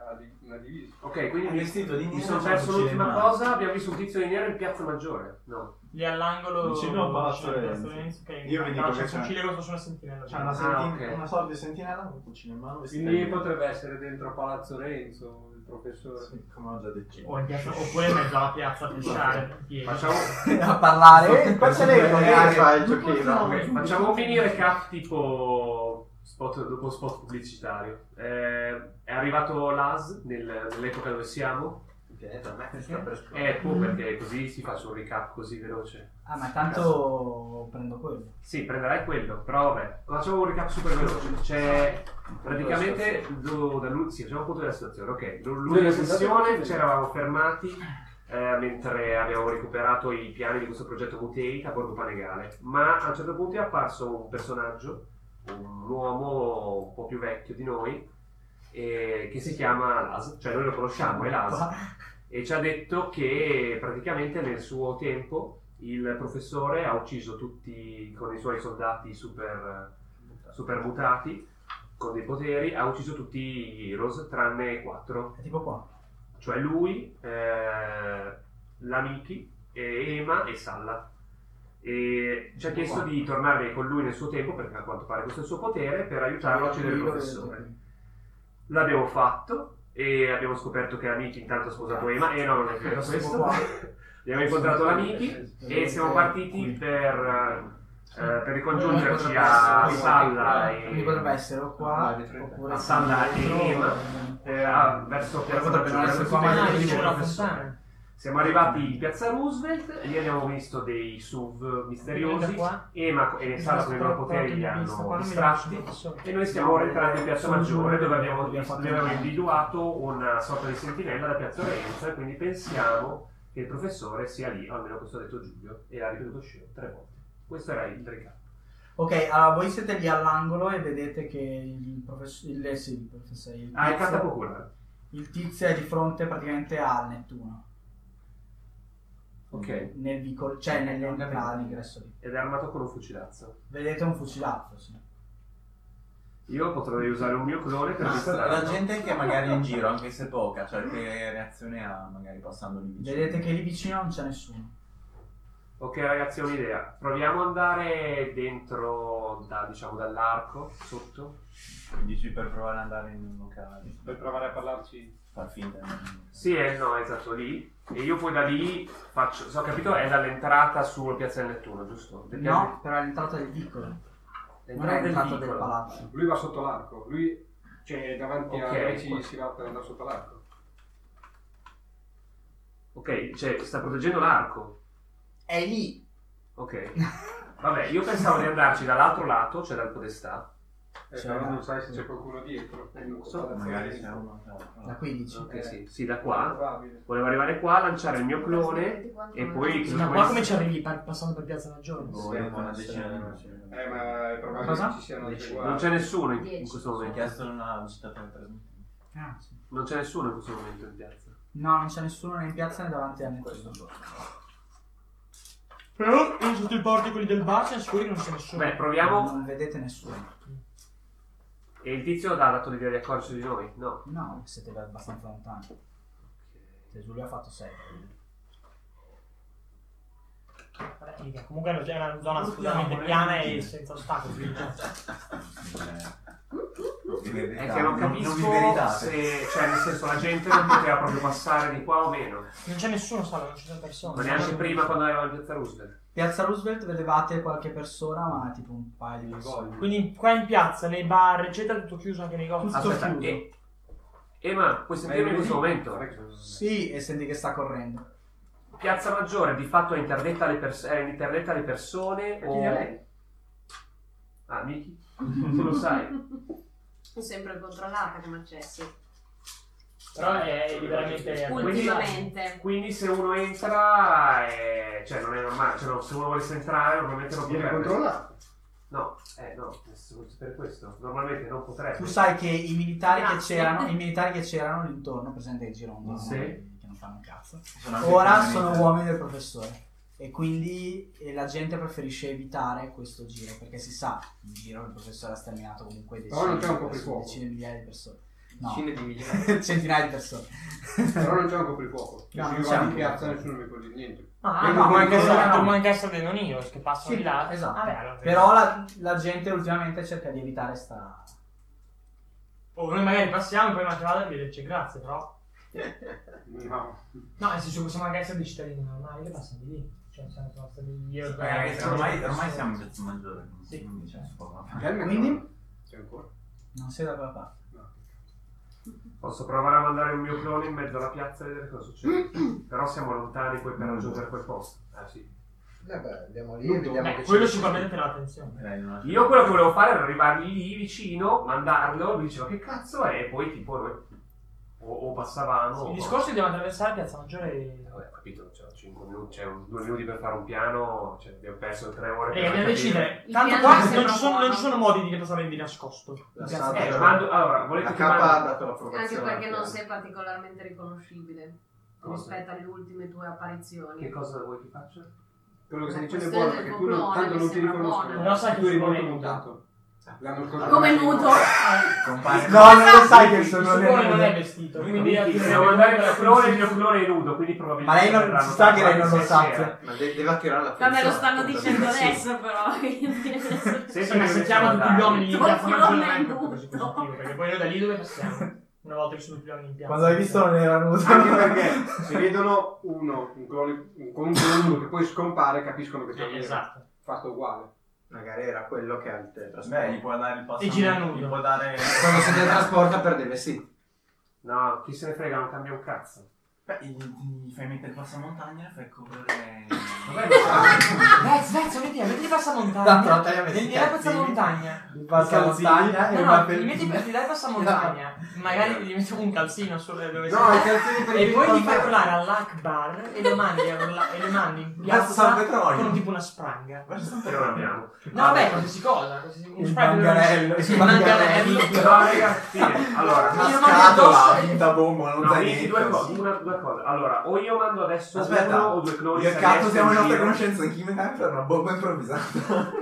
ha di- una divisa. Ok, quindi mi, vestito di mi sono perso l'ultima cosa. Abbiamo visto un tizio di nero in piazza maggiore. No. Lì all'angolo. Vicino a Palazzo vicino a Renzi. Palazzo Renzi, ok. Io vi dico Però che c'è c'è- un fucile con su una sentinella. C'è una, Ah, sentin- ok. una sorta di sentinella con un fucile in mano. vestita Quindi di- potrebbe essere dentro Palazzo Renzo il professore. Sì, come ho già detto. O in piazza- oppure in mezzo alla piazza a pisciare. Facciamo, A parlare. Eh, qua ce l'hai con Eh, le fa il ok, giochino. facciamo un mini recap tipo spot, dopo spot pubblicitario. Eh, è arrivato l'AS nel- nell'epoca dove siamo. pianeta Mac sta per esplodere. Ecco, perché così si fa un recap così veloce. Ah, ma tanto prendo quello. Sì, prenderai quello, però vabbè, facciamo un recap super veloce. C'è praticamente do- da lui, sì, facciamo appunto della situazione. Ok, L- l'ultima Nella situazione- sessione ci eravamo fermati eh, mentre abbiamo recuperato i piani di questo progetto Mutate a Borgo Panegale, ma a un certo punto è apparso un personaggio, un uomo un po' più vecchio di noi, eh, che si chiama Las, cioè noi lo conosciamo, è Las Qua. e ci ha detto che praticamente nel suo tempo il professore ha ucciso tutti con i suoi soldati super, super mutati con dei poteri, ha ucciso tutti gli heroes tranne quattro, È tipo qua. cioè lui, eh, l'Amiki, eh, Ema e Salla. E ci ha chiesto di tornare con lui nel suo tempo, perché a quanto pare questo è il suo potere, per aiutarlo Certo, a uccidere il professore. L'abbiamo fatto e abbiamo scoperto che Amiki intanto ha sposato Ema e no, non è vero questo. Qua. Abbiamo incontrato l'Amiki e siamo partiti per, eh, per ricongiungerci a Salla Quindi potrebbe e essere o qua, Vai, dietro. oppure A Salla e dietro. Ema, eh, a- verso Piazza Potrebbe non essere qua, ma Maggiore. è Ah, il c'è una Professore. fontana. Siamo arrivati in Piazza Roosevelt e lì abbiamo visto dei SUV Da misteriosi. qua. Ema e Salla con i loro poteri li hanno distratti E noi siamo No, entrati in Piazza Maggiore dove abbiamo, abbiamo fatto- dove abbiamo individuato una sorta di sentinella da Piazza Renzo e quindi pensiamo che il professore sia lì, o almeno questo ha detto Giulio, e l'ha ripetuto Sceo tre volte. Questo era il recap. Ok, allora voi siete lì all'angolo e vedete che il professore. Il, eh, sì, il professore. Il Ah, è carta tizio, popolare. il tizio è di fronte praticamente al Nettuno. Ok. Nel vicolo, cioè nell'ingresso lì. Ed è armato con un fucilazzo. Vedete un fucilato, sì. Io potrei usare un mio clone per La distrarlo. gente che magari è in giro, anche se poca, cioè che reazione ha magari passando lì vicino. Vedete che lì vicino non c'è nessuno. Ok ragazzi, ho un'idea. Proviamo ad andare dentro, da, diciamo, dall'arco, sotto. Dici per provare ad andare in un locale, Per provare a parlarci. far finta. di- Sì, eh, no, esatto, lì. E io poi da lì faccio, se ho capito, è dall'entrata sulla piazza del Nettuno, giusto? No, però è l'entrata del vicolo. Non è l'entrata del palazzo. Lui va sotto l'arco. Lui, cioè, davanti Ok. a noi ci si va per andare sotto l'arco. Ok, cioè sta proteggendo l'arco. È lì. Ok. Vabbè, io pensavo di andarci dall'altro lato, cioè dal podestà. Eh, C'è però una- non sai se c'è qualcuno dietro. Eh, non so, Palazzo Magari Renzi. c'è un locale. Da 15. Ok, Eh. sì, sì, da È qua. probabile. Volevo arrivare qua, lanciare il mio clone e poi... Sì, Ma qua come ci arrivi? Pa- Passando per Piazza Maggiore? Boh, io con una decina di minuti. Eh, ma è probabile Cosa? che ci siano altri Non guardi. c'è nessuno in, in Dieci. questo Ho momento. chiesto una citata per trasmettere. Ah, sì. Non c'è nessuno in questo momento in piazza. No, non c'è nessuno né in piazza né davanti a Nettuno. Però in sotto i porticoli del bar c'è sicuro che non c'è nessuno. Beh, proviamo. Non vedete nessuno. E il tizio ha dato l'idea di accorgersi di noi? No. No, siete abbastanza lontani. Se Giulio ha fatto 6. Vabbè, mica, Comunque è una- è una zona assolutamente piana e senza ostacoli. quindi- Eh, È che non capisco se, cioè, nel senso, la gente non poteva proprio passare di qua o meno. Non c'è nessuno, Sala, non ci sono persone. Ma neanche prima quando eravamo in piazza Roosevelt. Piazza Roosevelt vedevate qualche persona, ma tipo un paio di persone. Quindi qua in piazza, nei bar, eccetera, è tutto chiuso anche nei negozi. Tutto Aspetta, eh, chiuso. e... Ema, puoi sentirmi in questo momento? Sì, e senti che sta correndo. Piazza Maggiore di fatto è interdetta alle, pers- è interdetta alle persone o... Chi è lei? Ah, Miki? tu lo sai. Eh, È sempre controllata come accessi. Però è liberamente... Ultimamente. Quindi se uno entra, eh, cioè non è normale, cioè, no, se uno volesse entrare normalmente non Viene potrebbe. controllato. No, eh no, per questo, normalmente non potrebbe. Tu sai che i militari che Grazie. c'erano, i militari che c'erano intorno, presente il girondo, no? Sì. che non fanno un cazzo. Sono anche Ora giovani, sono eh. uomini del professore. E quindi eh, la gente preferisce evitare questo giro perché si sa, in giro il professore ha sterminato comunque decine, Però non c'è un di persone, coprifuoco. decine di migliaia di persone. No, Decine di migliaia. centinaia di persone. Però non c'è un coprifuoco. No, No, non io c'è vado un in piazza e coprifuoco. nessuno mi può dire niente. Ah, Eh, ma no, può anche no, essere- no. come anche essere dei nonios che passano Sì, di là. esatto. Ah, beh, allora- Però la, la gente ultimamente cerca di evitare sta... Oh, noi magari passiamo e poi mangiamo e dire c'è grazie, però. No. No, nel senso possiamo anche essere dei cittadini normali che passano di lì. Cioè, siamo passati io. Eh, ragazzi, ormai, ormai siamo in piazza maggiore, Sì. quindi cioè, c'è un po'. Quindi? Cioè, C'è ancora? Non sei da quella parte. No. Posso provare a mandare un mio clone in mezzo alla piazza e vedere cosa succede. Però siamo lontani poi Mm. per raggiungere quel posto. Ah, sì. Vabbè, Eh andiamo lì Tutto. e vediamo Beh, che quello ci- sicuramente è l'attenzione. Dai, non Io quello che volevo fare era arrivargli lì vicino, mandarlo, lui diceva che cazzo è, e poi tipo noi o, o passavamo. o- Il discorso è che dobbiamo attraversare Piazza Maggiore e... Vabbè, ho capito, c'è 5 minuti, c'è un- due minuti per fare un piano, cioè, abbiamo perso tre ore Eh, per Raga, dobbiamo capire. decidere. Il Tanto piano qua sembra non ci, sono, non ci buono. sono modi di passare di nascosto. La Grazie. Santa- Eh, mando- allora, volete La che K mando- ha dato l'approvazione. Anche perché non alla- sei particolarmente riconoscibile Cosa? rispetto alle ultime tue Che apparizioni. cosa vuoi che faccia? Quello che La stai dicendo è questione buono del perché tu non, copione tanto mi non ti sembra riconoscono. buona. Lo sai che tu eri si molto vede. mutato. L'anno scorso Come nudo. Eh. Compare. No, non lo sai che Il sono suo le cuore non è nude. vestito, quindi... Quindi devo mandare il mio clone, il mio clone è nudo, quindi probabilmente... Ma lei non- verranno si sa che tra lei non lo qualche sa, sera. Ma de- deve attirare la Vabbè, lo stanno dicendo Sì. adesso, però. Senti quindi- Sì, ma che se mi sono chiama tutti gli andato. uomini in piazza Tokyo Maggiore non è è molto così nudo. positivo, perché poi noi da lì dove passiamo? Una volta che sono tutti gli uomini in Esatto. piazza. Quando l'hai visto non era nudo. Anche perché se vedono uno, un clone, un, comunque uno che poi scompare, capiscono che c'è Eh, un Esatto. fatto uguale. Magari era quello che ha il teletrasporto. Beh, gli può dare il passo. E gira nudo. Gli può dare. Quando si teletrasporta perdeva, sì. No, chi se ne frega, non cambia un cazzo. Beh, gli, gli fai mettere il passamontagna e fai correre. Vabbè, ma- Dai, Svezzo, metti, metti il Tanto passamontagna. la taglia messa Metti i la calzini, passamontagna. il passamontagna e No, una no, pel- gli metti per tirare questa montagna, magari gli metti un calzino sulle dove No, i sei. calzini per E il poi gli palmare. fai volare all'Akbar e lo mandi, a urla- e lo mandi in Verso piazza San con Petrolio. tipo una spranga. Che non abbiamo. No, vabbè, qualsiasi cosa. qualsiasi- Un Il sprang dove non c'è- manganello, sì, il un manganello. No, raga, fine. Allora, Io Una mando scatola, addosso e- finta bomba, non No, quindi due zainetto. cose, una, due cose. Allora, o io mando adesso Aspetta, uno o due cloni Io e se cazzo riesco siamo in le nostre giro. conoscenze in chimica per una bomba improvvisata.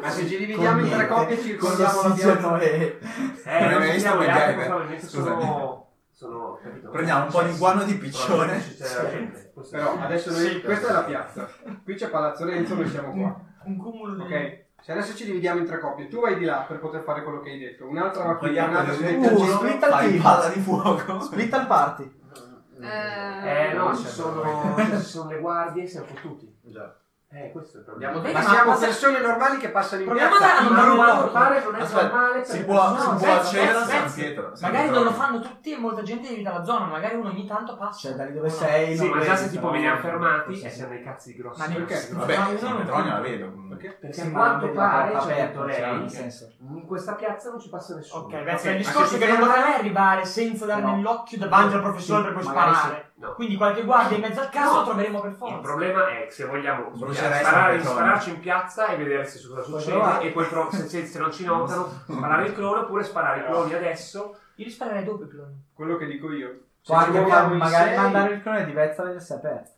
Ma se ci dividiamo in tre Niente. coppie ci Con ricordiamo la l'ossigeno piazza. e... Eh, non Prima ci di siamo, tutto, le altre perché- probabilmente sono... eh. scusami. sono capito? Prendiamo un po' di guano di piccione. Probabilmente c'è la gente. Questo è- Però adesso noi, questa è la piazza. Qui c'è Palazzo Lenzo, noi siamo qua. Un cumulo di... Ok? Se adesso ci dividiamo in tre coppie, tu vai di là per poter fare quello che hai detto, un'altra va qui, Vogliamo un'altra si mette al Uh, centro. split al Fai team. palla di fuoco. Split al party. Mm, Eh Eh, no, ci sono, cioè, ci sono le guardie, siamo fottuti. mm, Già. Eh, questo è il problema. Andiamo Eh, Ma ma siamo passa- persone normali che passano in Proviamo piazza. a dare- Ma Ma non non lo- fare non è Aspetta, normale. Si per- può, No, si può Svezzo, accedere a Svezzo, San Svezzo. Pietro. San Magari non Pietro. lo fanno tutti e molta gente evita la zona, magari uno ogni tanto passa. Cioè, da lì dove sei... Sì, non ma già vedi, se tipo però- veniamo fermati cioè, Sì, e sì. siamo dei cazzi grossi. Cioè, Ma perché? grossi, grossi. Vabbè, Io non- San Petronio la vedo comunque. Perché Sì, a ma non quanto vedi la porta pare, cioè, ha aperta, detto cioè, nel lei, senso. in questa piazza non ci passa nessuno. Ok, beh, il ma discorso se è che non ferma- potrei arrivare senza No. darmi l'occhio davanti al professore per poi Magari sparare. sì. No. Quindi qualche guardia in mezzo al caso No. lo troveremo per Il forza. problema è che se vogliamo Brucerei sparare, San Petronio. spararci in piazza e vedere se cosa succede provare. e poi pro- se, se- se non ci notano sparare il clone oppure sparare i cloni adesso. Io li sparerei dopo i cloni. Quello che dico io. Se Guarda, ci che muoviamo in magari sei, mandare il clone di Vezza a vedersi aperto.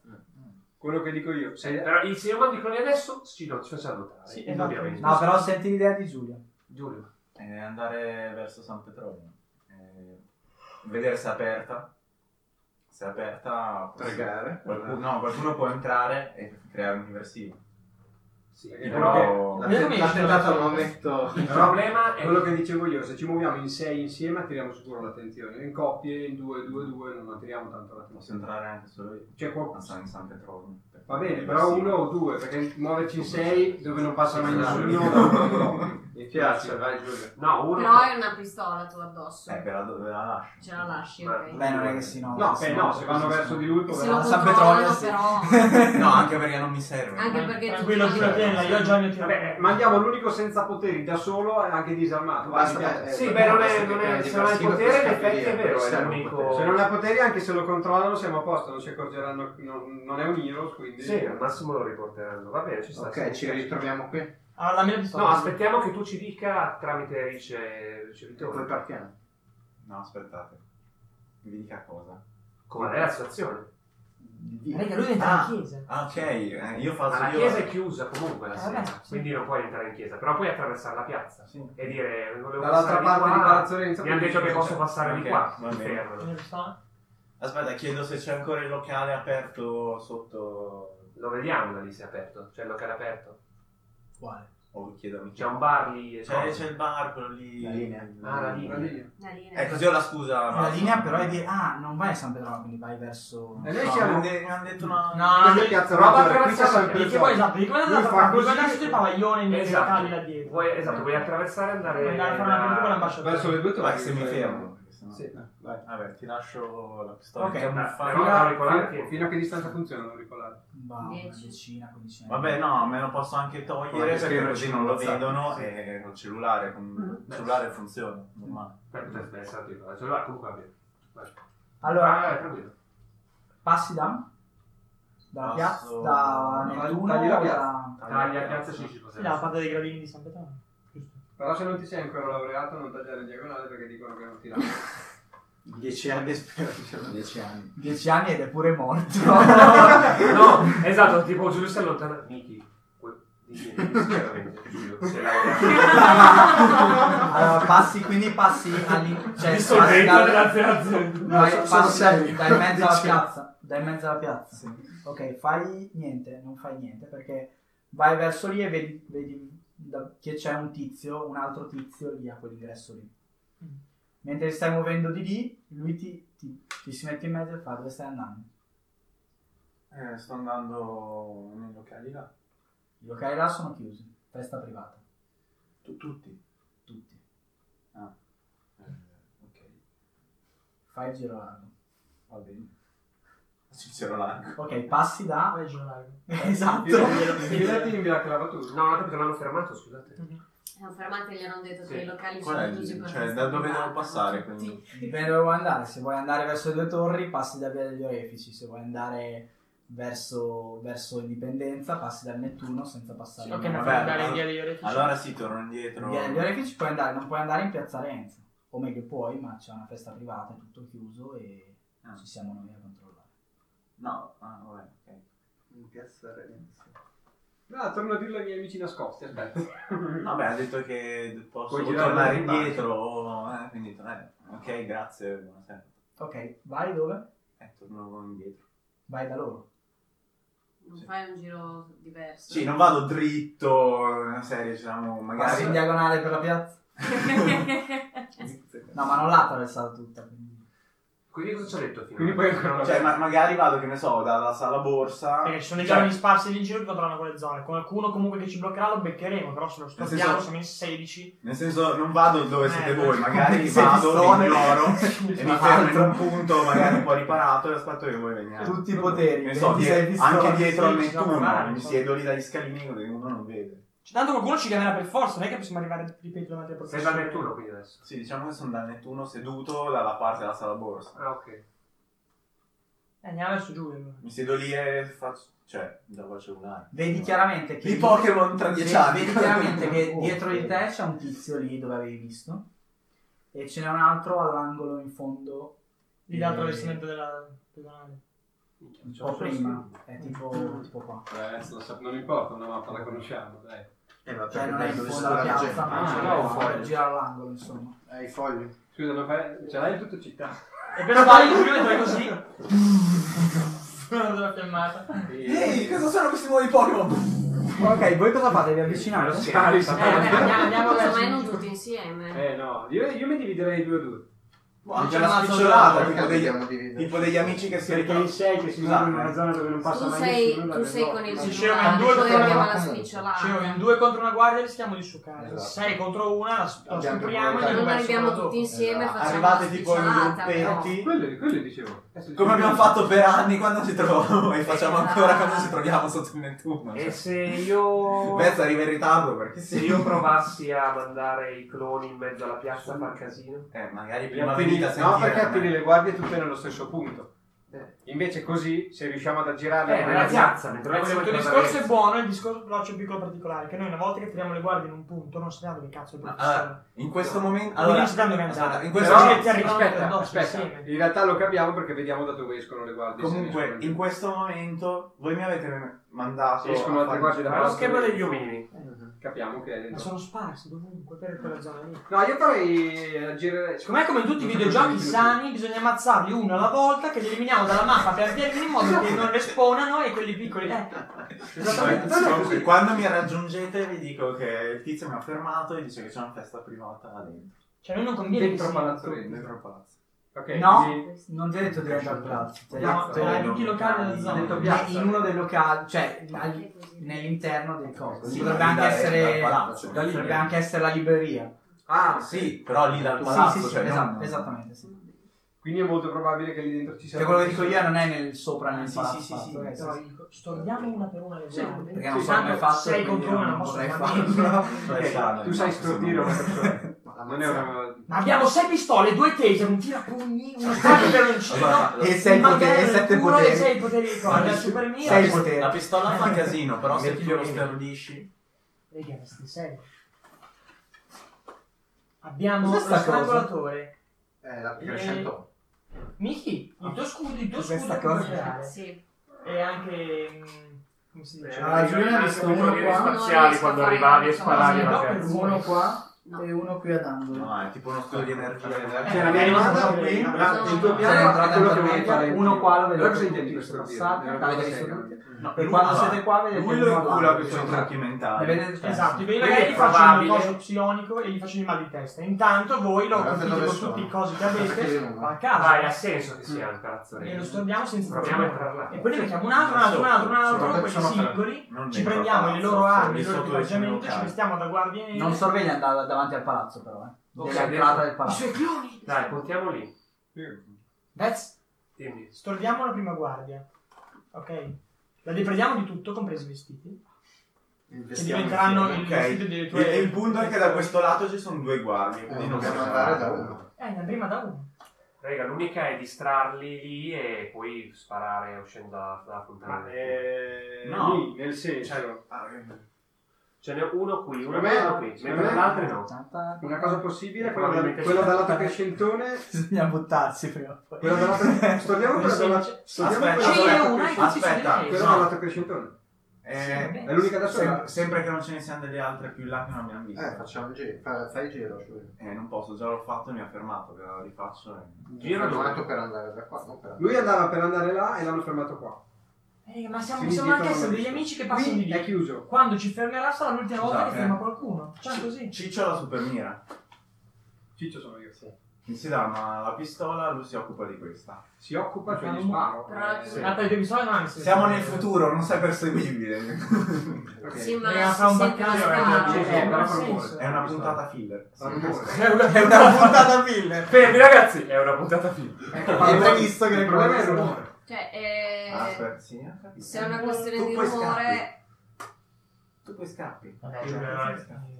Quello che dico io. Se Però il- se io mando i cloni adesso ci, no, ci facciamo notare. Sì, indubbiamente. No, però senti l'idea di Giulia. Giulio. Eh, andare verso San Petronio. Eh, vedere se è aperta. Se è aperta. Pregare. Qualcuno, no, qualcuno può entrare e creare un diversivo. Sì, Perché però Però- Io non mi L'ha riesco tentato al a- momento. il problema è quello che dicevo io, se ci muoviamo in sei insieme attiriamo sicuro l'attenzione. In coppie, in due, due, due, non attiriamo tanto Posso l'attenzione. entrare anche solo io. Cioè, qua- A San, San Petronio. Eh, Va bene, però uno o due, perché muoverci in sei dove non passa mai Esatto. nessuno. no, no, no. Mi piace, vai Giulia. No, uno. Però hai una pistola tu addosso. Eh, ve la, ve la lascio. Ce la lasci, Ma- ok. Beh, non è che si nota. No, si eh, nota, no, se vanno si verso nota. di lui, Se probabilmente- lo Ah, San Petronio, controllano sì. però. No, anche perché non mi serve. Anche perché Tranquillo, tu tu la tienila, io ho già il mio tiro. Vabbè, eh, mandiamo l'unico senza poteri da solo e anche disarmato. Vai, Basta, vai. eh, Sì, perché beh, non basta è, che non prendi è, se non hai qualsiasi potere, in cosa effetti via, è vero, però è se non l'unico. potere. Se non ha poteri, anche se lo controllano, siamo a posto, non si accorgeranno, non, non è un Heroes, quindi... Sì, al massimo lo riporteranno. Va bene, ci sta. Ok, ci ritroviamo qui. E Ah, la mia pistola. No, aspettiamo che tu ci dica tramite rice- poi ricevitore partiamo. No, aspettate. Vi dica cosa. com'è la situazione. Raga, lui entra Ah. in chiesa. Ah, ok, eh, io Ma faccio... Ah, la io- chiesa è chiusa comunque la Eh, sera, vabbè, sì. quindi non puoi entrare in chiesa, però puoi attraversare la piazza Sì. e dire volevo Dall'altra passare parte di di qua, Palazzo Renzo... mi hanno detto che posso passare di Ok, qua, va ti bene. La fermano. mia pistola. Aspetta, chiedo se c'è ancora il locale aperto sotto... Lo vediamo da lì se è aperto, c'è il locale aperto. Uguale. O chiedo a Michele. C'è un bar lì. e Oh, C'è, cose. c'è il bar, quello lì... La linea. Ah, la linea. La linea. La linea. Ecco, Eh, così ho la scusa. La ma- linea però è di... Ah, non vai a San Pedro, quindi vai verso... E noi No, Mi hanno siamo... de- mi hanno detto una... Ah, No, Questa è no, Piazza Ma va Rotola, qui c'è attraversando, San perché Pietro. poi esatto, devi guardare Lui la fa parte, così. guardare sotto i pavaglioni nei Esatto. locali là dietro. Puoi- esatto, puoi attraversare e andare, Puoi andare a fare una da- apertura con l'ambasciatore. Verso le due trovi Vai, se mi il- fermo. perché sennò- Sì, vai. Vabbè, ti lascio la pistola Ok, camuffata. però- Fino a- L'auricolare fino- tieni. Fino a che distanza funziona l'auricolare? Va, una Dieci. decina, quindicina. Vabbè, no, me lo posso anche togliere Poi perché scriverci così un non lo WhatsApp, vedono sì. e col cellulare, con- il Beh, cellulare funziona, normale. Beh, esatto, potrebbe essere attivo, adesso Cioè, va, comunque va bene. Vai. Allora, Ah, eh, tranquillo. passi da? Dalla Passo- piazza, da no, Nettuno tagli la o piazza. da... Taglia a piazza ci ci Sì, la possiamo. parte dei gradini di San Petronio. Giusto. Però se non ti sei ancora laureato non tagliare in diagonale perché dicono che non ti danno. 10 anni spero. 10 anni. Dieci anni ed è pure morto. No, esatto, tipo Giulio si allontana. Miki, que- dici, sinceramente, Giulio, sei laureato. allora, passi, quindi passi all'in... Cioè, Il passi sorvento dal- della azienda. Vai, sono passi serio. dai mezzo alla Dicevo. piazza. Dai mezzo alla piazza. Ok, fai niente, non fai niente perché vai verso lì e vedi, vedi da- che c'è un tizio, un altro tizio lì a quell'ingresso lì. Mm. Mentre ti stai muovendo di lì, lui ti, ti- ti si mette in mezzo e fa dove stai andando. Eh, sto andando nei locali là. I locali là sono chiusi, festa privata, Tu- tutti? tutti. Ah. Eh, ok, Fai il giro largo. va bene. Sincero l'anco. Ok, passi da... Ah, Vai, giro largo. esatto. Fidati in via Clavatura. No, non ho capito, l'hanno fermato, scusate. Hanno fermato e gli hanno detto Sì. che i locali Qual è sono il- chiusi per cioè, questa da dove serata, devo passare, tutti. Dipende dove vuoi andare, se vuoi andare verso le due torri passi da Via degli Orefici, se vuoi andare verso, verso Indipendenza passi dal Nettuno senza passare Ok, da- ma vabbè, puoi andare in allora- via degli orefici. Allora sì, torno indietro. Via degli Orefici puoi andare, non puoi andare in Piazza Renzo, o meglio puoi, ma c'è una festa privata, è tutto chiuso e Ah. ci siamo noi a controllare. No, ah, vabbè, ok. In piazza Renzi. No, torno a dirlo ai miei amici nascosti, aspetta. Vabbè, ha detto che posso Puoi girare la tornare parte. indietro. o- eh, quindi, eh, ok, grazie, buonasera. Ok, vai dove? Eh, torno indietro. Vai da loro. Non Sì. fai un giro diverso. Sì, non vado dritto, una serie, diciamo, Passi in magari... diagonale per la piazza. No, ma non l'ha attraversata tutta, quindi... Quindi cosa ci ha detto Quindi finora? poi ancora Cioè, ma- magari vado, che ne so, dalla sala borsa... Perché Eh, ci sono i Cioè, giorni sparsi lì in giro che controllano quelle zone. Qualcuno comunque che ci bloccherà lo beccheremo, però se lo senso- stoppiamo siamo in 16. Nel senso, non vado dove siete Eh, voi, magari Se ti vado, sono- ignoro, e mi fermo in Altro. un punto, magari un po' riparato, e aspetto che voi veniate. Tutti i poteri, Che ne so, 26 die- pistole, anche dietro al sì, ci sono Nettuno, vari, mi insomma. siedo lì dagli scalini che uno non vede. Cioè, tanto qualcuno ci chiamerà per forza, non è che possiamo arrivare, ripeto, davanti al Sei professore. da Nettuno quindi adesso. Sì, diciamo che sono dal Nettuno seduto dalla parte della sala borsa. Ah, ok. Eh, andiamo verso giù. allora. Mi siedo lì e faccio... cioè, davo il cellulare. Vedi chiaramente che... I Pokémon tra dieci Vedi- anni. Vedi chiaramente che Oh, dietro di ok. te c'è un tizio lì dove avevi visto e ce n'è un altro all'angolo in fondo, Lì dal travestimento della pedonale. un po' Oh, prima, è tipo, tipo qua. non importa, una mappa la conosciamo, dai. Eh, ma Cioè non è in dove fondo sta alla la piazza, gente? ma Ah, gira- no, fuori. gira all'angolo insomma. Eh, i fogli. Scusa, non fai... ce l'hai in tutta città. E per sbaglio lui entra così. Una sola fiammata. Ehi, cosa sono questi nuovi Pokémon? Ok, voi cosa fate? Vi avvicinate? Sì, Eh, Eh, vabbè, andiamo, andiamo verso ormai giù. Eh, non tutti insieme. Eh no, io, io mi dividerei due a due. Anche c'è la una spicciolata, sola- tipo degli, abbiamo diviso. tipo degli amici che si Perché in ritrovano. 6 che si Scusate. muove in una zona dove non passa Tu mai sei, nessuno. tu sei con il cellulare, Si scema in due noi persone, abbiamo ma la comunque. Scemo, Cioè, in spicciolata. due contro una guardia rischiamo di succare. Esatto. Sei contro una, la, s- la Abbiamo stupriamo e più andiamo Non qualità. verso arriviamo la dopo. tutti insieme, Esatto. facciamo Arrivate la tipo in spicciolata, però. gruppetti, Quello, quello dicevo. Adesso- come abbiamo fatto per anni quando ci trovavamo e facciamo ancora Esatto. quando ci troviamo sotto il Nettuno. E Cioè. se io... Mezzo arriva in ritardo perché Se sì. io provassi a mandare i cloni in mezzo alla piazza a far casino? Eh, magari Li prima attiri- venite a sentire. No, perché da me. attiri le guardie tutte nello stesso punto. Eh, Invece così, se riusciamo ad aggirarle eh nella piazza, mentre noi Il vogliamo tuo tornare- discorso è buono, il discorso però c'è un piccolo particolare, che noi una volta che tiriamo le guardie in un punto non sappiamo dove cazzo è il Ma, professore. eh. In questo momento... Quindi Allora, non sappiamo dove aspetta, andare. in questo Però, Perché momento... ti arrivano per aspetta, addosso aspetta. insieme. In realtà lo capiamo perché vediamo da dove escono le guardie. se ne Comunque, escono. in questo momento voi mi avete mandato. Escono a altre fare- guardie da Ma lo parte. schema degli uomini. Capiamo che è Ma dentro. sono sparsi dovunque per quella zona lì. No, io farei aggirare... Secondo me, come in tutti i videogiochi sani, bisogna ammazzarli uno alla volta che li eliminiamo dalla mappa per pianino in modo che non respawnano e quelli piccoli. Eh, Comunque, Esattamente, non è così. Quando mi raggiungete vi dico che il tizio mi ha fermato e dice che c'è una festa privata là dentro. cioè, noi non conviene. Dentro che Palazzo Verde. Dentro il palazzo. Ok, No. quindi- Non ti ho detto di andare al palazzo, ti ho No, detto era in tutti i locali della ho detto zona. piazza. in uno dei locali, cioè al- Anche così. nell'interno del coso. Sì, Dovrebbe ma anche da- dal essere palazzo. dovrebbe anche essere la libreria. Ah, Sì, però lì dal Sì, palazzo. sì, sì, cioè, esatto, non- esattamente, sì. Quindi è molto probabile che lì dentro ci sia... Cioè quello che dico io non è nel sopra nel Sì, palazzo. sì, sì, fatto, sì, eh, Però dico, storniamo una per una le Sì, guardie. Perché non Sì, so come è fatto, sei quindi contro una, non Cioè, non posso potrei fare farlo. Cioè, strano, Tu sai no, stordire una questo persona. Non è una... Ma abbiamo sei pistole, due taser, un tirapugni, uno sparo peroncino. Allora, E sei poteri, e sette E poteri. sei poteri di corda, super mira. Sei poteri. non- La poteri. pistola fa casino, però se Metti glielo in- stordisci. sei. Abbiamo lo Cos'è sta cosa? strangolatore. Eh, la Eh, crescendo. Miki, il tuo scudo, il tuo Cos'è scudo sta cosa? funzionale. Sì. E anche... mm, Come si dice? Ah, Giuliano ha visto Anche uno i qua. Non spaziali riesco quando a fare arrivavi e una cosa. sparavi Sì, alla no, piazza. per Uno qua No. e uno qui ad angolo. No, è tipo uno scudo di energia. Cioè, Eh, la mia eh, rimasta sono qui, qui, la- sono- il tuo Sono piano è quello entrato che dentro vuoi dentro fare. uno qua lo vedo Allora cosa tutto intendi questo strassato, passaggio? l'avete Cosa visto intendi? No, E lui- quando allora, siete qua vedete Lui il lo malato. incula con i suoi cioè, trucchi mentali. Le vedete- Cioè, Esatto, quindi Quindi magari è faccio un probabile. coso psionico e gli faccio il mal di testa. Intanto voi lo Guardate confidete dove con sono. tutti i cosi che Perché io avete non- a Vai, casa. Ah, ha senso che sia un palazzo E Mm. lo regno. storniamo senza Proviamo a entrare là. E poi ne mettiamo un altro, un altro, un altro, un altro, Sono- quelli sono- singoli. non Ci dentro prendiamo le palazzo, loro sono armi, il loro sotto le sue equipaggiamento, ci locali. vestiamo da guardie nere. Non sorveglia da- davanti al palazzo però, eh. Ok, Dell'entrata del I palazzo. suoi cloni! Dai, portiamo lì. Vez, Dimmi. storniamo la prima guardia. Ok? La riprendiamo di tutto, compresi i vestiti. Che Investiamo diventeranno il Ok. vestito delle E tue... e il punto è che da questo lato ci sono due guardie, insieme. quindi Eh, non dobbiamo possiamo andare da uno. Eh, la prima da uno. Raga, l'unica è distrarli lì e poi sparare uscendo dalla, dalla fontana. Ma, eh, No. lì, nel senso... Ce n'è uno qui, uno, Secondo me- uno qui, secondo mentre me- l'altro no. Una cosa possibile è quella, Probabilmente da, quella sì. dal lato crescentone. Bisogna buttarsi prima o poi. Quella dal lato. Storniamo quella dal lato. Storniamo Aspetta, quella dal Sceglie lato una e crescentone. così Aspetta, se ne Quella no. dal lato crescentone. Eh, È l'unica da sola. sem- sempre che non ce ne siano delle altre più in là che non abbiamo visto. Eh, facciamo il giro. Fa- Fai il giro, Giulio. Eh, non posso, già l'ho fatto e mi ha fermato, ve la rifaccio. e- Gira Sono dove? nato per andare da qua, non per andare. Lui andava per andare là e l'hanno fermato qua. Eh, ma siamo, Quindi siamo anche dietro essere non degli c'è. amici che passano di Qui è lì. chiuso. Quando ci fermerà sarà l'ultima volta Esatto, che eh. ferma qualcuno. Cioè così. Ciccio ha la supermira. Ciccio sono io. Mi si dà una- la pistola, lui si occupa di questa. Si occupa, cioè Però- gli sparo. però- Eh, Sì. Tanto i tuoi bisogni non hanno senso. Siamo nel futuro, non sei perseguibile. ok. Sì, ma Raga, si fra un sente la baccaglio e scala. una Eh, gente. però ha fa rumore. senso. È una puntata filler. Fa rumore. È una- È una puntata filler. Fermi ragazzi, è una puntata fine. È previsto che le Il problema è cose il sono... rumore. Cioè, eh, Ah, aspetta, sì, ho capito. se è una questione Tu di poi rumore, scappi. Tu poi scappi. Vabbè, Tu cioè, poi eh, scappi.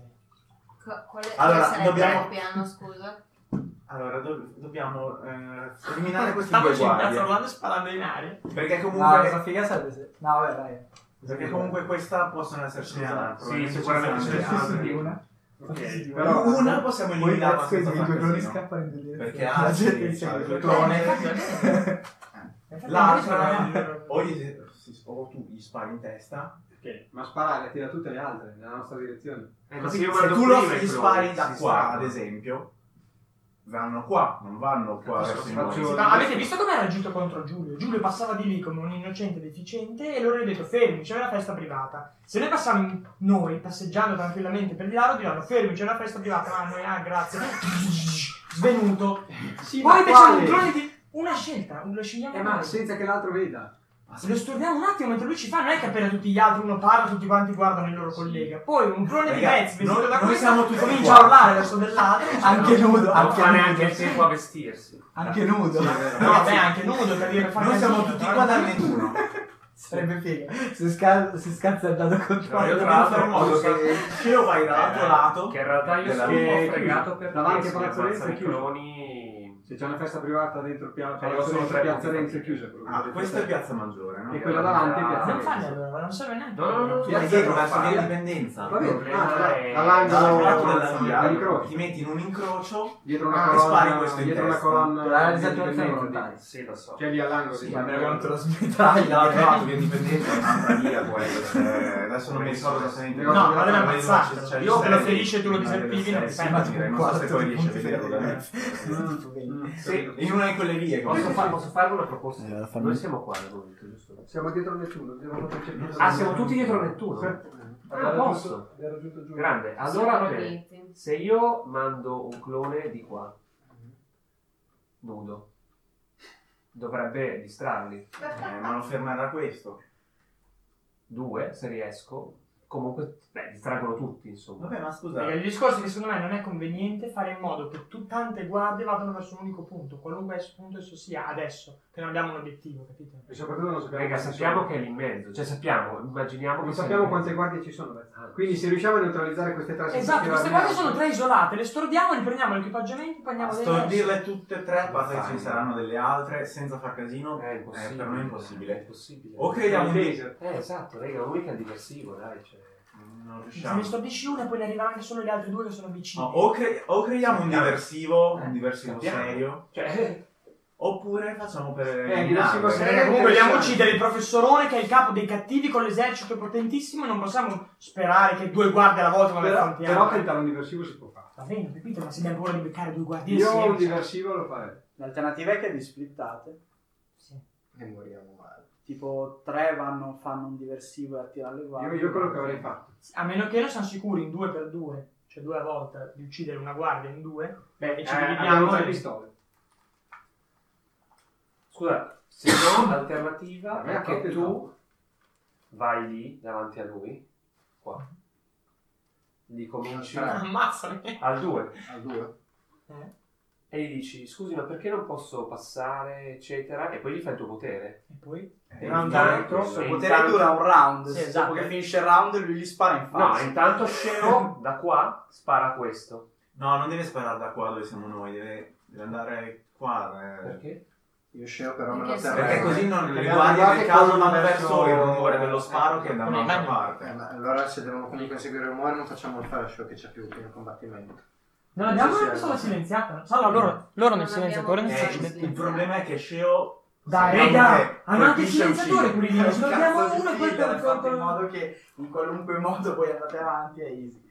co- quale Allora, quale sarebbe dobbiamo- il piano, scusa? Allora, do- dobbiamo eh, eliminare questi due eh. Stavamo in piazza guardie. urlando e sparando in aria. Perché No, la comunque cosa figa sarebbe se... No, vabbè, dai. Perché comunque questa possono esserci Esatto. altre. Sì, sicuramente ci ce ne sono sono. altre. sì. Una. Ok. Però- Una possiamo Poi il eliminare cazzo di senza far due cloni casino. scappano in due direzioni. Perché la gente altri insieme. due clone. clone. L'altra o, gli- si- o tu gli spari in testa. Ma sparare tira tutte le altre nella nostra direzione. Eh, ma Così, se io se mando tu lo prima i cloni, gli spari da si qua, stanno. ad esempio, vanno qua, non vanno qua Faccio- verso i faccio- muri. Ma avete visto come era agito contro Giulio? Giulio passava di lì come un innocente deficiente e loro gli hanno detto fermi, c'è una festa privata. Se noi passiamo in- noi passeggiando tranquillamente per di là, loro diranno fermi, c'è una festa privata. Ma noi, ah, grazie. svenuto. Sì, Poi ma invece quale? un clone di... Una scelta, lo scegliamo Eh, ma noi. senza che l'altro veda. Se lo storniamo un attimo mentre lui ci fa, non è che appena tutti gli altri uno parla, tutti quanti guardano il loro collega. Poi un clone di Raga, Betz vestito noi- da noi questo siamo tutti comincia qua. a urlare verso dell'altro. Anche nudo, Non anche fa neanche nudo. il tempo a vestirsi. Anche nudo. No, vabbè, anche nudo per dire fa Noi siamo casino, tutti però- qua da 21. Sarebbe figo. Se, sca- se scazza il dado No, io contrario. tra l'altro fare in Cioè, modo che Sceo vai dall'altro lato. ah, Che in realtà io Della- sono un che- po' fregato perché davanti a se Palazzo ne Renzi è ammazzano i chiuso. cloni. Se c'è una festa privata dentro pia- io Palazzo sono Renzi, tre Piazza punti. Renzi è chiusa. quello che Ah, vedete. questa è Piazza Maggiore, no? E quella davanti è Piazza Non Renzi. farne allora, non serve neanche. No, no, no, Quella Piazza dietro, non verso fa. via Indipendenza. Va bene, problema ah, è- Dall'altro lato dall'angolo della via, all'incrocio. ti metti in un incrocio Dietro Ah, una e spari colonna, questo in dietro una testa. colonna. Per la indipendente. disattivazione volontaria. Sì, lo so. Cioè lì all'angolo. Sì, di- ma non te lo Dai, smetterai. l'altro lato via Indipendenza è un'altra via quella. eh, Adesso non mi ricordo esattamente No, cosa. non deve Ma ammazzarti. non so se c'è il Io quello sei, felice, tu lo ma deve disattivi, essere non il ti sei, sembra. sì, direi, Non so se poi eh. riesci a vederlo. Sì. In una di quelle vie. Posso, fare fa- posso farvi una proposta? Eh, la fammi- Noi siamo qua al momento, giusto? Siamo dietro Nettuno, abbiamo fatto il cerchio. Ah, siamo tutti dietro Nettuno? Abbiamo Ah, raggiunto- posso. abbiamo raggiunto giù. Grande. Allora, va bene. Sicuramente. Se io mando un clone di qua, nudo, dovrebbe distrarli. Eh, ma lo fermerà questo. Due, se riesco. Comunque, beh, distraggono tutti, insomma. Vabbè, ma scusa. Perché il discorso è che secondo me non è conveniente fare in modo che tu- tante guardie vadano verso un unico punto, qualunque esso punto esso sia adesso, che non abbiamo un obiettivo, capito? E soprattutto non sappiamo. Raga, quanti sappiamo sono. che è lì in mezzo. Cioè, sappiamo, immaginiamo Non che sia sappiamo lì in quante mezzo. Ah, guardie ci sono. Quindi se riusciamo a neutralizzare queste tre Esatto, queste guardie sono tre tre isolate, le stordiamo, ne prendiamo l'equipaggiamento, poi andiamo Stordirle tutte e tre, a parte che Fai. ci saranno delle altre, senza far casino, Eh, è è impossibile. per noi è impossibile. impossibile. O creiamo un... Eh, esatto, raga, unica diversivo, dai, cioè. Non Se riusciamo. ne stordisci una, poi ne arrivano anche solo le altre due che sono vicine. diciamo. No, o, cre- o creiamo un Sappiamo. diversivo, Eh, un diversivo sappiamo. serio, Cioè, oppure facciamo per... Eh, diversivo eliminare. serio. Raga, comunque vogliamo uccidere il professorone che è il capo dei cattivi con l'esercito potentissimo e non possiamo sperare che due guardie alla volta non le Però, affrontiamo. però tentare un diversivo si può fare. Va bene, ho capito, ma se abbiamo paura di beccare due guardie Io insieme, un diversivo lo farei. L'alternativa è che vi splittate. sì. E moriamo male. Tipo tre vanno, fanno un diversivo e attirano le Io, guardie. io quello che avrei fatto. A meno che non siamo sicuri in due per due, cioè due a volta, di uccidere una guardia in due, beh, e ci Eh, dividiamo. abbiamo tre e- pistole. scusa, se no, l'alternativa Eh, è che proprio tu no. vai lì davanti a lui, qua. Gli cominci Ah. Ammazzami. al 2 Al due? Eh? e gli dici scusi ma perché non posso passare eccetera e poi gli fai il tuo potere. E poi? Eh, Intanto, intanto- se- Il intanto- potere dura un round. Sì, se esatto. Dopo che finisce il round lui gli spara in No, faccia. intanto Scemo da qua spara questo. No, non deve sparare da qua dove siamo noi, deve, deve andare qua. eh. Perché? Io scemo però me lo Perché terrei. Perché così non le Perché guardie guardie del caso con vanno verso- verso il rumore dello sparo che è da Con un'altra il bagno. Eh, parte. ma allora se devono comunque seguire il rumore non facciamo il flash show che c'è più nel combattimento. Non abbiamo Sì, sì, una persona allora. silenziata. No, no, loro, loro nel Non silenziatore non abbiamo- sono Eh, silenziati. Il problema è che Sceo... Dai, sappiamo raga, che hanno anche il colpisce Eh, e silenziatore uccide. quelli lì. Cazzo, Scordiamo uno e sì, poi dai, con- con- fate in con... modo che in qualunque modo voi andate avanti è easy.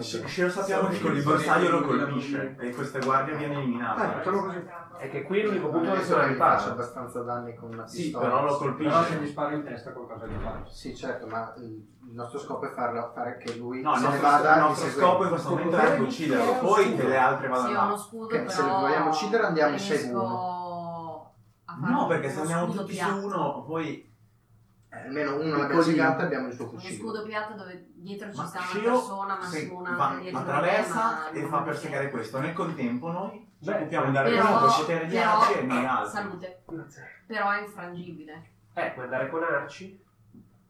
Sce- Sceo sappiamo che con il bersaglio lo colpisce e questa guardia viene Dai, eliminata. facciamo così. È che qui l'unico punto Non dove è sono che gli faccio arrivato. abbastanza danni con una Sì, pistola. però lo Però se gli colpisce. sparo in testa qualcosa di faccio. Sì, certo, ma il il nostro scopo è farlo fare che lui No, il se ne nostro, vada il di nostro seguente. scopo in questo momento è anche ucciderlo, poi che le altre Sì, ho uno vadano là. scudo, Che però... se lo vogliamo uccidere andiamo in riesco 6-1. a fare No, perché se uno andiamo scudo tutti su piatto. uno, poi... Eh, Almeno uno Piccolino. l'abbiamo gigante abbiamo il suo Uno fucile. scudo piatto dove dietro ci Ma sta Sceo una persona, se- massimo va- un'altra dietro. attraversa di me, e ma fa non per c'è. segare questo. Nel contempo noi ci Beh, occupiamo di dare Però- contro il potere di però- Arce e noi altri. Salute. Però è infrangibile. Eh, puoi andare con Arci.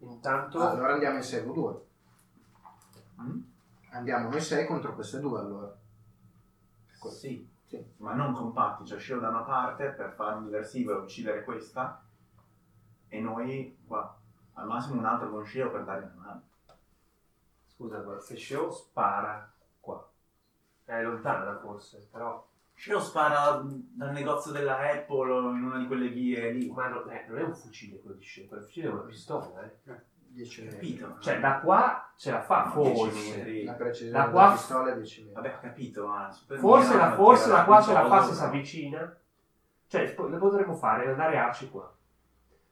Intanto Allora andiamo in 6 2 Mm? Andiamo noi 6 contro queste due allora. Sì. Sì. ma non compatti, cioè Sceo da una parte per fare un diversivo e uccidere questa e noi qua, al massimo un altro con Sceo per dargli una mano. Scusa, ma se Sceo spara qua. È lontana forse, però. Sceo spara dal negozio della Apple o in una di quelle vie lì, Ma non è, eh, non è un fucile quello di Sceo, quel fucile è una pistola, eh. 10 metri. capito? Cioè, da qua ce la fa, No, dieci forse. metri. La Da precisione qua- della pistola è 10 metri. Vabbè, ho capito, ma super Forse Milano, la, forse tirare la qua un ce la fa soldo, se si no? avvicina. Cioè, po- lo potremmo fare è andare Arci qua.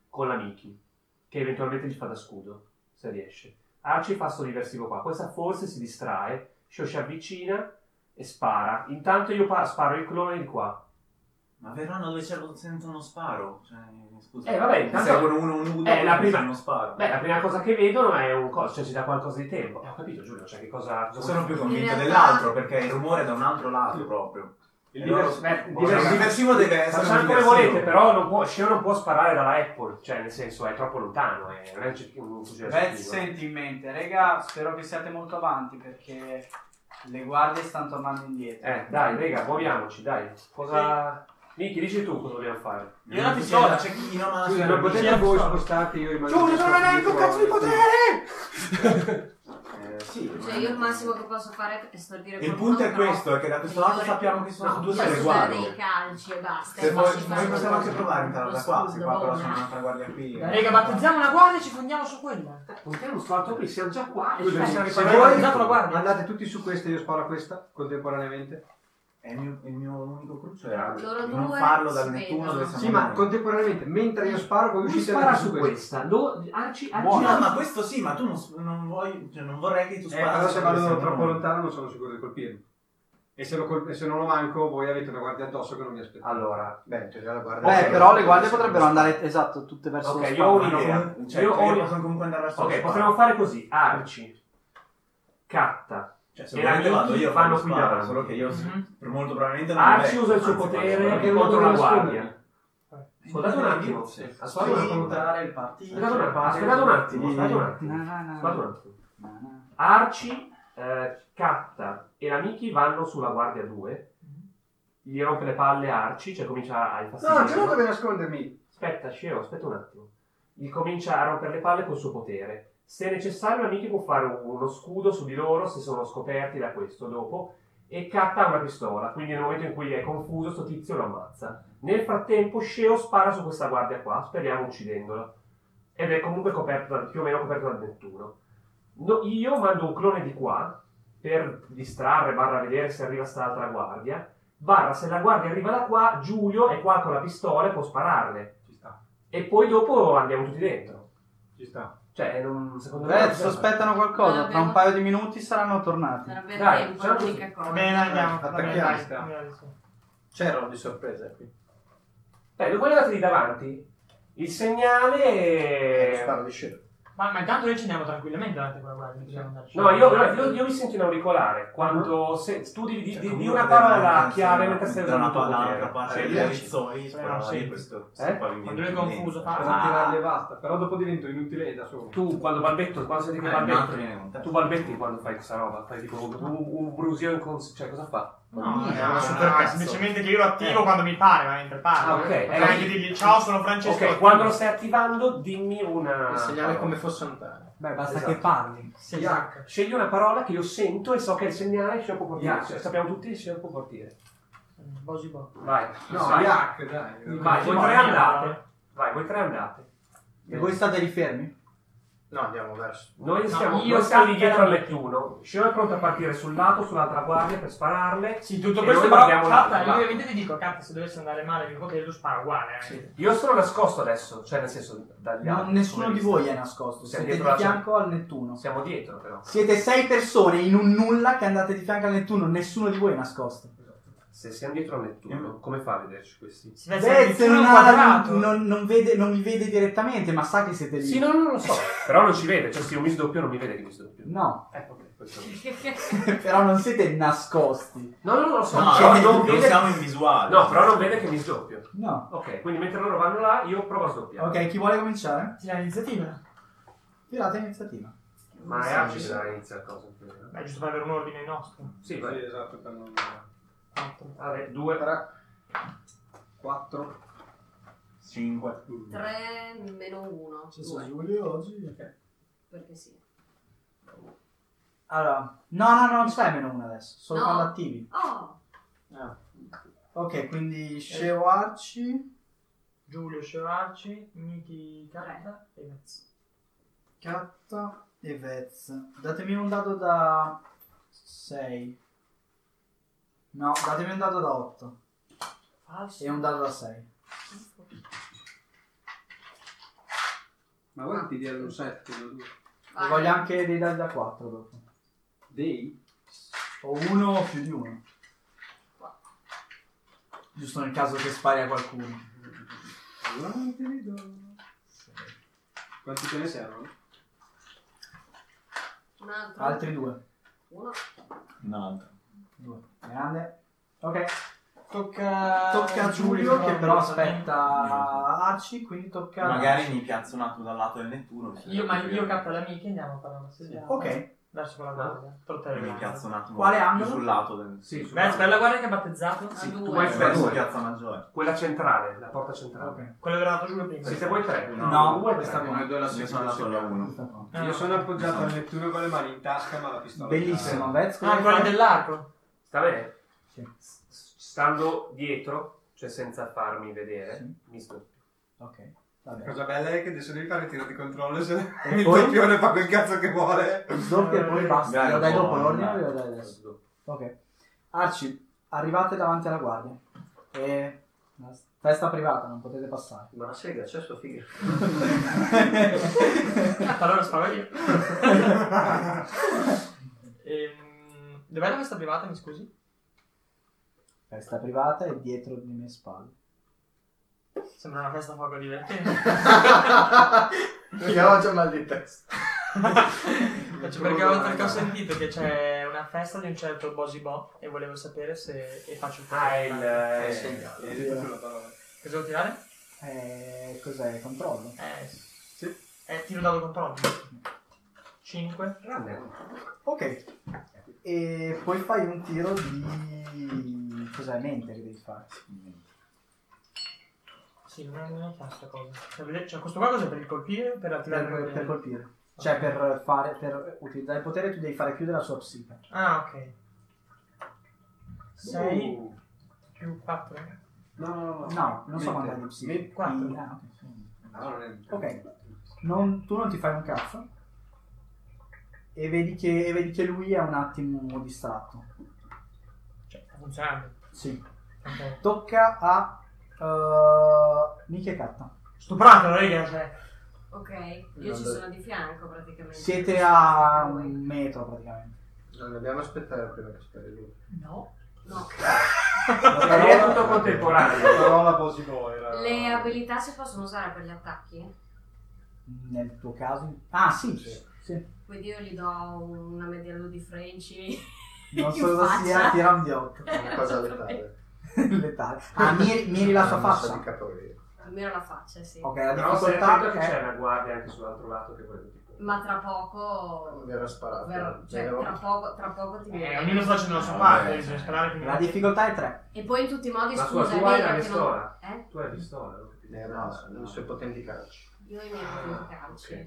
Con la Miki, che eventualmente gli fa da scudo, se riesce. Arci fa sto diversivo qua. Questa forse si distrae, Sceo si avvicina e spara. Intanto io pa- sparo il clone di qua. Ma verranno dove c'è lo- sento uno sparo. Cioè, scusa. Eh, vabbè, intanto- Servono uno, uno, uno, Eh, la uno, prima- uno sparo. Beh, la prima cosa che vedono è un coso, cioè ci dà qualcosa di tempo. Eh, ho capito Giulio, cioè che cosa... cosa Sono più In convinto realtà- dell'altro perché il rumore è da un altro lato proprio. Il E loro- divers- beh, il Ora, divers- il diversivo deve essere Facciamo un come diversivo. volete, però non può, Shiro non può sparare dalla Apple, cioè nel senso è troppo lontano, è, non è un cer- un fucile Beh, esecutivo. senti in mente, raga, spero che siate molto avanti perché le guardie stanno tornando indietro. Eh, dai, rega, muoviamoci, dai. Cosa... Miki, dici tu cosa dobbiamo fare. Io la Pistola, pistola. c'è chi non ha Scusa, la non pistola. potete voi spostarti io rimango. Giulio, non hai neanche un cazzo di potere! Eh, sì. Cioè, io il massimo che posso fare è custodire Il qualcuno, punto è però questo, è che da Eh, questo lato sappiamo che sono due io sale sono dei guardie. calci e basta. Se e vuoi, faccio noi fare possiamo anche qualcosa. provare a entrare da qua, se Scusa, qua però c'è buona. un'altra guardia qui. eh. Raga, battezziamo una guardia e ci fondiamo su quella. Puntiamo sto altro qui, siamo già qua e ci Scusa, facciamo se riparare. voi- voi Guardate la guardia. andate tutti su questa e io sparo a questa contemporaneamente. È il mio, il mio unico cruccio era Loro non due farlo si dal Nettuno vedono. dove siamo Sì, ma noi. contemporaneamente, mentre io sparo, voi Lui uscite spara andate su questa, lo... Arci, Arci, Buono. no, No, ma questo sì, ma tu non, s- non vuoi, cioè, non vorrei che tu Eh, sparassi. però se dove vado siamo troppo noi. lontano non sono sicuro di colpirmi. E se, lo col- e se non lo manco, voi avete una guardia addosso che non mi aspetta. Allora, Beh, in teoria la guardia... Beh, Ok, però le guardie potrebbero andare, esatto, tutte verso ok, lo io ho sparo. Ma no, un'idea. comunque- cioè, Io ho io un'idea. posso comunque andare verso lo Ok, sparo. potremmo fare così, Arci, Catta, Cioè, se e vuoi la io vado, io fanno fanno qui qui davanti. solo che io s- Mhm. per molto probabilmente non Arci vedo, usa il suo anzi, potere guarda, perché contro non la devo guardia. Ascoltate un attimo, Sì. ascoltate un attimo. Contare il partito. Aspettate un attimo, aspettate un attimo, aspettate un attimo. Aspettate un attimo. Arci, eh, Catta e la Miki vanno sulla guardia 2. Gli rompe le palle Arci, cioè comincia a Mhm. No, ce l'ho infastidire. dove nascondermi. aspetta, Sceo, aspetta un attimo. Gli comincia a rompere le palle col suo potere. Se necessario, la Miki può fare uno scudo su di loro se sono scoperti da questo dopo. E Catta ha una pistola, quindi nel momento in cui è confuso, sto tizio lo ammazza. Nel frattempo, Sceo spara su questa guardia qua, speriamo uccidendola. Ed è comunque coperto dal- più o meno coperto dal 21. No, io mando un clone di qua per distrarre, barra vedere se arriva sta altra guardia. Barra, se la guardia arriva da qua, Giulio è qua con la pistola e può spararle. Ci sta, E poi dopo andiamo tutti dentro. ci sta. Cioè, non, secondo Eh, me... Beh, sospettano qualcosa, tra un paio di minuti saranno tornati. Per avere Dai, tempo, è facciamo l'unica cosa. Va bene, dai, andiamo. Va bene, Attacchiamo, dai. sta. C'erano di sorpresa eh, qui. Beh, Eh, voi andate lì davanti. Il segnale... Eh, Sparo di scena. Ma, ma intanto noi ci andiamo tranquillamente davanti a quella guardia. possiamo andarci. No, io, guarda, io, io mi sento in auricolare. Quando se, tu di, di- Cioè, di- di una comunque deve parola essere chiave da- mentre stai da una usando il tuo parola potere. all'altra parte. Cioè, Io io- rizzo, io Eh, no, sparo, io sì. questo. Eh? Quando lui è confuso, fa- Posso Ah. tirarle e basta, però dopo divento inutile e da solo. Tu, quando balbetto, quando senti che Eh, balbetti... Tu Tu balbetti quando fai questa roba, fai tipo un, un brusio incons- Cioè, cosa fa? No, Eh, è ma super una super cazzo. semplicemente che io lo attivo quando mi pare, ma mentre parlo. Ah, ok. Non Eh, è che dirgli ciao, sono Francesco. Ok, quando lo stai attivando, dimmi una... Il segnale parola. come fosse lontano. Beh, basta Esatto. che parli. Sì, esatto. Scegli una parola che io sento e so che è il segnale che può portire. Yak. Cioè, sappiamo tutti che può portire. Bosi bo. Vai. No, vai. yak, dai. Vai, voi Bosi tre bo- andate. Vai, voi tre andate. E voi state lì fermi? No, andiamo verso. Noi stiamo, io noi stiamo lì sto dietro al andando. lettuno. Scemo è pronto a partire sul lato, sull'altra guardia per spararle. Sì, tutto E questo noi però. guardiamo l'altro Catta, io lato. ovviamente ti dico, Catta, se dovesse andare male il potere, spara uguale. eh. Io sono nascosto adesso, cioè nel senso dagli No, altri. nessuno come di visto. voi è nascosto, Siamo siete di dietro la- fianco al Nettuno. Siamo dietro però. Siete sei persone in un nulla che andate di fianco al Nettuno, nessuno di voi è nascosto. Se siamo dietro al lettuno, Eh. come fa a vederci questi? Si vede Beh, se addirittura non, un ha, quadrato. non, non vede, non vi vede direttamente, ma sa che siete lì. Sì, no, non lo so. però non ci vede, cioè se io mi sdoppio non mi vede che mi sdoppio. No, Eh, ok, questo. però non siete nascosti. No, no, non lo so. No, però eh, no, non Cioè, non vede- siamo in visuale. No, però non vede che mi sdoppio. No. Ok, quindi mentre loro vanno là, io provo a sdoppiare. Ok, chi vuole cominciare? Sì, l'iniziativa. Tirate iniziativa. Ma è Arci che deve iniziare cosa. Beh, giusto per avere un ordine nostro. Sì, Sì, vai. esatto, per non... Vabbè, due. 4. 5. 3 meno 1. Giulio oggi? Ok. Perché sì. Allora, no, no, no, non fai meno uno adesso, solo No. quando attivi. Oh, Ok, quindi Eh. Sceo Arci. Giulio Scevarci, Miki Catta e Mezzo. Catta e Vez. Datemi un dado da 6. No, datemi un dado da 8 Falso. e un dado da 6. Ma guardi di un 7, E voglio anche dei dadi da 4 dopo. Dei? O uno o più di uno. Giusto nel caso che spari a qualcuno. Quanti ce ne servono? Un altro. Altri due. Uno. Un altro. Due. Grande. Ok. Tocca, Tocca a Giulio, che però aspetta Arci, quindi tocca... Magari mi piazzo un attimo dal lato del Nettuno. visto Io, che ma qui io è- capo la mica andiamo a fare una passeggiata. Ok, Verso quella guardia. Portare Mi piazzo un attimo Quale più angolo? sul lato del... Cioè, Sì, su- Beh, per la guardia che ha battezzato. A Tu due. puoi- vai verso due. Piazza Maggiore. Quella centrale, la porta centrale. Quello che era andato giù prima. Siete voi tre? No, due, questa tre. no. Noi due alla Io seconda, sono sì. andato alla 1. Questa qua. Ah. Io sono appoggiato al Nettuno con le mani in tasca ma la pistola. Bellissimo, Vez, cosa Ah, fai? quello dell'arco. Sta bene? Sì. S- s- Stando dietro, cioè senza farmi vedere, Sì. mi scoppio. Ok, La vabbè. cosa bella è che adesso devi fare il tiro di controllo se il poi? doppione fa quel cazzo che vuole. Doppio e poi basta. Dai, Lo dai buono, dopo l'ordine o dai. lo dai adesso? Ok. Arci, arrivate davanti alla guardia. E... Festa privata, non potete passare. Ma la sega c'è sua figa. allora sparo io. Ehm, Dov'è la festa privata, mi scusi? Festa privata è dietro le mie spalle. Sembra una festa poco divertente. Perché ho già mal di testa. Cioè, perché avevo- perché ho sentito che c'è una festa di un certo Bosibò e volevo sapere se... e faccio il Ah, è il... Eh, eh, segnalo. Hai detto tu la parola. Cosa devo tirare? Eh, cos'è? Controllo? Eh, sì. Eh, tiro dado controllo. 5. Ok. E poi fai un tiro di... Cos'è? Mente che devi fare. Sì, non è, non è chiara questa cosa. Cioè, vedete- cioè, questo qua cos'è per il colpire? Per attirare Per, il- per colpire. Cioè per, fare, per utilizzare il potere tu devi fare chiudere la sua psiche. Ah, ok. 6 Uh, più eh. 4. No, no, no. Uh, No, non Mente. so quanto è di psiche. Mente. Quindi- Quattro. ah, ok. Ah, non è- Ok. Non- tu non ti fai un cazzo e vedi, che, e vedi che lui è un attimo distratto. Cioè, sta funzionando. Sì. Ok. Tocca a uh, Mica e Katta. Stuprato, raga, cioè. Ok, io ci sono di fianco praticamente. Siete a un metro praticamente. Non dobbiamo aspettare prima che spari lui. No. Eh. No. Perché è tutto contemporaneo. La parola Bossy Boy. la- Le abilità si possono usare per gli attacchi? Nel tuo caso? Ah sì. sì. Quindi io gli do una mediallo di Frenci. Non so in cosa faccia. sia, tira un diotto. Una cosa letale. Letale. Ah, miri, miri la sua Una mossa faccia. di capoeira. Almeno la faccia, sì. Ok, la Però se attento difficoltà che è... c'è una guardia anche sull'altro lato che vuole tipo... Ma tra poco... Verrà sparato. verrà- cioè, Verrà- tra poco, tra poco ti Eh, viene. ognuno sta facendo la sua Vabbè, parte, cioè. bisogna sperare che La difficoltà è 3. E poi in tutti i modi, Ma scusa, scusa, tu è hai vero la che non... pistola. Eh? Tu hai la pistola, Ah, no? Eh, no, i suoi potenti calci. Io ho i miei propri calci. ok.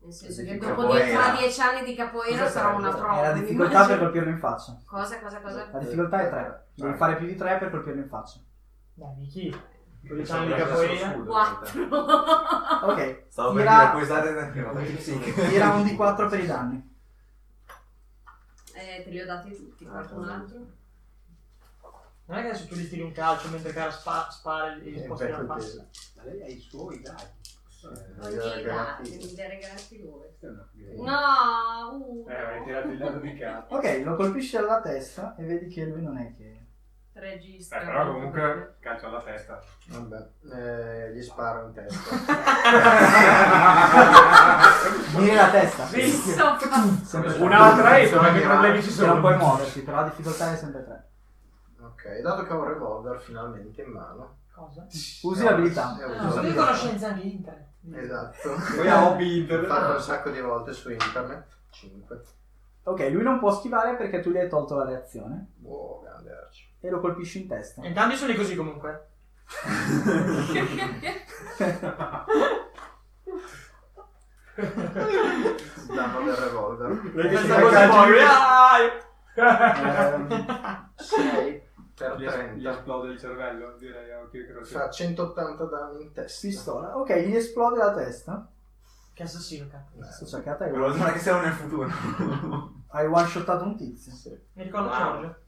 Nel senso Di che dopo capoeira. die- tra dieci anni di capoeira Cosa sarò una sarebbe? pro. È la mi difficoltà immagino. per colpirlo in faccia. Cosa, cosa, cosa? Eh, La difficoltà è 3. Devi fare più di 3 per colpirlo in faccia. Dai, Miki. Perché anni di sono capoeira. scudo, in Quattro. Ok, Stavo per Tira- dire, puoi usare Eh, anche una Eh, tira un D4 per i danni. Eh, te li ho dati tutti, Ah, qualcun sì. altro? Non è che adesso tu gli tiri un calcio mentre cara spa- spara e gli Eh, sposti la beh, faccia. Ma lei ha i suoi, dai. Eh, gliela Ogni dati, garantisco. mi li ha regalati lui. Questa è una figata. No, uh, Eh, hai tirato il dado di carta. Ok, lo colpisci alla testa e vedi che lui non è che... regista. Eh, però comunque calcio alla testa. Vabbè, eh, gli sparo in testa. Miri la testa. Sto fa- Sempre tre. Un'altra e Sono ma che ignorante. problemi ci Che non sono? puoi muoverti, però la difficoltà è sempre 3. ok, dato che ho un revolver finalmente in mano. Cosa? Usi eh, l'abilità. eh, uso Ah, sono di l'abilità. conoscenza anche internet. Esatto. Poi ha hobby L'ho internet. fatto un sacco di volte su internet. 5. Ok, lui non può schivare perché tu gli hai tolto la reazione Wow, grande Arci. e lo colpisci in testa. E tanti sono lì così comunque. Sdamo del revolver. Lei che si Pensa così poi. Ah! Ehm, 6 per Gli, es- gli 30. esplode il cervello, direi a occhio croce. Fa 180 danni in testa. pistola. Ok, gli esplode la testa. Che assassino, cazzo. Sto cercata hai Volevo dire che siamo nel futuro. hai one shotato un tizio. Sì. Mi ricordo Wow. Giorgio.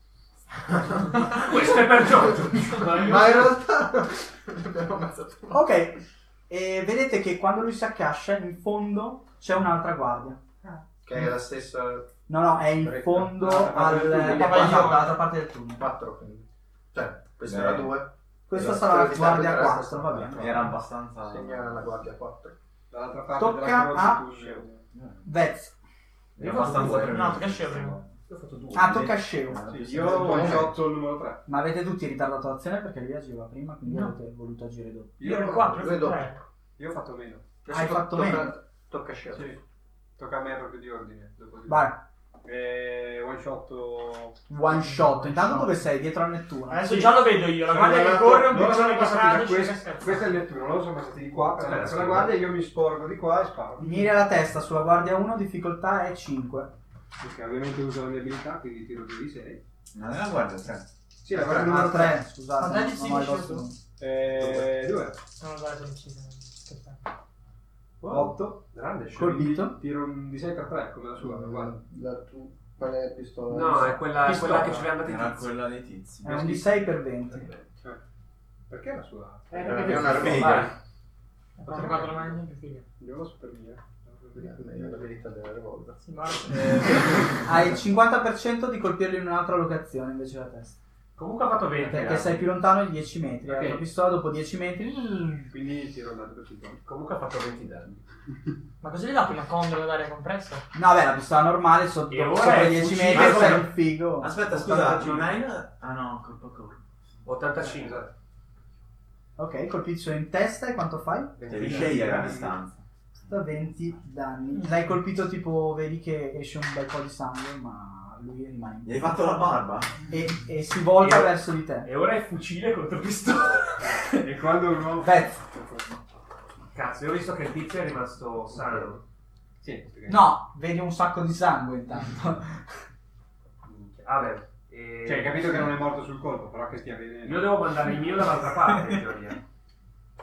Questo è per Giorgio. Ma in realtà abbiamo ammazzato uno. Ok, e vedete che quando lui si accascia in fondo c'è un'altra guardia. Che è la stessa No, no, è in Corretto. fondo Ah, al... quindi eh, è proprio quattro. dall'altra parte del tunnel. 4 quindi. Cioè, questa Beh. era 2. Questa sarà la guardia 4, va bene. Era abbastanza... Segna la guardia 4. Dall'altra parte Tocca della croce a- tu scende. Vez. Era abbastanza Due. No, tocca a previsto. Shevlin. Io ho fatto due. Ah, tocca a Scemo. Sì, io ho Buono. shot il numero 3. Ma avete tutti ritardato l'azione perché lui agiva prima, quindi No. avete voluto agire dopo. Io ero ho- 4, due io ero 3. Io ho fatto meno. Hai fatto meno. Tocca, tocca scelta. Sì. Tocca a me proprio di ordine. Dopo di Vai, E one shot. oh, one shot. Intanto dove sei? Dietro a Nettuno. Eh, Adesso già lo vedo io, la guardia che corre, Loro un cioè, piccione sono che passati strada, da ci questo, questo è il Nettuno, loro sono passati di qua per andare sulla guardia, io mi sporgo di qua e sparo. Miri alla testa sulla guardia 1, difficoltà è 5. Ok, ovviamente uso la mia abilità, quindi tiro 2 di 6. Non era guardia, cioè... Sì, la guardia Ah, numero 3. 3, scusate. Ma dai, di non cinque ho il ci vostro. Eh, 2. No, guarda, sono ucciso. Aspetta. 8. Grande scelta. Colpito. Tiro un di 6 per 3 come la sua, guarda. La tu... Qual è la pistola? No, è quella, è Pistola. quella che ci abbiamo dato Era in tizio. quella dei tizi. È un di 6 per 20. Eh, Perché la sua? Eh, È una vai. figa. Ho trovato la mano in figa. Andiamo su per mia. È la verità della revolver. Sì, ma... eh, Hai il 50% di colpirlo in un'altra locazione invece la testa. Comunque ha fatto 20. Perché ragazzi. sei più lontano di 10 metri. La tua Ok. Mm. pistola dopo 10 metri. Quindi tiro andato per 50. Comunque ha fatto 20 danni. ma cosa gli date una condola d'aria compressa? No, beh, la pistola normale sotto, E ora sopra è 10 fucile, metri come- sei un figo. Aspetta, scusa, non hai la... Ah no, colpa colpa. 85. Ok, colpisce in testa e quanto fai? Devi scegliere la distanza. Da 20 danni. Mm. L'hai colpito tipo, vedi che esce un bel po' di sangue, ma lui rimane in Gli hai fatto la barba? piedi. E, e si volta Io- verso di te. E ora è fucile contro pistola. E quando un uomo... Pezzo. Cazzo, io ho visto che il tizio è rimasto sano. Sì, perché- No, vedi un sacco di sangue intanto. Minchia. Vabbè. E... Cioè, hai capito che non è morto sul colpo, però che stia bene. Io devo mandare il mio dall'altra parte, in teoria.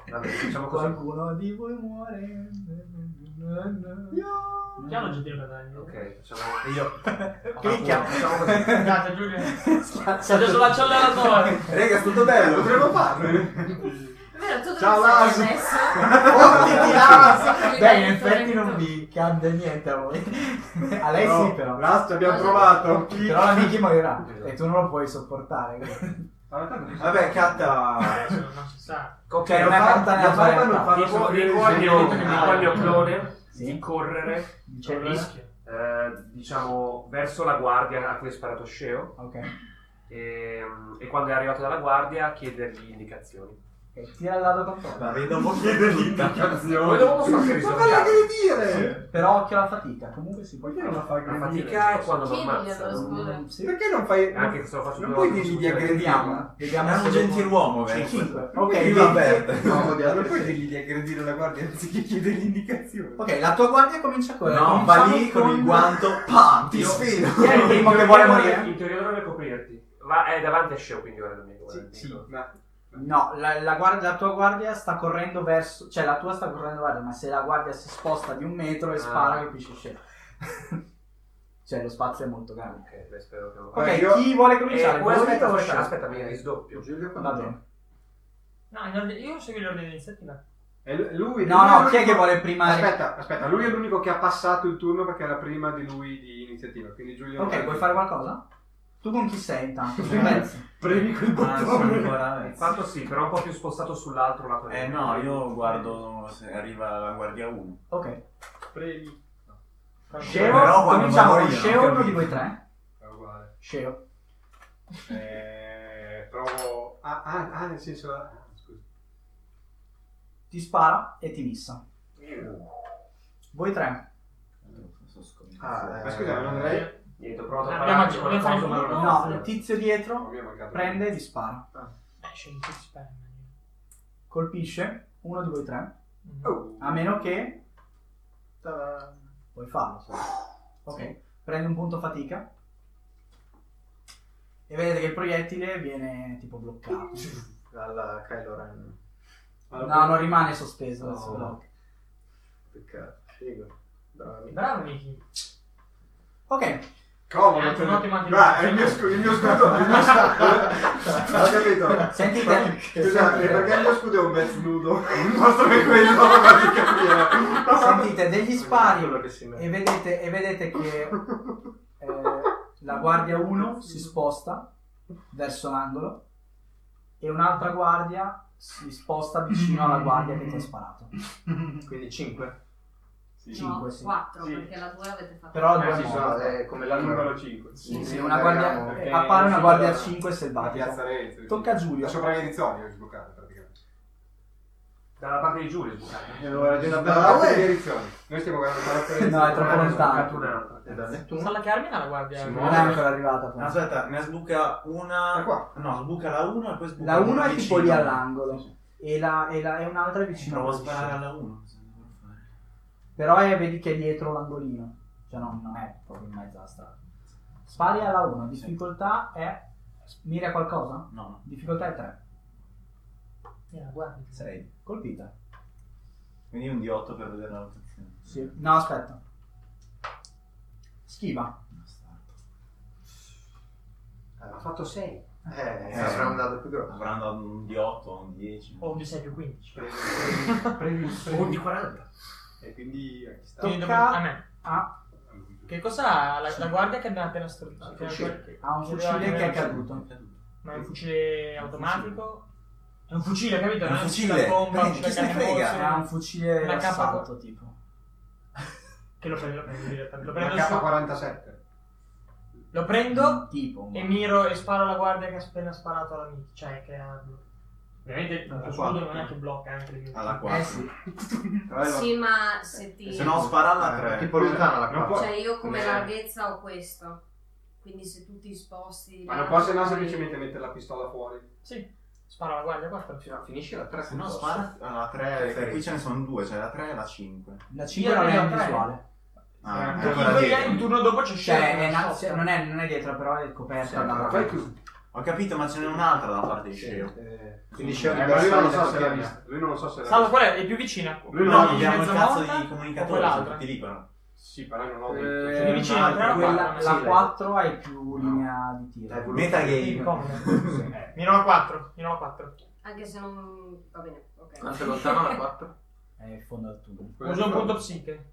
Vabbè, diciamo così. Qualcuno di voi muore. Già l'ho già detto Daniel. Ok, facciamo... E io... Minchia. Facciamo così. Guardate, Giulio. Si è Schiacciato. adesso la ciolla alla torre. Raga, è stato bello. Potremmo farlo. È vero, tu dove Ciao, sei Lars. adesso? Ah, Beh, in effetti non vi cambia niente a voi. A lei sì, però. Last abbiamo provato. Però la Miki morirà e tu non lo puoi sopportare. Vabbè, catta... Eh, sono necessario. Ok, Cioè, non è fatta nella sua realtà. Dico, dico al mio, dico al mio clone di correre, C'è il rischio. eh, diciamo, verso la guardia a cui è sparato Sceo Ok. e, Ehm, e quando è arrivato dalla guardia chiedergli indicazioni. Ok, Tira il dado con La vedo un po' chiedergli. Poi dopo posso anche risolvere. dire? Però occhio alla fatica, comunque si può Perché non la fai La Cioè, aggredire? fatica è quando lo Chiedili allora, ammazzano. scusa. Perché non fai... E Anche se lo faccio Non due puoi volte, dirgli di scusa. aggredirla. Vediamo È un se- gentiluomo, vero? Cinque. Non puoi Ok, dirgli- vedi- No, di Non puoi altri dirgli di aggredire la guardia anziché chiedergli indicazioni. ok, la tua guardia comincia a correre. No, va Cominciamo lì con il con- guanto, pam, ti Io- sfido. Chi è il Il primo primo che che vuole vuole morire? In teoria dovrebbe coprirti. Va, è davanti a Sceo, quindi ora non mi Sì, ricordo. sì, ma... No, la, la guardia- la tua guardia sta correndo verso... Cioè, la tua sta correndo verso... Ma se la guardia si sposta di un metro e Ah. spara, capisci? Cioè, cioè, lo spazio è molto grande. Ok, beh, spero che lo Ok, Vabbè, io- chi vuole Eh, cominciare? poi Voi aspetta, o aspetta, Shep? aspetta, mi risdoppio. Giulio Va quando bene. No, in ordine- io seguo l'ordine di iniziativa. È lu- lui... No, lui è no, chi è che l'unico- vuole prima... Aspetta, aspetta, lui è l'unico che ha passato il turno perché era prima di lui di iniziativa, quindi Giulio... Ok, vuoi fare qualcosa? Tu con chi sei intanto? Pensi. Premi quel Ah, sono ancora Eh, mezzo. Fatto sì, però un po' più spostato sull'altro lato. Eh no, io guardo se arriva la guardia 1. Ok. Premi. Eh, Sceo, Però quando cominciamo con muori, Sceo, non uno di capisco. voi tre. È uguale. Sceo. Eh, provo... Ah, ah, ah, nel senso... ah, scusa. Ti spara e ti missa. Voi tre. Ah, Ma scusa, non eh, avrei... Niente, ho provato a Abbiamo parlare di aggiunto- qualcosa, ma abbiamo non- No, il tizio dietro mi ha mancato. prende e ti spara. Eh, scegli tu, spera. Colpisce uno di voi tre. Mhm. Oh. A meno che... Puoi farlo. se- Ok. Prende un punto fatica. E vedete che il proiettile viene tipo bloccato. Alla Kylo Ren. No, non rimane sospeso. No. si blocca. Peccato. Figo. Bravo amico. Bravo, Miki. Ok. Comodo, Anche un ottimo anche- Guarda, è il mio scudo, il mio scudo, il mio scudo. Ho capito. Sentite. Scusate, perché il mio scudo è un mezzo nudo? Il nostro è quello, non faccio capire. Sentite degli spari Quello che si mette. e vedete, e vedete che eh, la guardia 1 si sposta verso l'angolo e un'altra guardia si sposta vicino alla guardia che ti ha sparato. Quindi 5. Cinque, sì. 4 Sì. perché la 2 avete fatto. Però due due morti. sono, eh, come la numero 5. Sì, sì, sì, una vediamo, guardia, perché appare una sì, guardia allora, 5 La piazza selvatica. Renzi. Tocca a Giulio. La sopra Venezione è sbloccata praticamente. Dalla parte di Giulio, sbucate. Eh, Allora, di una La parte di bella Venezione. Noi stiamo guardando la parte di No, è Ah, troppo Venezione. lontano. e da Nettuno. Sala Carmina la guardia. Sì, Non è ancora arrivata. però. Aspetta, ne sbuca una. Da qua. No, sbuca la 1 e poi sbuca La 1 è tipo vicino. lì all'angolo. Sì, E, la, e, la, e un'altra è sì. vicino. Provo a alla piscina. sparare alla 1. Però è- vedi che è dietro l'angolino. Cioè non, non è proprio in mezzo alla strada. Spari alla 1. Difficoltà è... Miri a qualcosa? No, no. Difficoltà è 3. Eh, la guardia. 6. Colpita. Quindi un D8 per vedere la rotazione. Sì. No, aspetta. Schiva. Ha fatto 6. Eh, avrà un dado più grosso. Avranno dato un D8 o un 10. Oh, O un di 6 più 15. O un di 40. E quindi eh, ci sta. Quindi Tocca- dopo- a me. Ha, Che cos'ha la, la guardia che abbiamo appena strutto? Fucile. ha un fucile che è caduto. Ma è un fucile automatico? È un fucile, capito? È un Non fucile. Una bomba, cioè, Eh, un fucile chi se ne canne frega? morse, Ha un fucile Una capa- d'assalto tipo. Che lo prendo, lo prendo direttamente. Lo La prendo, su- K47. lo prendo Tipo. Eh, e miro e sparo alla guardia che ha appena sparato alla mia. Cioè, che ha... Ovviamente Alla lo scudo non quattro. è che blocca anche le mie. Alla Eh 4. sì. eh, Sì, ma se ti. Se no, spara alla Eh, 3. Tipo lontana la Non qua. può- Cioè, io come Eh. larghezza ho questo. Quindi se tu ti sposti. Ma non posso no semplicemente mettere la pistola fuori. Sì, sparo alla guardia 4. Fino- Finisci la 3. Se no, spara alla 3. Sei. qui ce ne sono due, cioè la 3 e la 5. La 5 Io non è ne ho in tre. visuale. Ah, Dopo- ancora dopo- dietro. il turno dopo c'è Cioè, è una na- sorta. non, è, non è dietro, però è coperta Sì, da una ma Poi roba. tu. Ho capito, ma ce n'è un'altra da parte di Sceo. Eh, Quindi eh, Sceo di ma lui non lo so bersaglio se l'ha qualche vista. Lui non lo so se l'ha Salvo, vista. qual è? È più vicina? Lui No, non abbiamo il mezza cazzo morta di o comunicatore, sono quell'altra? tutti liberi. Sì, però non ho detto. Eh, Più vicina, ma però quella- guarda, la sì, 4 è più linea di tiro. Dai, volume. Sì, Metagame. comodo. Miro la 4, miro la 4. Anche se non. Va bene, ok. Quanto è lontana la 4? È in fondo al tubo. Quella Uso un di punto fronte. psiche.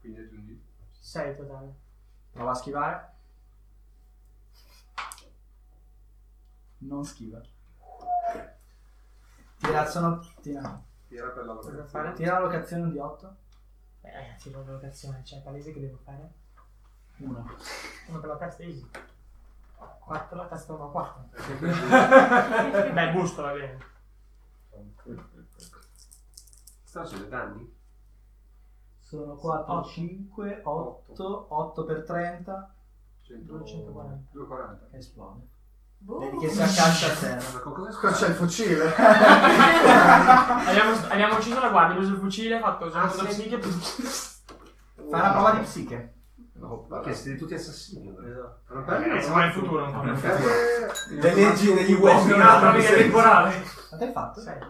Quindi aggiungi. 6 totale. Prova a schivare. Non schiva. Tira, sono, tira, Tira per la Cosa lavorazione. fare? tira la locazione di 8. Eh, ragazzi, la votazione, cioè, palese che devo fare? 1. Uno per la testa, easy. 4 la testa, no, 4. Beh, gusto, va bene. Stanno sui danni? Sono 4, Otto. 5, 8, 8 per 30. 240. 240. Che esplode. Oh. Boh. Vedi che si accascia a terra. Ma con cosa Qua c'è il fucile. Abbiamo, abbiamo ucciso la guardia, uso il fucile, ha fatto uso Ah, il punto sì. psiche. Fai una prova di psiche. No, Ma che siete tutti assassini? allora. Ma non perdi Eh, siamo nel futuro ancora. eh, Le leggi degli uomini. Questa è un'altra linea temporale. Quanto hai fatto? Sei.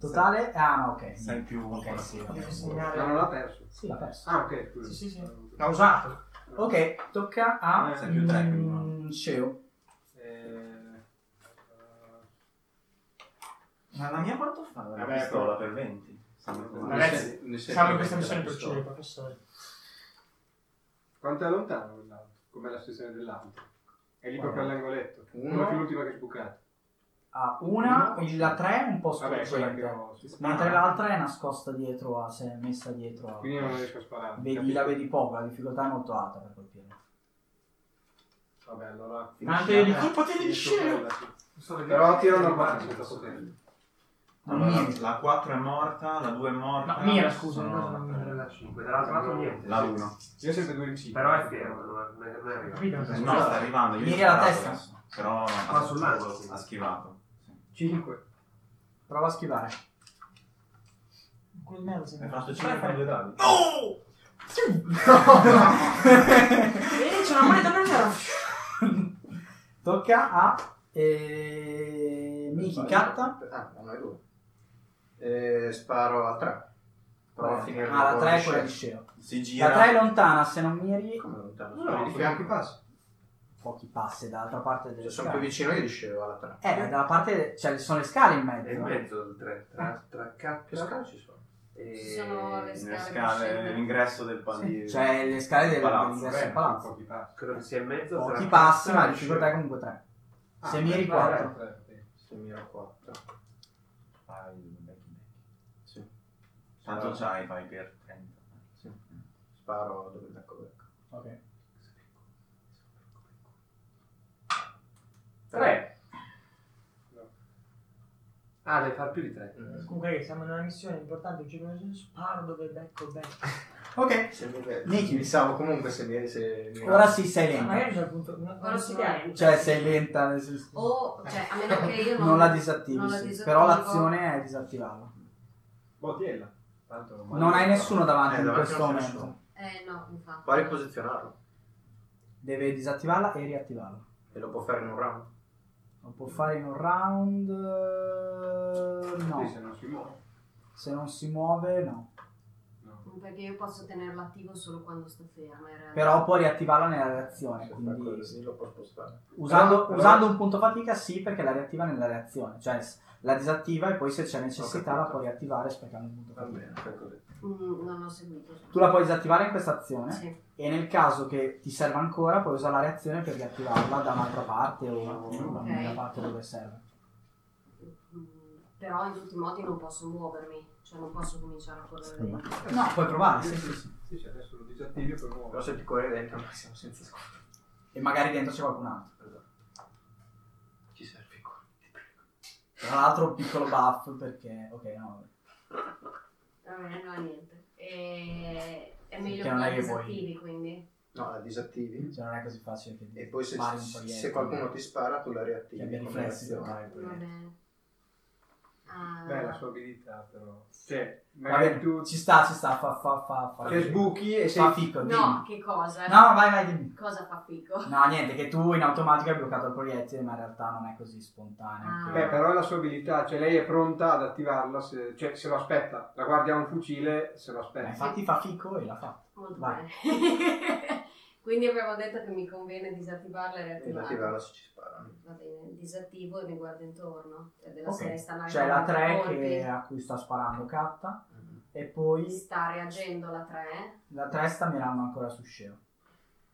Totale? Ah, no, ok. Sei più. Ok, sì. Devo Ma eh, non segnare. l'ha perso. Sì, l'ha perso. Ah, ok, scusa. Sì, sì, sì. Eh, L'ha usato. Ok, tocca a Eh, sei più tre, quindi no. mm, Sceo. eh, Ma la mia quanto fa? La Vabbè, pistola però- per 20. Eh, Ragazzi, eh, ne sei- Siamo in ne sei- questa missione cioè- per pistola. uccidere il professore. Quanto è lontano quell'altro? Com'è la situazione dell'altro? È lì proprio all'angoletto. Uno. Uno più l'ultima che è sbucata. A una, il- la 3 è un po' Vabbè, quella che sfuggente. ho. sì, sì. Mentre Ah. l'altra è nascosta dietro, a, se è messa dietro. A... Quindi non riesco a sparare. Cioè, Vedi, capito? la vedi poco, la difficoltà è molto alta per colpirlo. Vabbè, allora. Dante, di Eh, colpo te li finisce scemo. quella, sì. Però tiro normale senza potere. Non Allora, miri. la 4 è morta, la 2 è morta. No, mira, scusa, Sono no, la no, tre. La 5, dall'altro lato niente. La 1. Io ho sempre due in cinque. Però è fermo, non è, non è arrivato. Capito? No, sta arrivando. Io Mira la ho sparato testa. adesso. Però Ma ha, sull'angolo, ha schivato. Sì. 5. Prova a schivare. Con il mezzo, Hai signora. fatto 5 con due dadi. Oh! Vedi, Eh, c'è una moneta per terra. Tocca a eh, Miki Katta. Ah, a noi due. Eh, sparo a 3. Provo a finire Ah, la 3 è quella di Sceo. Si gira. La 3 è lontana, se non miri, Come lontano? No, no, No, di fianco i passi. pochi passi dall'altra parte Se del sono più scale. vicino io discevo alla 3. Eh, dalla parte, cioè ci sono le scale in È in mezzo. mezzo il 3. Tra, tra K Che scale ci sono? E... Ci sono le nelle scale. scale, che nell'ingresso del palazzo. Cioè, le scale del- eh, dell'ingresso Beh, del palazzo. Pochi passi. Credo che sia in mezzo. tra- Pochi passi, ma difficoltà è comunque 3. Ah, Ah, Se miri 4. certo, eh, Se mira 4. Fai vecchi vecchi. Sì. Tanto c'hai, fai per 30. Sì. Sparo dove becco becco. Ok. Tre. Ah, deve far più di tre. eh, Comunque siamo in una missione importante, ci vuole sparo dove becco becco. Ok. Se mi Nichi. pensavo comunque se mi se mi- Ora sì, sei lenta. Ma Eh, magari c'è il punto. non- Ora sono Non si chiama. lenta. Cioè, sei lenta. nel senso- O, cioè, a meno che io non, Non la disattivi, non la sì. disattivo. però l'azione è disattivarla. Bottiella. Tanto non Non hai nessuno davanti Eh, in davanti questo non c'è momento. nessuno. Eh, no, infatti. Può riposizionarlo Deve disattivarla e riattivarla. e lo può fare in un round. Lo può fare in un round. eh, Sì, se No. non si muove. Se non si muove, no. No. Perché io posso tenerlo attivo solo quando sto ferma. in realtà. Però può riattivarla nella reazione. Se fa Quindi così lo può spostare. Usando, Però- usando un punto fatica sì, perché la riattiva nella reazione, cioè s- la disattiva e poi se c'è necessità la puoi riattivare sprecando un punto Va fatica. bene, fai così. Mm, non ho seguito. Tu la puoi disattivare in questa azione Sì. e nel caso che ti serva ancora puoi usare la reazione per riattivarla da un'altra parte o Ok. nella parte dove serve. Mm, Però in tutti i modi non posso muovermi, cioè non posso cominciare a correre. Sì. dentro. No, puoi provare, sì, sì, sì. Sì, sì, adesso lo disattivi e poi Però muovo. se ti corri dentro ma siamo senza scudo. E magari dentro c'è qualcun altro. Ci serve il cuore, ti prego. Tra l'altro un piccolo buff perché... Ok, no, vabbè. Vabbè, no, niente. E... È meglio Che che non la è che vuoi- disattivi, quindi. No, la disattivi Cioè non è così facile che... e poi se, spari un se proiettile qualcuno ti spara tu la riattivi. Che abbia come riflessi per reazione. fare il Va proiettile. bene. Ah, Beh, la sua abilità però. Cioè, Va magari tu bene, ci sta, ci sta, fa, fa, fa, fa. che sbuchi e sei Fa fico, dimmi. No, che cosa? No, vai, vai, dimmi. Cosa fa Fico? No, niente, che tu in automatico hai bloccato il proiettile, ma in realtà non è così spontaneo. Ah. Beh, però è la sua abilità, cioè lei è pronta ad attivarla, se, cioè se lo aspetta, la guardia ha un fucile, se lo Ma aspetta. Eh, infatti fa fico e la fa. Molto Vai. bene. quindi abbiamo detto che mi conviene disattivarla e E riattivarla. riattivarla se ci spara. Va bene, disattivo e mi guardo intorno. Cioè, della Ok. sesta magari C'è la dando 3 colpi. che, a cui sta sparando Katta Mhm. e poi Sta reagendo la 3, la 3 sta mirando ancora su Sceo.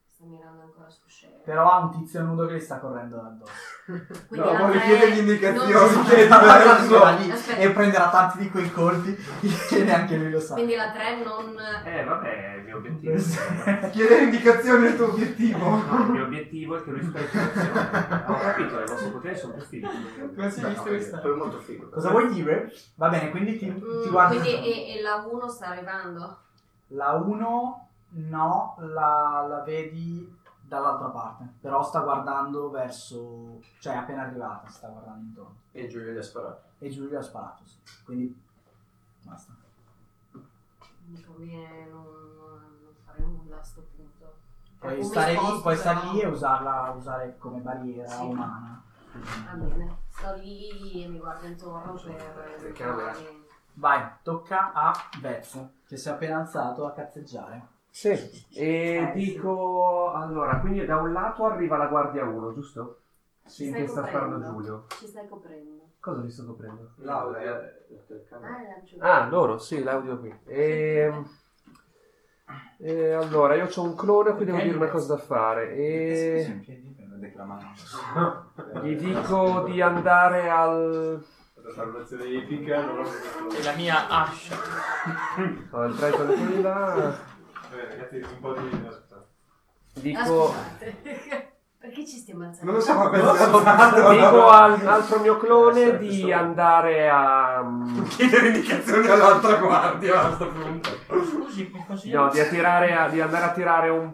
sta mirando ancora su Shea. Però ha un tizio nudo che gli sta correndo addosso. Quindi la voglio tre chiedergli non- indicazioni, Aspetta. Allora arriverà lì Aspetta. e prenderà tanti di quei colpi che neanche lui lo sa. Quindi la 3 non... Eh, vabbè, è il mio obiettivo. Chiedere indicazioni è il tuo obiettivo. No, il mio obiettivo è che lui specchi l'azione. Ho capito, le vostre poteri sono più figli. Non si è Beh, visto no, questa. Poi è molto figo. Cosa vuoi dire? Va bene, quindi ti, Mm, ti guardi. quindi e, e la 1 sta arrivando. La 1 no, la, la vedi dall'altra parte, però sta guardando verso... cioè è appena arrivata, sta guardando intorno. E Giulio gli ha sparato. E Giulio ha sparato, sì. Quindi basta. Mi conviene non, non fare nulla a sto punto. Puoi Come stare lì, sposto, puoi stare però? lì e usarla usare come barriera Sì. umana. Va bene, sto lì e mi guardo intorno per... Perché la vera- evitare- Vai, tocca a Vez, che si è appena alzato a cazzeggiare. Sì. Eh, E dico, allora, quindi da un lato arriva la guardia 1, giusto? Ci che stai sta sparando coprendo. Giulio. Ci stai coprendo. Cosa ti sto coprendo? eh. L'audio. Ah, è laggiù. Ah, loro, sì, l'audio qui. Ehm, eh, allora, io ho un clone a cui devo dire una cosa da fare. E... E in piedi per declamare. gli dico di andare al. La salvazione epica, non E la mia ascia. No, il trento di quelli là. ragazzi, un po' di... Ah, Dico. scusate. Perché ci stiamo alzando? Non lo so, Ah, Non penso... so, Dico all'altro mio clone di andare a. chiedere indicazioni all'altra guardia a questo punto. Scusi, mi consigli? No, di, attirare a- di andare a tirare un,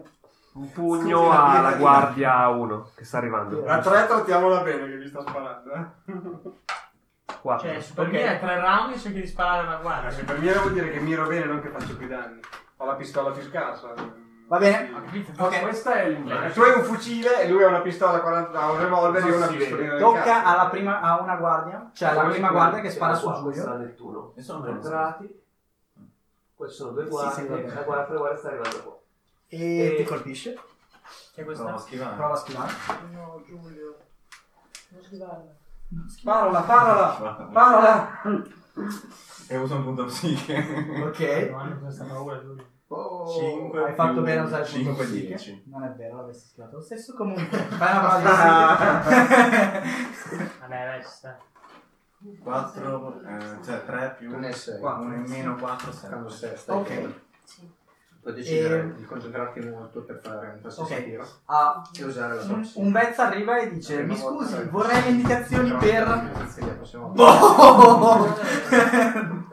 un pugno Scusi, la alla mia- guardia 1 che sta arrivando. La 3 trattiamola bene che vi sta sparando. Eh? Quattro. Cioè, per me è tre round e cerchi di sparare una guardia. Perché per me vuol dire che miro bene, non che faccio più danni. Ho la pistola più scarsa. Va bene. Ho capito? Ok, Questa è Eh, il. Tu hai un fucile e lui ha una pistola 40, ha un revolver e io una Non si vede. pistolina. nel tocca cazzo. alla prima, a una guardia, cioè alla prima guardia che spara su Giulio. Sta Nettuno. E sono entrati. Questi sono due Sì, guardie. sì, va bene. la guardia tre guardie sta arrivando qua. E ti colpisce. C'è Provo a questa? schivare. Prova a schivare. No, Giulio. Non scrivarla. Parola, parola, parola. E uso un punto psiche. Oh, Ok. Giovanni, questa paura, Giulio. Oh, Cinque hai fatto più bene a usare il punto 5, psiche. 10. Non è vero, l'avresti schivato lo stesso comunque. Fai una parola di psiche. Vabbè, vai, ci sta. 4, cioè 3 più Tu ne sei. 1 in meno 4, Quando 7. sei, stai Ok. bene. Sì. Puoi decidere Ehm. di concentrarti molto per fare un qualsiasi Ok. tiro Ah, e usare la tua un, psiche. un Vez arriva e dice: Mi scusi, vorrei le indicazioni per. Boh! Boh!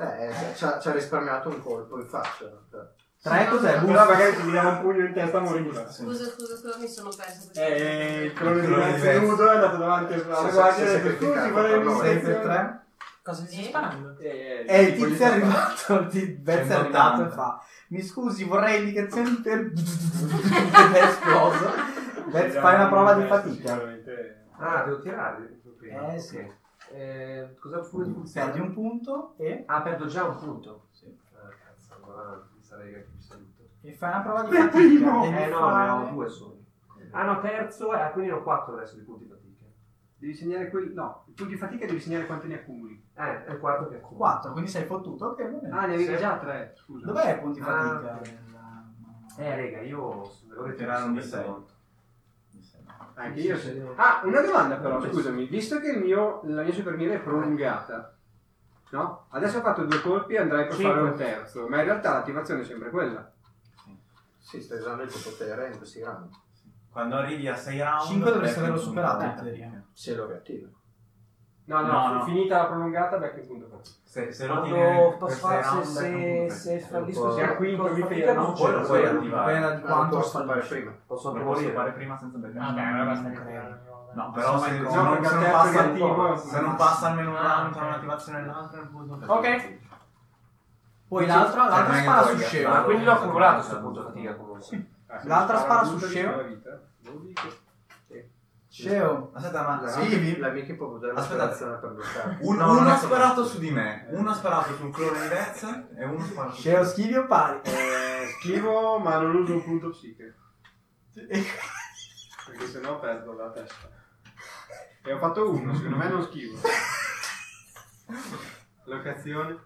Eh, ci ha, ci ha risparmiato un colpo in faccia. Beh, Tre cos'è? Però Boost? magari ti diamo un pugno in testa moriva. Scusa, scusa, scusa, mi sono persa. eh, E Eh, il clone clone di di Vez. nudo è andato davanti alla Si- guardia si- e si ha è detto criticato scusi vorrei per noi." Sei per un'indicazione. tre? Cosa mi stai Eh? sparando? Eh, E eh, il tizio è arrivato, il ti- Vez è 180. arrivato e fa: Mi scusi, vorrei indicazioni per. Ed è esploso. Vez, fai una prova di fatica. Ah, devo tirare. prima. Eh, sì. Ok. Eh, cosa fu- funziona? Perdi un punto e. Ah, perdo già un punto. Sì. Ah, cazzo, allora sarei anche più saluto. e fai una prova di fatica. Devi Eh no, fare- ne ho due soli. Ah no, terzo, eh, quindi ne ho quattro adesso di punti fatica. Devi segnare quel... No, i punti fatica devi segnare quanti ne accumuli. Eh, è il quarto che accumulo. 4, quindi sei fottuto. Ok, va bene. Ah, ne avevi Sì. già tre, scusa. Dov'è i punti Ah, fatica? ok. Nella- Eh, raga, io devo Tirare un di 6. Anche io se... Ah, una domanda però, scusami. Visto che il mio, la mia supermira è prolungata, no? Adesso ho fatto due colpi e andrai per Cinque. fare un terzo, ma in realtà l'attivazione è sempre quella. Sì, stai usando il tuo potere in questi round. Quando arrivi a 6 round... Cinque dovresti becchi un averlo superato, punto. in teoria. Se lo riattivi. No, no, No, fu- no. finita la prolungata, becco il punto. Se, se lo Quando tiri per posso 6 fare round... se, se, se fallisco po'- Se a sia quinto con mi fatica, fermo, non poi c'è lo la puoi soglia. attivare. Dipende da Ma non quanto posso fallisci. fare prima. Posso Lo anche posso morire. fare prima senza beccare. Vabbè, allora basta non ritirare. No, però se, se No, perché non, se al non terzo passa negativo è Diciamo un se non punto. passa almeno un Ah, round tra ok. un'attivazione e l'altra, è un punto. Ok. Poi l'altro, l'altra non è che spara puoi su gastare. scemo. Ah, quindi l'ho accumulato questo punto fatica comunque. Ah, se L'altra mi spara un su punto di scemo. quella vita. Scemo. Aspetta, ma L'amico l'amico può usare la Aspetta. sperazione per bloccarti. un, No, non uno è ha che- sparato su di me, uno ha sparato sul clone di Vez e uno ha sparato su Scemo schivi o pari. Eh, schivo, ma non uso un punto psiche, perché sennò perdo la testa. E ho fatto uno, secondo me non schivo. Locazione.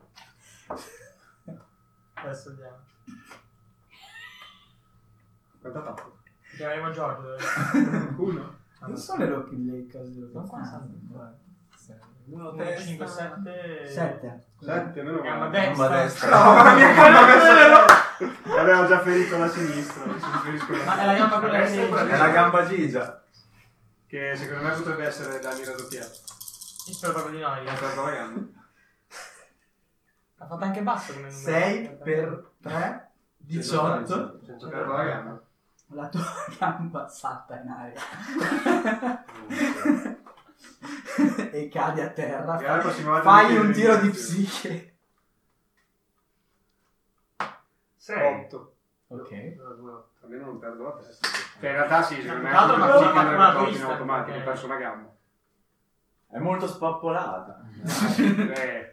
Adesso andiamo. Quanto ha fatto? Chiameremo Giorgio. eh. Uno. Non sono le, lo- le cose delle Non qua locazioni. 1, testa. 5, 7. 7. Sette, meno male. Gamma Gamba destra. destra. Mamma mia, quello che sono! Avevo già ferito la sinistra, non ci riferisco la Ma è la gamba quella che destra. È la gamba Gigia. Che secondo me potrebbe essere da mira doppiata. Io spero proprio di no. Mi ha io. perso la gamba. Ha fatto anche basso come numero. 6 per 3. 18. Ho perso la gamba. La tua gamba salta in aria. e cadi a terra. E alla prossima volta Fai mi un chiedi tiro di l'inizio. psiche. Oh. 6. Otto. Ok. Almeno non perdo la testa. Che Cioè, in realtà sì, secondo me Cioè, Tra l'altro è ma una sì, ma gamba una che in vista, automatico, eh. ho perso una gamba. È molto spappolata. Eh,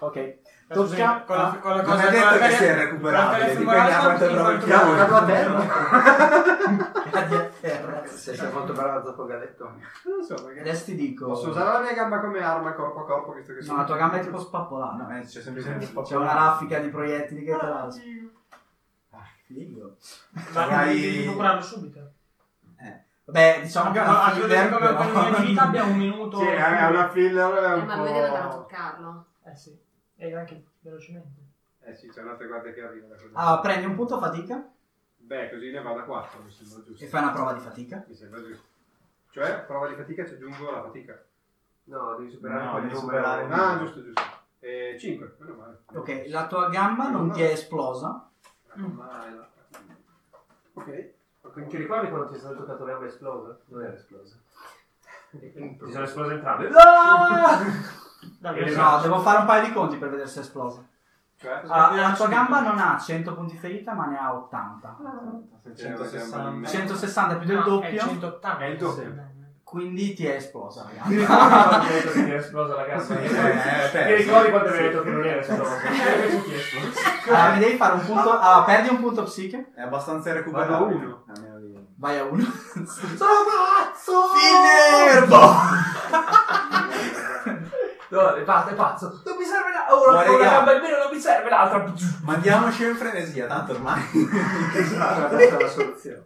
Ok. Tocca Tocca con la, a... con la Non cosa è detto con la che sia con la recuperabile, telefonata, dipende da quanto in proviamo. quanto- Chiamo la tua terra. Cadi a terra. Se sei molto bravo a Zappogaletto. Non lo so perché. Adesso ti dico... Posso usare la mia gamba come arma corpo a corpo visto che No, la tua gamba è tipo spappolata. No, eh, c'è semplicemente C'è una raffica di proiettili che te la... Ah, figo. Ma Vai. devi comprarlo subito. Beh, diciamo che è Abbiamo, una abbiamo filler, detto come con però- l'università abbiamo un minuto. Sì, eh, è una filler è Eh, un ma lui deve andare a po'... toccarlo. Eh sì. E anche velocemente. Eh sì, c'è un'altra guardia che arriva da quella. Ah, prendi un punto fatica Beh, così ne vado a 4, mi sembra giusto. e fai una prova di fatica. Mi sembra giusto. Cioè, prova di fatica, ci aggiungo la fatica. No, devi superare No, quel devi numero. superare. Ah, giusto, giusto. 5, meno male. Ok, la tua gamba non ti è esplosa. Male. Ok. Quindi ti ricordi quando ti è stato toccato la gamba esplosa? Non era esplosa. Ti sono esplose entrambe. Ah! Dai, E veloce. No, devo fare un paio di conti per vedere se è esplosa. Cioè, Ah, la tua gamba non ha 100 punti ferita, ma ne ha 80. Eh. 160 più del No, È doppio, 180. È il doppio. Sì. quindi ti è esplosa. la Ti gamba. ricordi quando ti ho detto che ti era esplosa la gamba? Ti Eh, ricordi quando avevi detto che non era esplosa? Invece ti è esplosa. Allora, mi devi fare un punto. Allora, perdi un punto psiche. È abbastanza Vado a recuperabile. uno. A meno di... Vai a 1. Sono pazzo! Finerbo! No, è pazzo, è pazzo. Non mi serve la... Oh, Ma una, una raga. gamba in meno, non mi serve l'altra. Mandiamoci in frenesia, tanto ormai. Esatto, questa è la soluzione.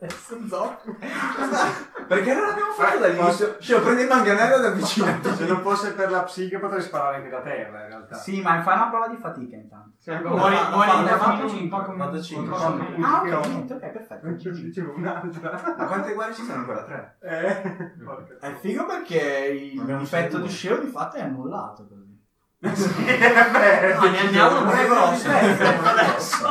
Perché non l'abbiamo fatto dall'inizio? Cioè, prendendo anche un aereo da vicino. Se non fosse per la psiche potrei sparare anche da terra in realtà. Sì, ma fai una prova di fatica intanto. Muori- muori in fatto fatica. 5 come Vado cinque. come- Sì. Ah, ok, niente, ok, perfetto. Non ce ne dicevo un'altra. Ah, Ma quante guerre ci sono ancora? Tre? Mm. Eh, porca. È figo perché il Abbiamo difetto solo di uno. Sceo di fatto è annullato così. Ah, No, ne andiamo un È grosso. adesso.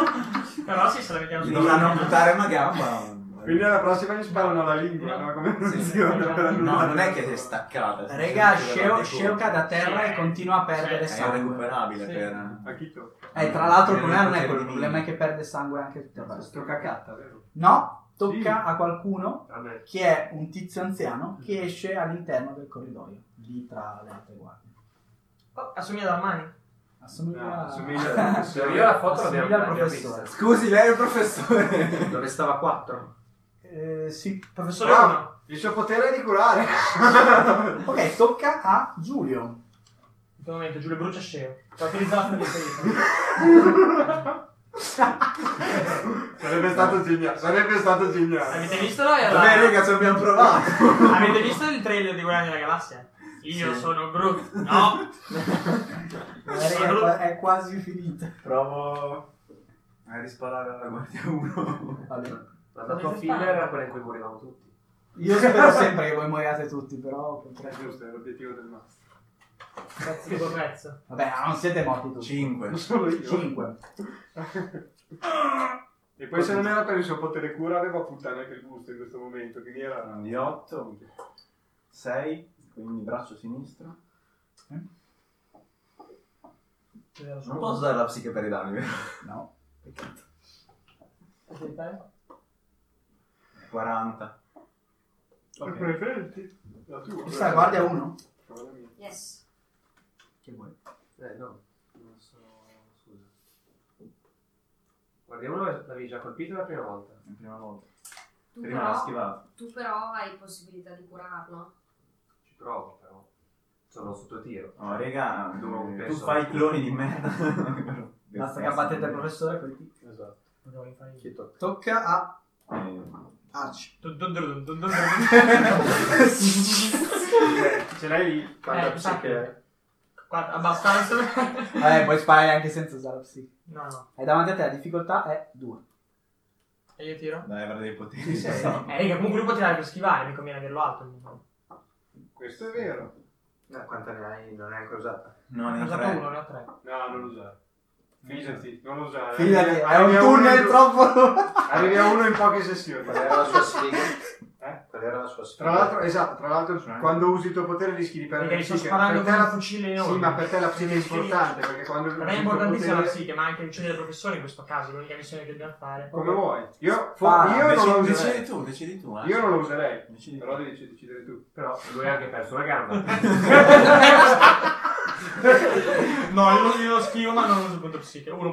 Però sì, se la vediamo Gli su dovranno buttare una gamba. Quindi alla prossima gli sparano la lingua, no? Come funziona? No, non è che è staccata. Raga, Sceo, Sceo Sceo cade a terra e continua a perdere È sangue. irrecuperabile Sì. per... A chi tocca? Eh, tra l'altro il problema non è È quello, il divino. problema è che perde sangue anche tutto il resto. Sto cacata, vero? No, tocca Sì. a qualcuno A me. che è un tizio anziano che esce all'interno del corridoio, lì tra le altre guardie. Oh, assomiglia ad Armani. Assomiglia Ah, a... assomiglia alla professione. Io la foto assomiglia l'abbiamo al l'abbiamo professore. vista. Scusi, lei è il professore. Lo restava 4. Eh, sì. Professore Uno. Ah, il suo potere è di curare. Ok, tocca a Giulio. In quel momento Giulio brucia Sceo. L'ha utilizzato per il Sarebbe stato geniale. Sarebbe stato geniale. Avete visto noi? alla- Vabbè, raga, ci abbiamo provato. Avete visto il trailer di Guardiani della Galassia? Io sono Groot. No. Magari è, qua- è quasi finita. Provo a risparare alla guardia 1. Vabbè. Ma la tua figlia era quella in cui morivamo tutti. Io spero sempre che voi moriate tutti, però È purtroppo... giusto, è l'obiettivo del master. Cazzo di pezzo. Vabbè, ma non siete morti tutti. 5. Non solo io. 5. E poi se non era per il suo potere cura aveva puttana anche il gusto in questo momento, quindi era... di 8, 6, quindi braccio sinistro. Non posso usare la psiche per i danni, vero? No. eh. 40. La preferenti? La tua. Questa è guardia 1. Guarda mia. Yes. Che vuoi? Eh no, non so. Scusa. Guardia uno l'avevi già colpito la prima volta. La prima volta. Tu Prima l'ha però, schivata. tu però hai possibilità di curarlo. Ci provo però. Sono sotto tiro. Oh, raga, Tu eh, tu penso- fai i cloni di merda. Basta che abbattete il professore, quel tizio. Esatto. Volevo fare io. Chi tocca? Tocca a Eh, Arci. Dun dun dun dun dun dun. Eh, ce l'hai lì? Eh, infatti. Guarda, abbastanza. Vabbè, Eh, puoi sparare anche senza usare la psiche. No, no. E davanti a te la difficoltà è 2. E io tiro? Dai, avrà dei poteri. Eh, raga, comunque lui può tirare per schivare, mi conviene averlo alto. Questo è vero. No, quanta ne hai? Non è ancora usata. Non Ne ho è usato tre. uno, ne ho tre. No, non lo usare. Fidati, non lo usare. Fidati, Arrivi- è arrivi un a uno in tunnel due- troppo... Arrivi a uno in poche sessioni. Qual era la sua sfiga? Eh? Qual era la sua sfiga? Tra l'altro, esatto, tra l'altro Cioè? quando usi il tuo potere rischi di Perché perdere gli il sto psiche. sparando Per con te un la fucile Sì, enorme. ma per te la psiche è Quindi, importante, perché quando Per usi il me è tuo importantissima la potere- psiche, ma anche l'uccisione delle professioni in questo caso, è l'unica missione che dobbiamo fare. Come vuoi. Io, fo- Ah, io non lo Decidi, decidi userei. tu, decidi tu. Eh. Io non lo userei. Decidi tu. Però devi dec- decidere tu. Però lui ha anche perso la gamba. No, io lo, io lo schivo, ma non uso punto psiche. Uno.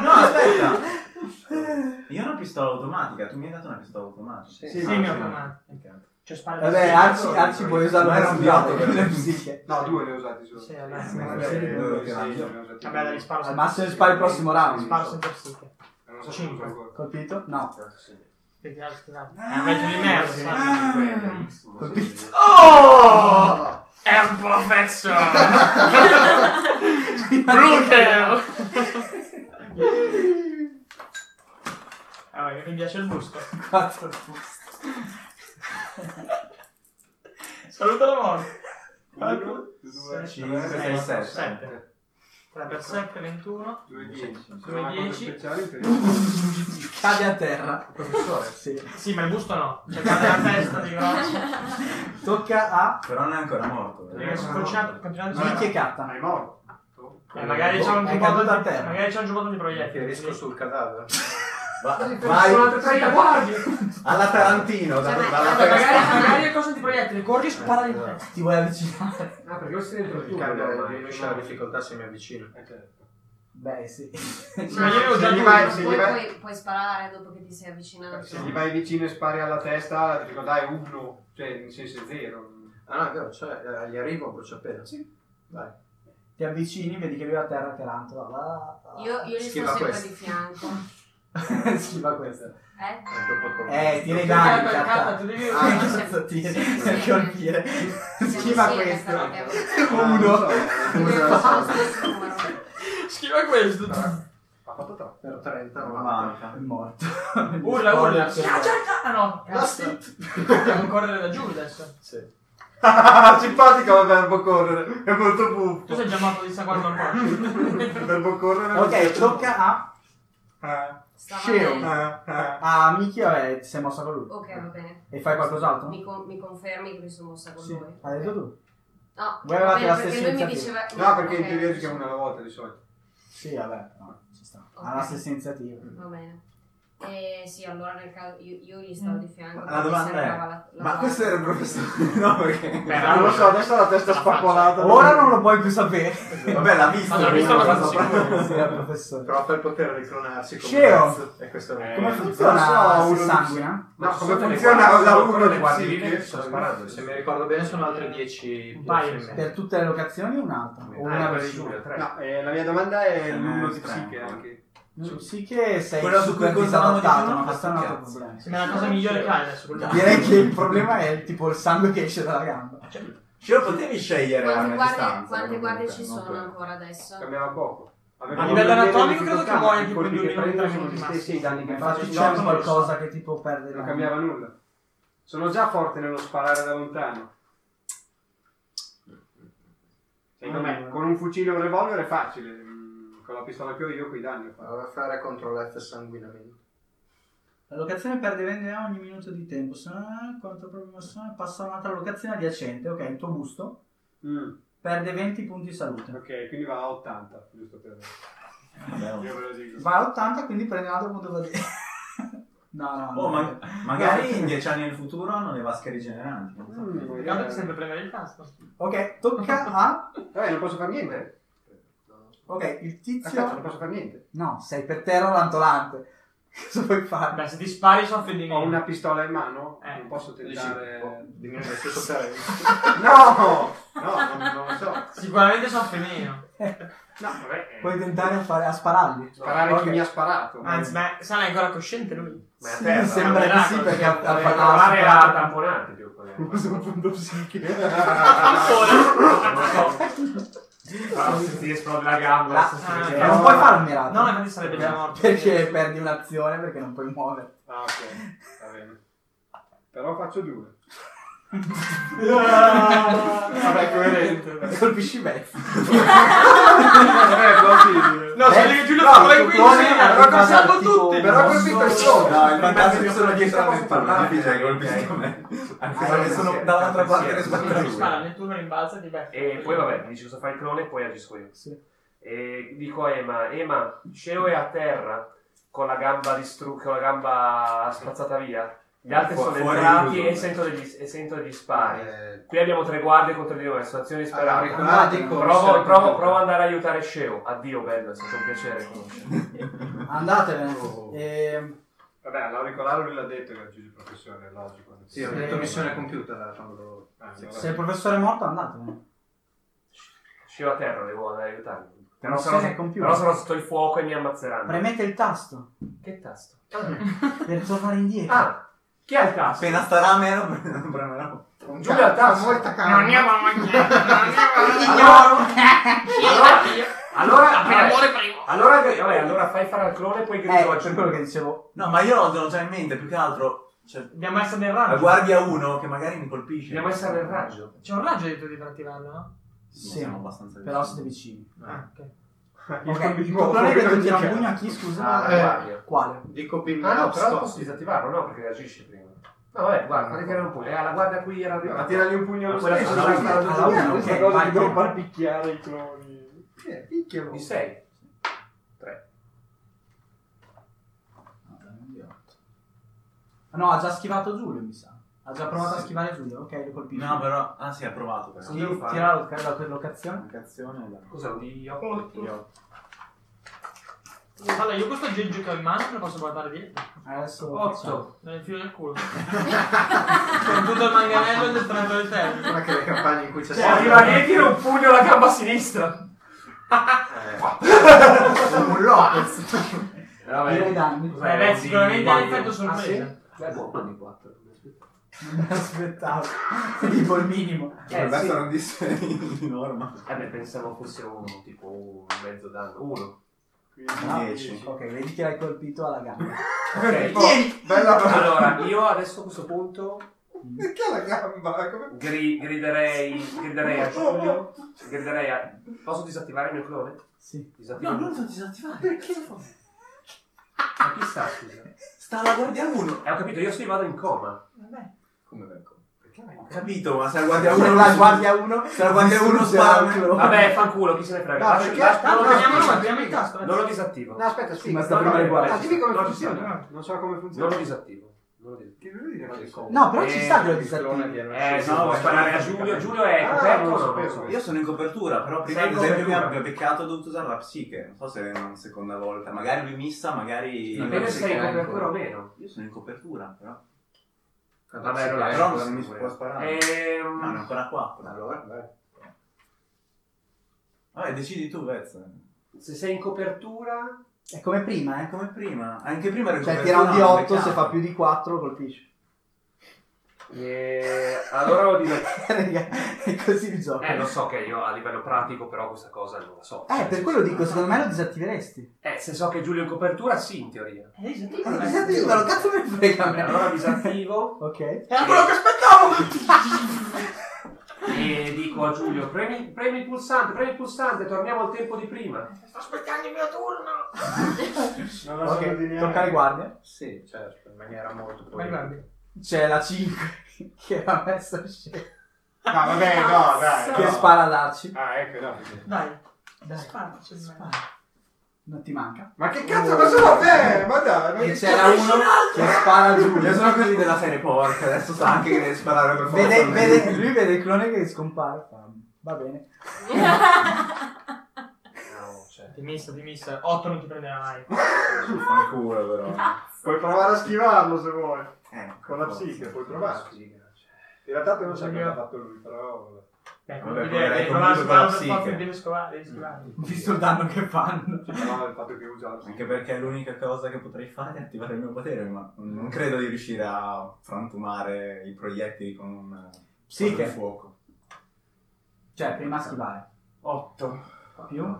No, aspetta. Io ho una pistola automatica, tu mi hai dato una pistola automatica. Sì. Sì, mi ho chiamato. Cioè, spara Vabbè, Arci, Arci puoi usarlo Ma per era un studiare diavolo, con le però. psiche. No, due ne ho usati solo. Sì, vabbè. Eh, Vabbè, sì, sì, due, sì, sì, sì. ne ho usati Vabbè, dai, due. sparo Al senza massimo gli spari il prossimo round. Sparo senza psiche. Non so se uso ancora. Colpito? No. Perché Arci, scusate. È un mezzo di merda, sai. Colpito. Oh! È un professor! Bluter! Ah, ma mi piace il busto. 4 Saluta la morte. Uno, due, Sei, tre, sei, quattro, sette. sette. 3 Ecco. per 7, 21. Due, dieci. Due, Sono una cosa dieci. speciale per- Cade a terra. Professore. Sì. Sì, ma il busto no. Cioè, guarda la testa "Ah, di grosso. Tocca a Ah, Però non è ancora morto. eh. Io sono continuato, continuato Micchi e Ah, Katta. è morto. Eh, magari c'è un È giubbotto caduto a di terra. Magari c'è un giubbotto di proiettili. Riferisco sul cadavere. Va- Sono vai altre 30 guardie. alla Tarantino, da- Cioè, dalla ma- Guarda, testa. magari, magari è cosa di proiettili, corri e spara in testa. Ti vuoi avvicinare? Ah, perché questo è dentro il Mi tuo cambia, ormai. diminuisce la difficoltà se mi avvicino. Eh, certo. Beh, sì. Ma io avevo già Se gli due. vai- Ma se poi gli vai- puoi, puoi sparare dopo che ti sei avvicinato. se gli vai vicino e spari alla testa, la difficoltà è uno, cioè in senso è zero. Ah, no, è vero, cioè, eh, gli arrivo a bruciapelo. Sì. Vai. Ti avvicini, vedi che lui è a terra che rantola. va, va. Io, io gli sto Schiva sempre questo. di fianco. Schiva questo. Eh? E dopo col- Eh, tira i Cazzo, Cioè, dadi. cazzo, cazzo. tu devi- Ah, Sì, cazzo, tira. sì, sì. Per colpire. Siamo Schiva insieme, questo. però abbiamo- Uno. abbiamo lo stesso numero. Schiva questo. Ha fatto troppo. Per 30, Una non manca. È morto. Urla, urla. Spoiler, Ah, già- Ah no, cazzo. Dobbiamo correre da giù adesso. Ah, Simpatica la verbo correre, è molto Tu buffo. sei già matto di sangue normale. Il verbo correre Ok, tocca a... Stava Scemo. bene. Ah, A Miki, vabbè, ti sei mossa con lui. Ok, va bene. E fai qualcos'altro? Mi, con- mi confermi che mi sono mossa con Sì, lui? hai detto tu? No, Voi va avevate bene, la perché stessa lui mi iniziativa. diceva... No, perché in ok, teoria giochiamo una alla volta di solito. Sì, vabbè, no, ci sta. Ok. Ha la stessa iniziativa. Va bene. Eh, sì, allora nel caso io, io gli stavo di fianco. La domanda mi è, sembrava la- la Ma tua- questo era il professore, no? Eh, Perché... Non lo so, adesso la testa spapolata. Ora non lo puoi più sapere. Vabbè, l'ha visto. Ma l'ha visto prima, abbastanza sopra- Sì, è il professore. Però fa il potere di Ah, clonarsi come Scemo. Guts, E questo è Come Eh, funziona? non so, Si uno- sanguina? No, come funziona la uno le di guardie psiche? lì che sto sparando. Se mi ricordo bene sono altri 10 Un paio, PSM. Per tutte le locazioni o un'altra? O una una versione? tre. No, eh, la mia domanda è l'uno di strano. eh. psiche anche. Sì che sei Quello su cui super contavamo di disadattato, più, ma ma questo è un altro cazzo. problema. Sembra la cosa migliore che hai adesso. quel cazzo. Direi che il problema è tipo il sangue che esce dalla gamba. Ce lo potevi scegliere a Quante una guardie, distanza, quante comunque, guardie ci non sono per- ancora adesso? Cambiava poco. Avevo A livello delle anatomico credo difficoltà, che muoia i tipo colpi che in diciamo due minuti, prendo tre sono gli minuti stessi i danni che faccio. Diciamo Infatti i c'è giorni non lo qualcosa che tipo perde so, la Non cambiava nulla. Sono già forte nello sparare da lontano. Secondo Vabbè. me, con un fucile o un revolver è facile. mm, Con la pistola che ho io, quei danni. qua. Allora fare contro l'F sanguinamento. La locazione perde vendita ogni minuto di tempo. Se non è quanto problema sono, passa a un'altra locazione adiacente. Ok, il tuo busto Mm, perde 20 punti di salute. ok, quindi va a 80. Giusto per. Io ve lo dico. Va a 80, quindi prende un altro punto fatica. no, no, no. Oh, ma- magari in dieci anni nel futuro hanno le vasche rigeneranti. non so. Mm, Peccato che eh, sempre premere il tasto. Ok, tocca a. Vabbè, Eh, non posso fare niente. Ok, il Aspetta, non tizio. posso fare niente. No, sei per terra rantolante. Cosa puoi fare? Beh, se ti spari sono Ho offendimento. una pistola in mano, Eh. non posso tentare. Dimmi lo stesso potere. No! No, non, non lo so. Sicuramente sono femminile. No, vabbè. eh, Puoi tentare a, fare, a spararli. Sparare Ok. chi mi ha sparato. Anzi, ma sarà Eh, ancora cosciente lui. Ma è a Sì, terra. sembra di sì, perché ha- ha Deve fatto la provare a superata. tamponarti più quella. Uso un punto psiche. Ancora. Ah, se ti esplode la gamba. Ah, se si ah, vede- Eh, non puoi fare un miracolo. No, infatti Ah, sarebbe già morto. Perché perdi un'azione perché non puoi muoverti. Ah, ok. Va bene. Però faccio due. Vabbè, coerente. Colpisci Beth. Vabbè, plausibile. No, se che Giulio no, fa quei tu 15 puoi- anni, lo conosciamo tipo- tutti. Però ho colpito il solo. No, il fantastico sono dietro Stiamo al parlando. parlare, cioè, colpisco me. Anche Ah, perché sì, sono sì, dall'altra sì, parte sì, che sì, sbatte Lui spara lui. nel turno rimbalza di Beth. E poi vabbè, mi dice cosa fa il clone e poi agisco io. Sì. E dico a Ema, Ema, Sceo è a terra con la gamba distrutta, con la gamba spazzata via. Gli altri Fu- sono fuori entrati chiuso, e beh. sento, degli, e sento degli spari. Qui abbiamo tre guardie contro di noi, situazione Allora, disperata. ricordati come Provo, serve provo, tutto. provo ad andare a aiutare Sceo. Addio, bello, è stato un piacere conoscerti. Andatevene. Oh. Ehm, Vabbè, l'auricolare lui l'ha detto che oggi il professore, è logico. Sì, ho detto missione compiuta quando... Ah, Sì, allora. se il professore è morto, andatevene. Sceo a terra, devo andare a aiutarmi. Però Non sarò, se ne compiuta. però sarò sotto il fuoco e mi ammazzeranno. Premete il tasto Che tasto? per tornare indietro. Ah, chi ha il tasto? Appena starà a meno, non premerò. Con Giulia calma, Tasso. con molta calma. Allora, Appena vabbè, muore primo. allora, vabbè, allora fai fare al clone e poi Eh, grido a per quello che dicevo. No, ma io l'ho già in mente, più che altro. Cioè, Dobbiamo essere nel la raggio. guardia 1 che magari mi colpisce. Dobbiamo essere nel raggio. C'è un raggio dietro di per attivarlo, no? Sì, siamo abbastanza però vicini. siete vicini. Eh. Ah, ok. Ok, il copione che tu cioè, tira un pugno a chi, scusa? Ah, eh. guardia. Quale? Dico Pim, Ah no, no, però stop. posso disattivarlo, no? Perché reagisce prima. No, vabbè, guarda, fate tirare un pugno. Eh, alla guardia qui era Ma tiragli un pugno Ma allo quella stesso. sono la- dai, dai, la- dai, la- questa ok, cosa vai, di non vai. far picchiare i cloni. Eh, picchialo. Di 6. 3. Ah, No, ha già schivato Giulio, mi sa. Ha già provato a Sì. schivare Giulio. Ok, lo colpisci. No, però. Ah, sì, ha provato. Però. Sì, tira la da quella locazione. Comunicazione da- Cos'è un D8? Io. Allora, io questo aggeggio che ho in mano me lo posso guardare dietro. Adesso. facciamo. 8. Nel filo del culo. Con premuto il manganello e il detonatore terra. Ma che le campagne in cui c'è Cioè, arriva lì e tira un pugno alla gamba sinistra. un Lopez. Direi danni. Cos'è? Beh, beh, Di- sicuramente ha l'effetto Ah, sorpresa. sì? Beh, buono di 4. Non mi aspettavo. tipo il minimo. Eh, Dovrebbe sì. essere un D6 di norma. Eh beh, pensavo fosse un tipo un mezzo danno. Uno. No? 10. Ok, vedi che l'hai colpito alla gamba. Ok. Tieni! Bella Allora, io adesso a questo punto Perché la gamba? Come gri- griderei, griderei a Giulio. Griderei a... Posso disattivare il mio clone? Sì. Disattivo. No, non lo disattivare. Perché? Ma chi sta, scusa? Sta alla guardia 1. Eh, ho capito, io se vado in coma. Come vengo? Perché Ho capito, ma se la guardia 1 Se la guardia 1 se la guardia 1 spara un clone. Vabbè, fanculo, chi se ne frega. No, Lascio- perché- lascio- Tanto non, lo no, veniamo disattivo. noi, abbiamo il tasto. non lo disattivo. No, aspetta, spiega. ma sta No, prima no, le guardie. no, dimmi come No, funziona. Non so come Non funziona. lo disattivo. Non lo disattivo. Che vuol dire fare combo? No, però ci Eh, sta che lo Il clone disattivi. viene- Eh, si no, può ma- sparare a Giulio. Giulio è Ah, coperto, lo no, sapevo. non so. Io sono in copertura, però prima Sei ad in esempio mi copertura. abbia beccato ho dovuto usare la psiche. Non so se è una seconda volta, magari lui missa, magari. Dipende se sei in copertura o meno. eh, Io sono in copertura, però. Vabbè, allora, Però però non mi si può sparare. Ah, Ehm, No, ne ho ancora 4. Allora, vai. Vabbè, decidi tu, Vez. Se sei in copertura, È come prima, eh. Come prima. Anche prima ero in Cioè tira copertura, un non ho D8, se beccato. fa più di 4 colpisci. eh, allora ho dire. Raga, è così il gioco. Eh, lo so che io a livello pratico, però questa cosa non la so. Eh, per quello dico, secondo me lo disattiveresti. Eh, se so che Giulio è in copertura, sì, in teoria. Eh, sì, sì. Lo disattivi, ma lo cazzo me ne frega a me. Vabbè, allora disattivo Ok. Era quello che aspettavo! e dico a Giulio: premi, premi il pulsante, premi il pulsante, torniamo al tempo di prima. Sto aspettando il mio turno! Non lo so Ok, dire. tocca alle guardie. Sì, certo, in maniera molto Ma guardi. C'è la 5 che era messa scena. No, vabbè, no, dai. Che no. spara all'arci. Ah, ecco, no. Dai, Dai, spara, c'è di me. Non ti manca. Ma che cazzo, ma sono a me? Ma dai, ma E che c'era uno che spara a Io Giulio. sono così della serie porca, adesso sa anche che deve sparare per forza. Vede, vede- lui vede il clone che scompare. fa, Va bene. No, cioè. Ti missa, ti missa. 8 non ti prenderà mai. Fa culo però. Puoi provare a schivarlo se vuoi. Eh, Con la psiche, puoi provare. In realtà tu non sai cosa ha fatto lui, però... Vabbè, Beh, come poi dire, devi hai provare a comunque sparare la per forza, psiche. devi scovare, devi scovare. Visto il danno che fanno. Cioè, no, il fatto che usa la Anche perché è l'unica cosa che potrei fare è attivare il mio potere, ma non credo di riuscire a frantumare i proiettili con un Sì, con il che- fuoco. Cioè, prima schivare. 8. Più?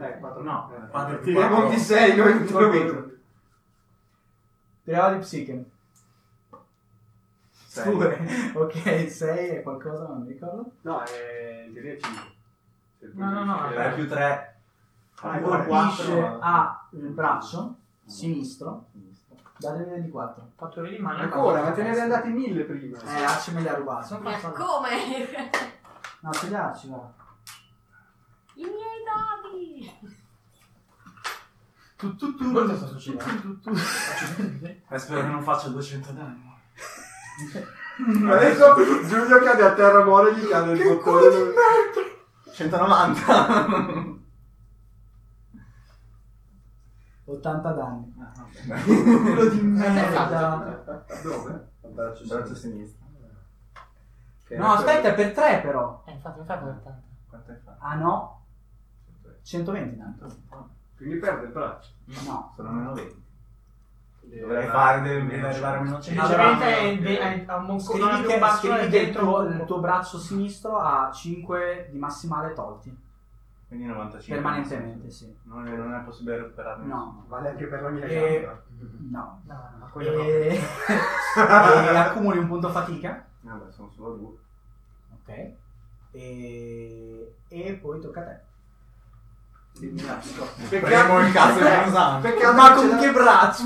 Eh, quattro No, Eh, quattro più Tiriamo un quattro. D6, noi in Colpito. Tirava di psiche. Sei. Due. Ok, 6 e qualcosa, non mi ricordo. No, è in teoria 5. No, no, no, Tre più 3. Ah, Allora, colpisce ha il braccio sinistro. Date vedere di 4. 4 di mano. Ancora, ma te ne eri andati mille prima. Eh, Arci me li ha rubati. Sono Ma fatto. come? No, ce li ha, Arci, guarda. I miei dadi! Tu, tu, tu, cosa sta succedendo? Eh, spero che non faccia 200 danni. Adesso Giulio cade a terra, muore, gli cade il bottone. Ah, 190. 80 danni. Quello di Merda. Dove? Al braccio Braccio sinistro. sinistro. No, aspetta, è per 3 però. Eh, infatti, mi fai per 80. Quanto hai fatto? Ah no. 120 danni. Quindi perde il braccio. No. Sono meno 20. Dovrei Dovrei fare, devi arrivare a meno 100. Semplicemente Cioè, è de- è- ha un moncone Scrivi un che, bastone scrivi che il, dentro tuo, un il tuo braccio sinistro ha 5 di massimale tolti. Quindi 95. Permanentemente, sì. Non è, non è possibile recuperarne. No. Vale anche per la mia E- gamba. No. No, no, E... quello no. e accumuli un punto fatica. Vabbè, sono solo due. Ok. E... e poi tocca a te. Premo il cazzo che non sa. Peccato Ma che ce con l'ha- che braccio?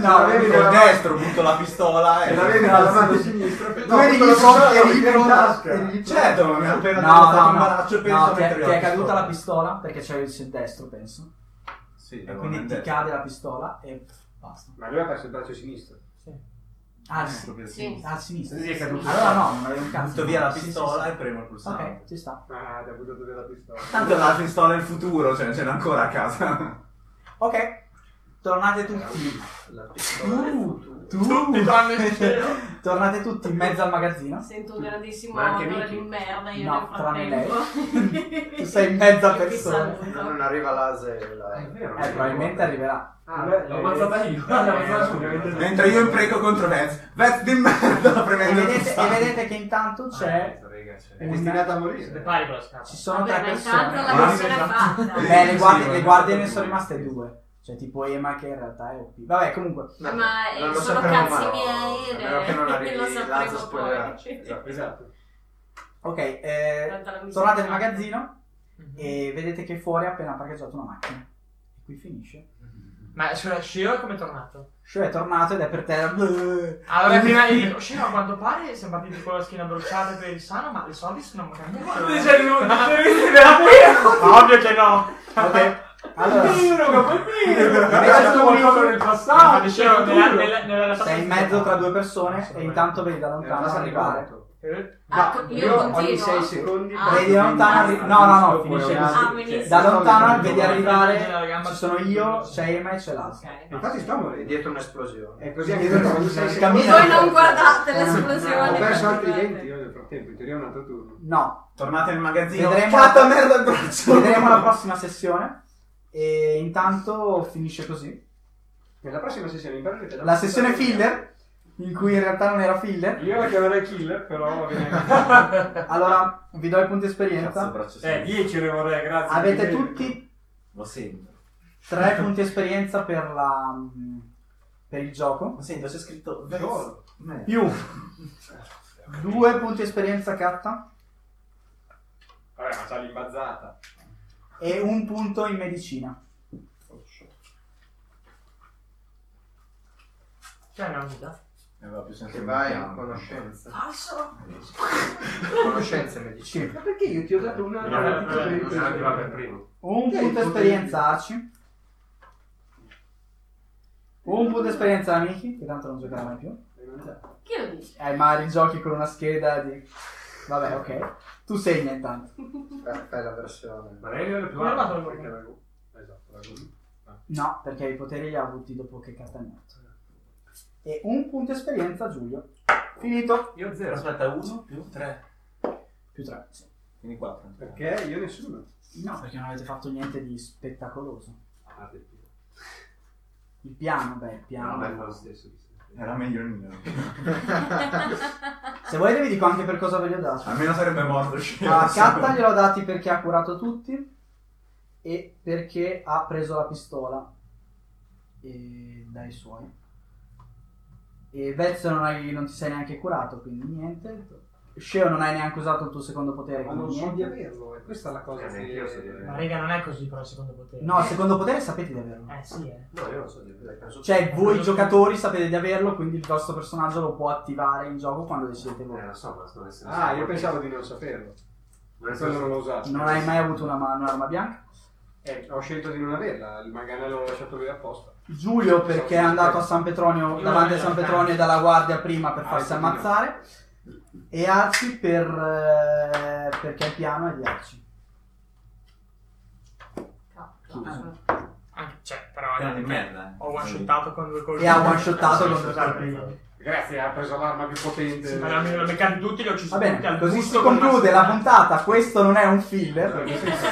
no, l'avevi Col destro butto la pistola eh. ce e l'avevi nella mano sinistra. Due di righe sotto e righe in tasca. Certo, ma mi ha appena eh, No, dato no, un no, braccio e penso no, ti, è, mentre ti è la caduta la pistola perché c'è il set destro, penso. Sì, E quindi ti cade la pistola e basta. Ma lui ha perso il braccio sinistro. Ah, sì. Sì. a sinistra. Sì, è caduto. Allora no, non avevo un cazzo. Butto via la Sì, sì, pistola sì. e premo il pulsante. Ok, ci sta. Ah, ti ha buttato via la pistola. Tanto la pistola è il futuro, cioè ce n'è ancora a casa. Ok, tornate tutti. La Uh, Tutti vanno in cielo. Tornate tutti in mezzo al magazzino. Sento un grandissimo Ma anche odore di Vicky? merda io No, nel tranne frattempo. Tu sei in mezzo a Che persone. saluto. Non arriva laser. È La... vero. Eh, probabilmente Eh, arriverà. Ah, l'ho ammazzata io. L'ho ammazzata io. Mentre io impreco contro Vez. Vez di merda, E Eh, premendo il vedete, e pulsante. vedete che intanto c'è. cioè. È destinata a morire. Prepari con la scatola. Ci sono Vabbè, tre ma intanto persone. la missione è fatta. Beh, le guardie, Sì, le vabbè. guardie ne sono rimaste due. Cioè, tipo Ema che in realtà è OP. Vabbè, comunque. Ma, eh, non lo sono sapremo, cazzi ma- miei, a meno che non eh, arrivi lo sapremo Lazio poi. spoilerà. Esatto, esatto. Ok, eh, Tanto la missione tornate è nel fatta. magazzino e vedete che fuori è appena parcheggiata una macchina. E qui finisce. Ma cioè, Shiro è come è tornato? Cioè è tornato ed è per terra. Allora, prima di Shiro, a quanto pare siamo partiti con la schiena bruciata per il sano, ma i soldi sono cambiati. Dice il mondo, veramente. Ma ovvio che no. Ok, Allora, nel passato. Ma Shiro, cioè, nella, nella, nella sei in mezzo tra due persone e intanto vedi da lontano arrivare. Ah, No, co- io Io ogni continuo? 6 secondi Ah. Vedi da lontano arri- no, no, no, finisce Ah, così. benissimo. Da lontano Sto vedi morendo. arrivare, ci sono io, c'è Ema e c'è l'altro. Ok. Infatti sto È morendo. dietro un'esplosione. È così anche io ogni 6 secondi. Cammina. Voi non guardate l'esplosione. cioè, eh, Ho perso altri guardate. 20 io nel frattempo, in teoria è un altro turno. No, Tornate nel magazzino. Vedremo- Fatta merda il braccio. vedremo la prossima sessione. E intanto finisce così. Nella prossima sessione mi pare che La sessione filler, in cui in realtà non era filler. Io la chiamerei killer, però va bene. Allora, vi do i punti Cazzo, esperienza. braccio Eh, sinistro. 10 ne vorrei, grazie. Avete tutti Lo sento. Tre punti esperienza per, la, per il gioco. Lo sento, c'è scritto Solo. Merda. Più due punti esperienza carta Vabbè, ma c'ha l'imbazzata. e un punto in medicina. C'è Cioè, una vita. Ne aveva più senso Che un vai piano. in conoscenza. Falso. Conoscenza e medicina. Ma perché io ti ho dato una Non roba è per il arriva per primo. Un Ok, punto punto esperienza Aci. Un punto esperienza Amici, che tanto non giocherà mai più. Chi lo dice? Eh, ma rigiochi con una scheda di... Vabbè, ok. Tu segna intanto. Eh, fai la versione. Ma lei è più Come alto. va con lui? Esatto, la No, perché i poteri li ha avuti dopo che carta è morto. E un punto esperienza Giulio. Finito. Io zero. Aspetta, 1 più 3. Più tre, sì. Quindi 4. Perché io nessuno. No, perché non avete fatto niente di spettacoloso. Il piano, beh, il piano. Ah, No, beh, fa lo stesso. Era meglio il mio. Se volete vi dico anche per cosa ve li ho dati. Almeno sarebbe morto. Ah, A Katta gliel'ho dati perché ha curato tutti e perché ha preso la pistola e- dai suoi. E Vezzo non, hai- non ti sei neanche curato, quindi niente. Sceo non hai neanche usato il tuo secondo potere, Ma quindi non so di niente. averlo, e questa è la cosa Eh, che... neanche io so di averlo. Ma raga, non è così però secondo potere. No, il secondo potere sapete di averlo. Eh sì, eh. No, io non so di averlo. Eh, Cioè, voi giocatori sapete di averlo, quindi il vostro personaggio lo può attivare in gioco quando decidete voi. Eh, lo so, ma sto essendo... Ah, io pensavo di non saperlo. Non Quello non sono... l'ho usato. Non hai mai avuto una mano un'arma bianca? Eh, ho scelto di non averla, il manganello l'ho lasciato lì apposta. Giulio perché è andato a San Petronio, Io davanti a non San avevo Petronio dalla guardia prima per Ah, farsi io no. ammazzare. E Arci per, eh, perché il piano è di Arci. Cazzo. Anche, cioè, però... Piano di merda. eh. Ho one-shottato con due colpi. E ha one-shottato Sì, esatto, con sì, due sì, colpi. Grazie, ha preso l'arma più potente. Sì, ma la mia- la meccanica di tutti li ho uccisi Va tutti al bene, così si gusto con una conclude la spada. puntata. Questo non è un filler. Certo, Sì, sì, sì.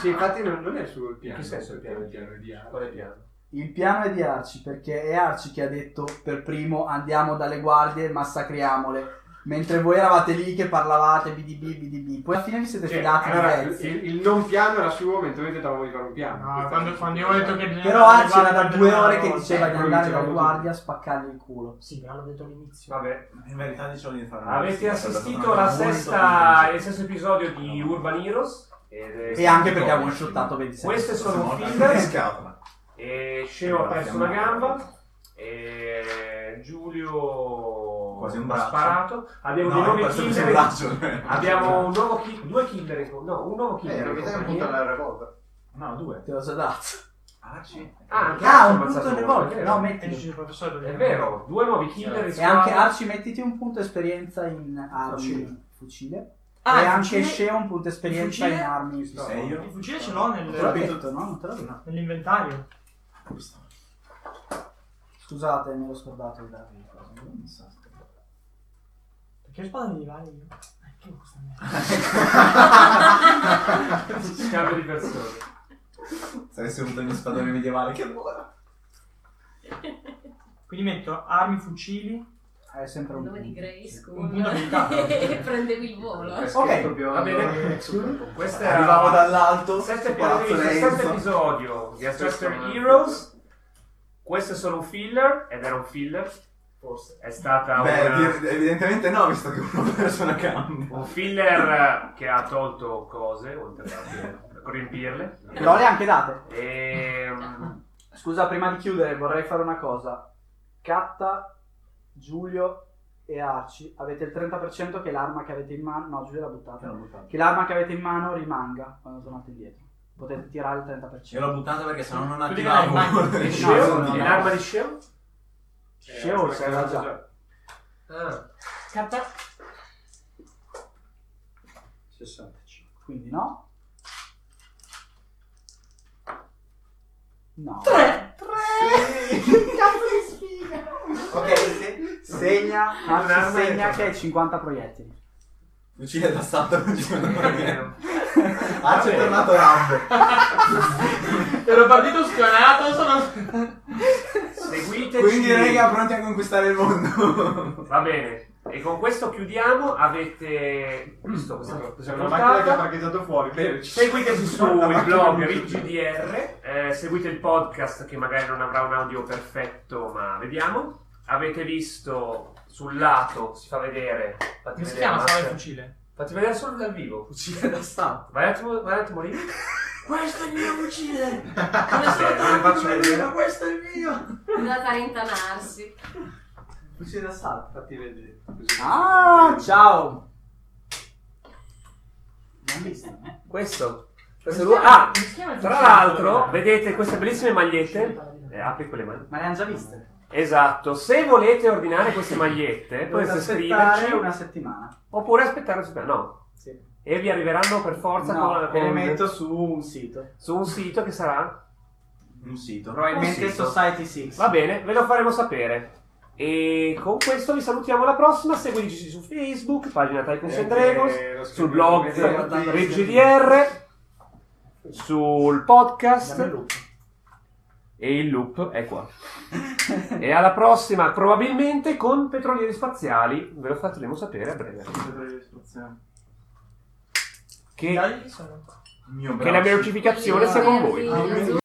Sì, infatti non, non è solo il piano. Che senso il piano? Cioè, Il piano è di arma. Quale piano? Il piano è di Arci perché è Arci che ha detto per primo andiamo dalle guardie e massacriamole. Mentre voi eravate lì che parlavate BDB, BDB. Poi alla fine vi siete Cioè, fidati di allora, Vez. il, il non piano era suo, mentre noi tentavamo di fare un piano. No, quando, quando io ho detto che bisogna... Però andare Arci era da guarda, due guarda, ore che guarda, diceva di eh, andare dicevamo alla guardia a spaccargli il culo. Sì, però l'ho detto all'inizio. Vabbè. In verità dicevo di fare una Avete cosa, assistito sono alla molto sesta, felice. il sesto episodio di Urban Heroes. ed è- E anche perché ha one shottato 26. Queste sono Sono filler. scatola. E Sceo ha perso una gamba. E Giulio Quasi un ha braccio. sparato. Abbiamo No, dei ho nuovi perso il killer. braccio. Abbiamo un nuovo ki- due killer. in co- No, un nuovo Eh, killer. non in mi dai un compagnia. punto al revolver. No, due. Te l'ho già dato. Arci. Ah, anche Arci Ah, ha un punto ammazzato in uno, revolver. è No, vero. Eh, mettilo. sì, professore, È vero, due nuovi killer in E anche squadra. Arci, mettiti un punto esperienza in armi fucile. Fucile. Ah, e il anche fucile- Sceo un punto esperienza fucile? in armi fucile. Sei io? Il fucile ce l'ho Te l'ho nel- detto, no? Non te l'ho detto. nell'inventario. Scusate, mi ero scordato di darvi le cose. non mi sa. Perché spada mi vale io? Eh, che gusto merda. Scambio di persone. Saresti avuto il mio spadone medievale, che buono! Quindi metto armi, fucili. È sempre un Nome di Grey School. Un punto abilità. e prendevi il volo. Ok, Va eh, bene, questo era Arrivavo dall'alto. Sette eh, Palazzo Lenzo. episodio di Ancestor Heroes. Questo è solo un filler, ed era un filler. Forse. È stata Beh, una- di- evidentemente no, visto che uno ha perso una gamba. un filler eh, che ha tolto cose, oltre a riempirle. Però le anche date. Ehm, Scusa, prima di chiudere vorrei fare una cosa. Catta, Giulio e Arci avete il 30% che l'arma che avete in mano... No, Giulio l'ha buttata. Che l'arma che avete in mano rimanga quando tornate indietro. Potete tirare il 30%. Io l'ho buttata perché sennò non Tu dirai, attivavo. ma- e Cioè, No, Sheo? no, no. E l'arma di Sheo? Eh, Scemo, se l'ha già. Ah, Catta. 65. Quindi no. No. 3. Ok, sì. Segna, Arci Un'arma segna è- che è 50 proiettili. Fucile d'assalto non ci vedo per niente. eh, Ah, c'è tornato Rambo. Ero partito stionato, sono... Seguiteci. Quindi, raga, pronti a conquistare il mondo. Va bene. E con questo chiudiamo. Avete visto questa C'è Cioè, una macchina che ha parcheggiato fuori, bene. Seguiteci sul La macchina blog non c'è. RigidR, eh, seguite il podcast che magari non avrà un audio perfetto, ma vediamo. Avete visto sul lato, si fa vedere. Fatti Come si vedere, chiama? Max. Stava il fucile. Fatti vedere solo dal vivo. Fucile da stampa. Vai un attimo, vai un attimo lì. Questo è il mio fucile! Come sono tanti come lui, ma questo è il mio! Andate a rintanarsi. Fucile d'assalto, fatti vedere. Ah, ciao. Non visto. Questo. Come si lui- chiama- Ah, come si chiama il tra fucile? l'altro, vedete queste bellissime magliette. Eh, apri quelle mani. Ma le hanno già viste. Esatto, se volete ordinare queste magliette Dovete potete aspettare scriverci una settimana. oppure aspettare, aspetta, no. Sì. E vi arriveranno per forza No, con, me le con- metto su un sito. su un sito che sarà. Un sito. Probabilmente Un sito. Society 6. Va bene, ve lo faremo sapere. E con questo vi salutiamo alla prossima. Seguiteci su Facebook, pagina Tycoons and Dragons, Eh, sul blog eh, RGDR, sul podcast. E il loop è qua. e alla prossima, probabilmente con Petrolieri Spaziali. Ve lo faremo sapere a breve. Che, Dai, sono... Mio che la braccio. mercificazione sia con voi. Merda,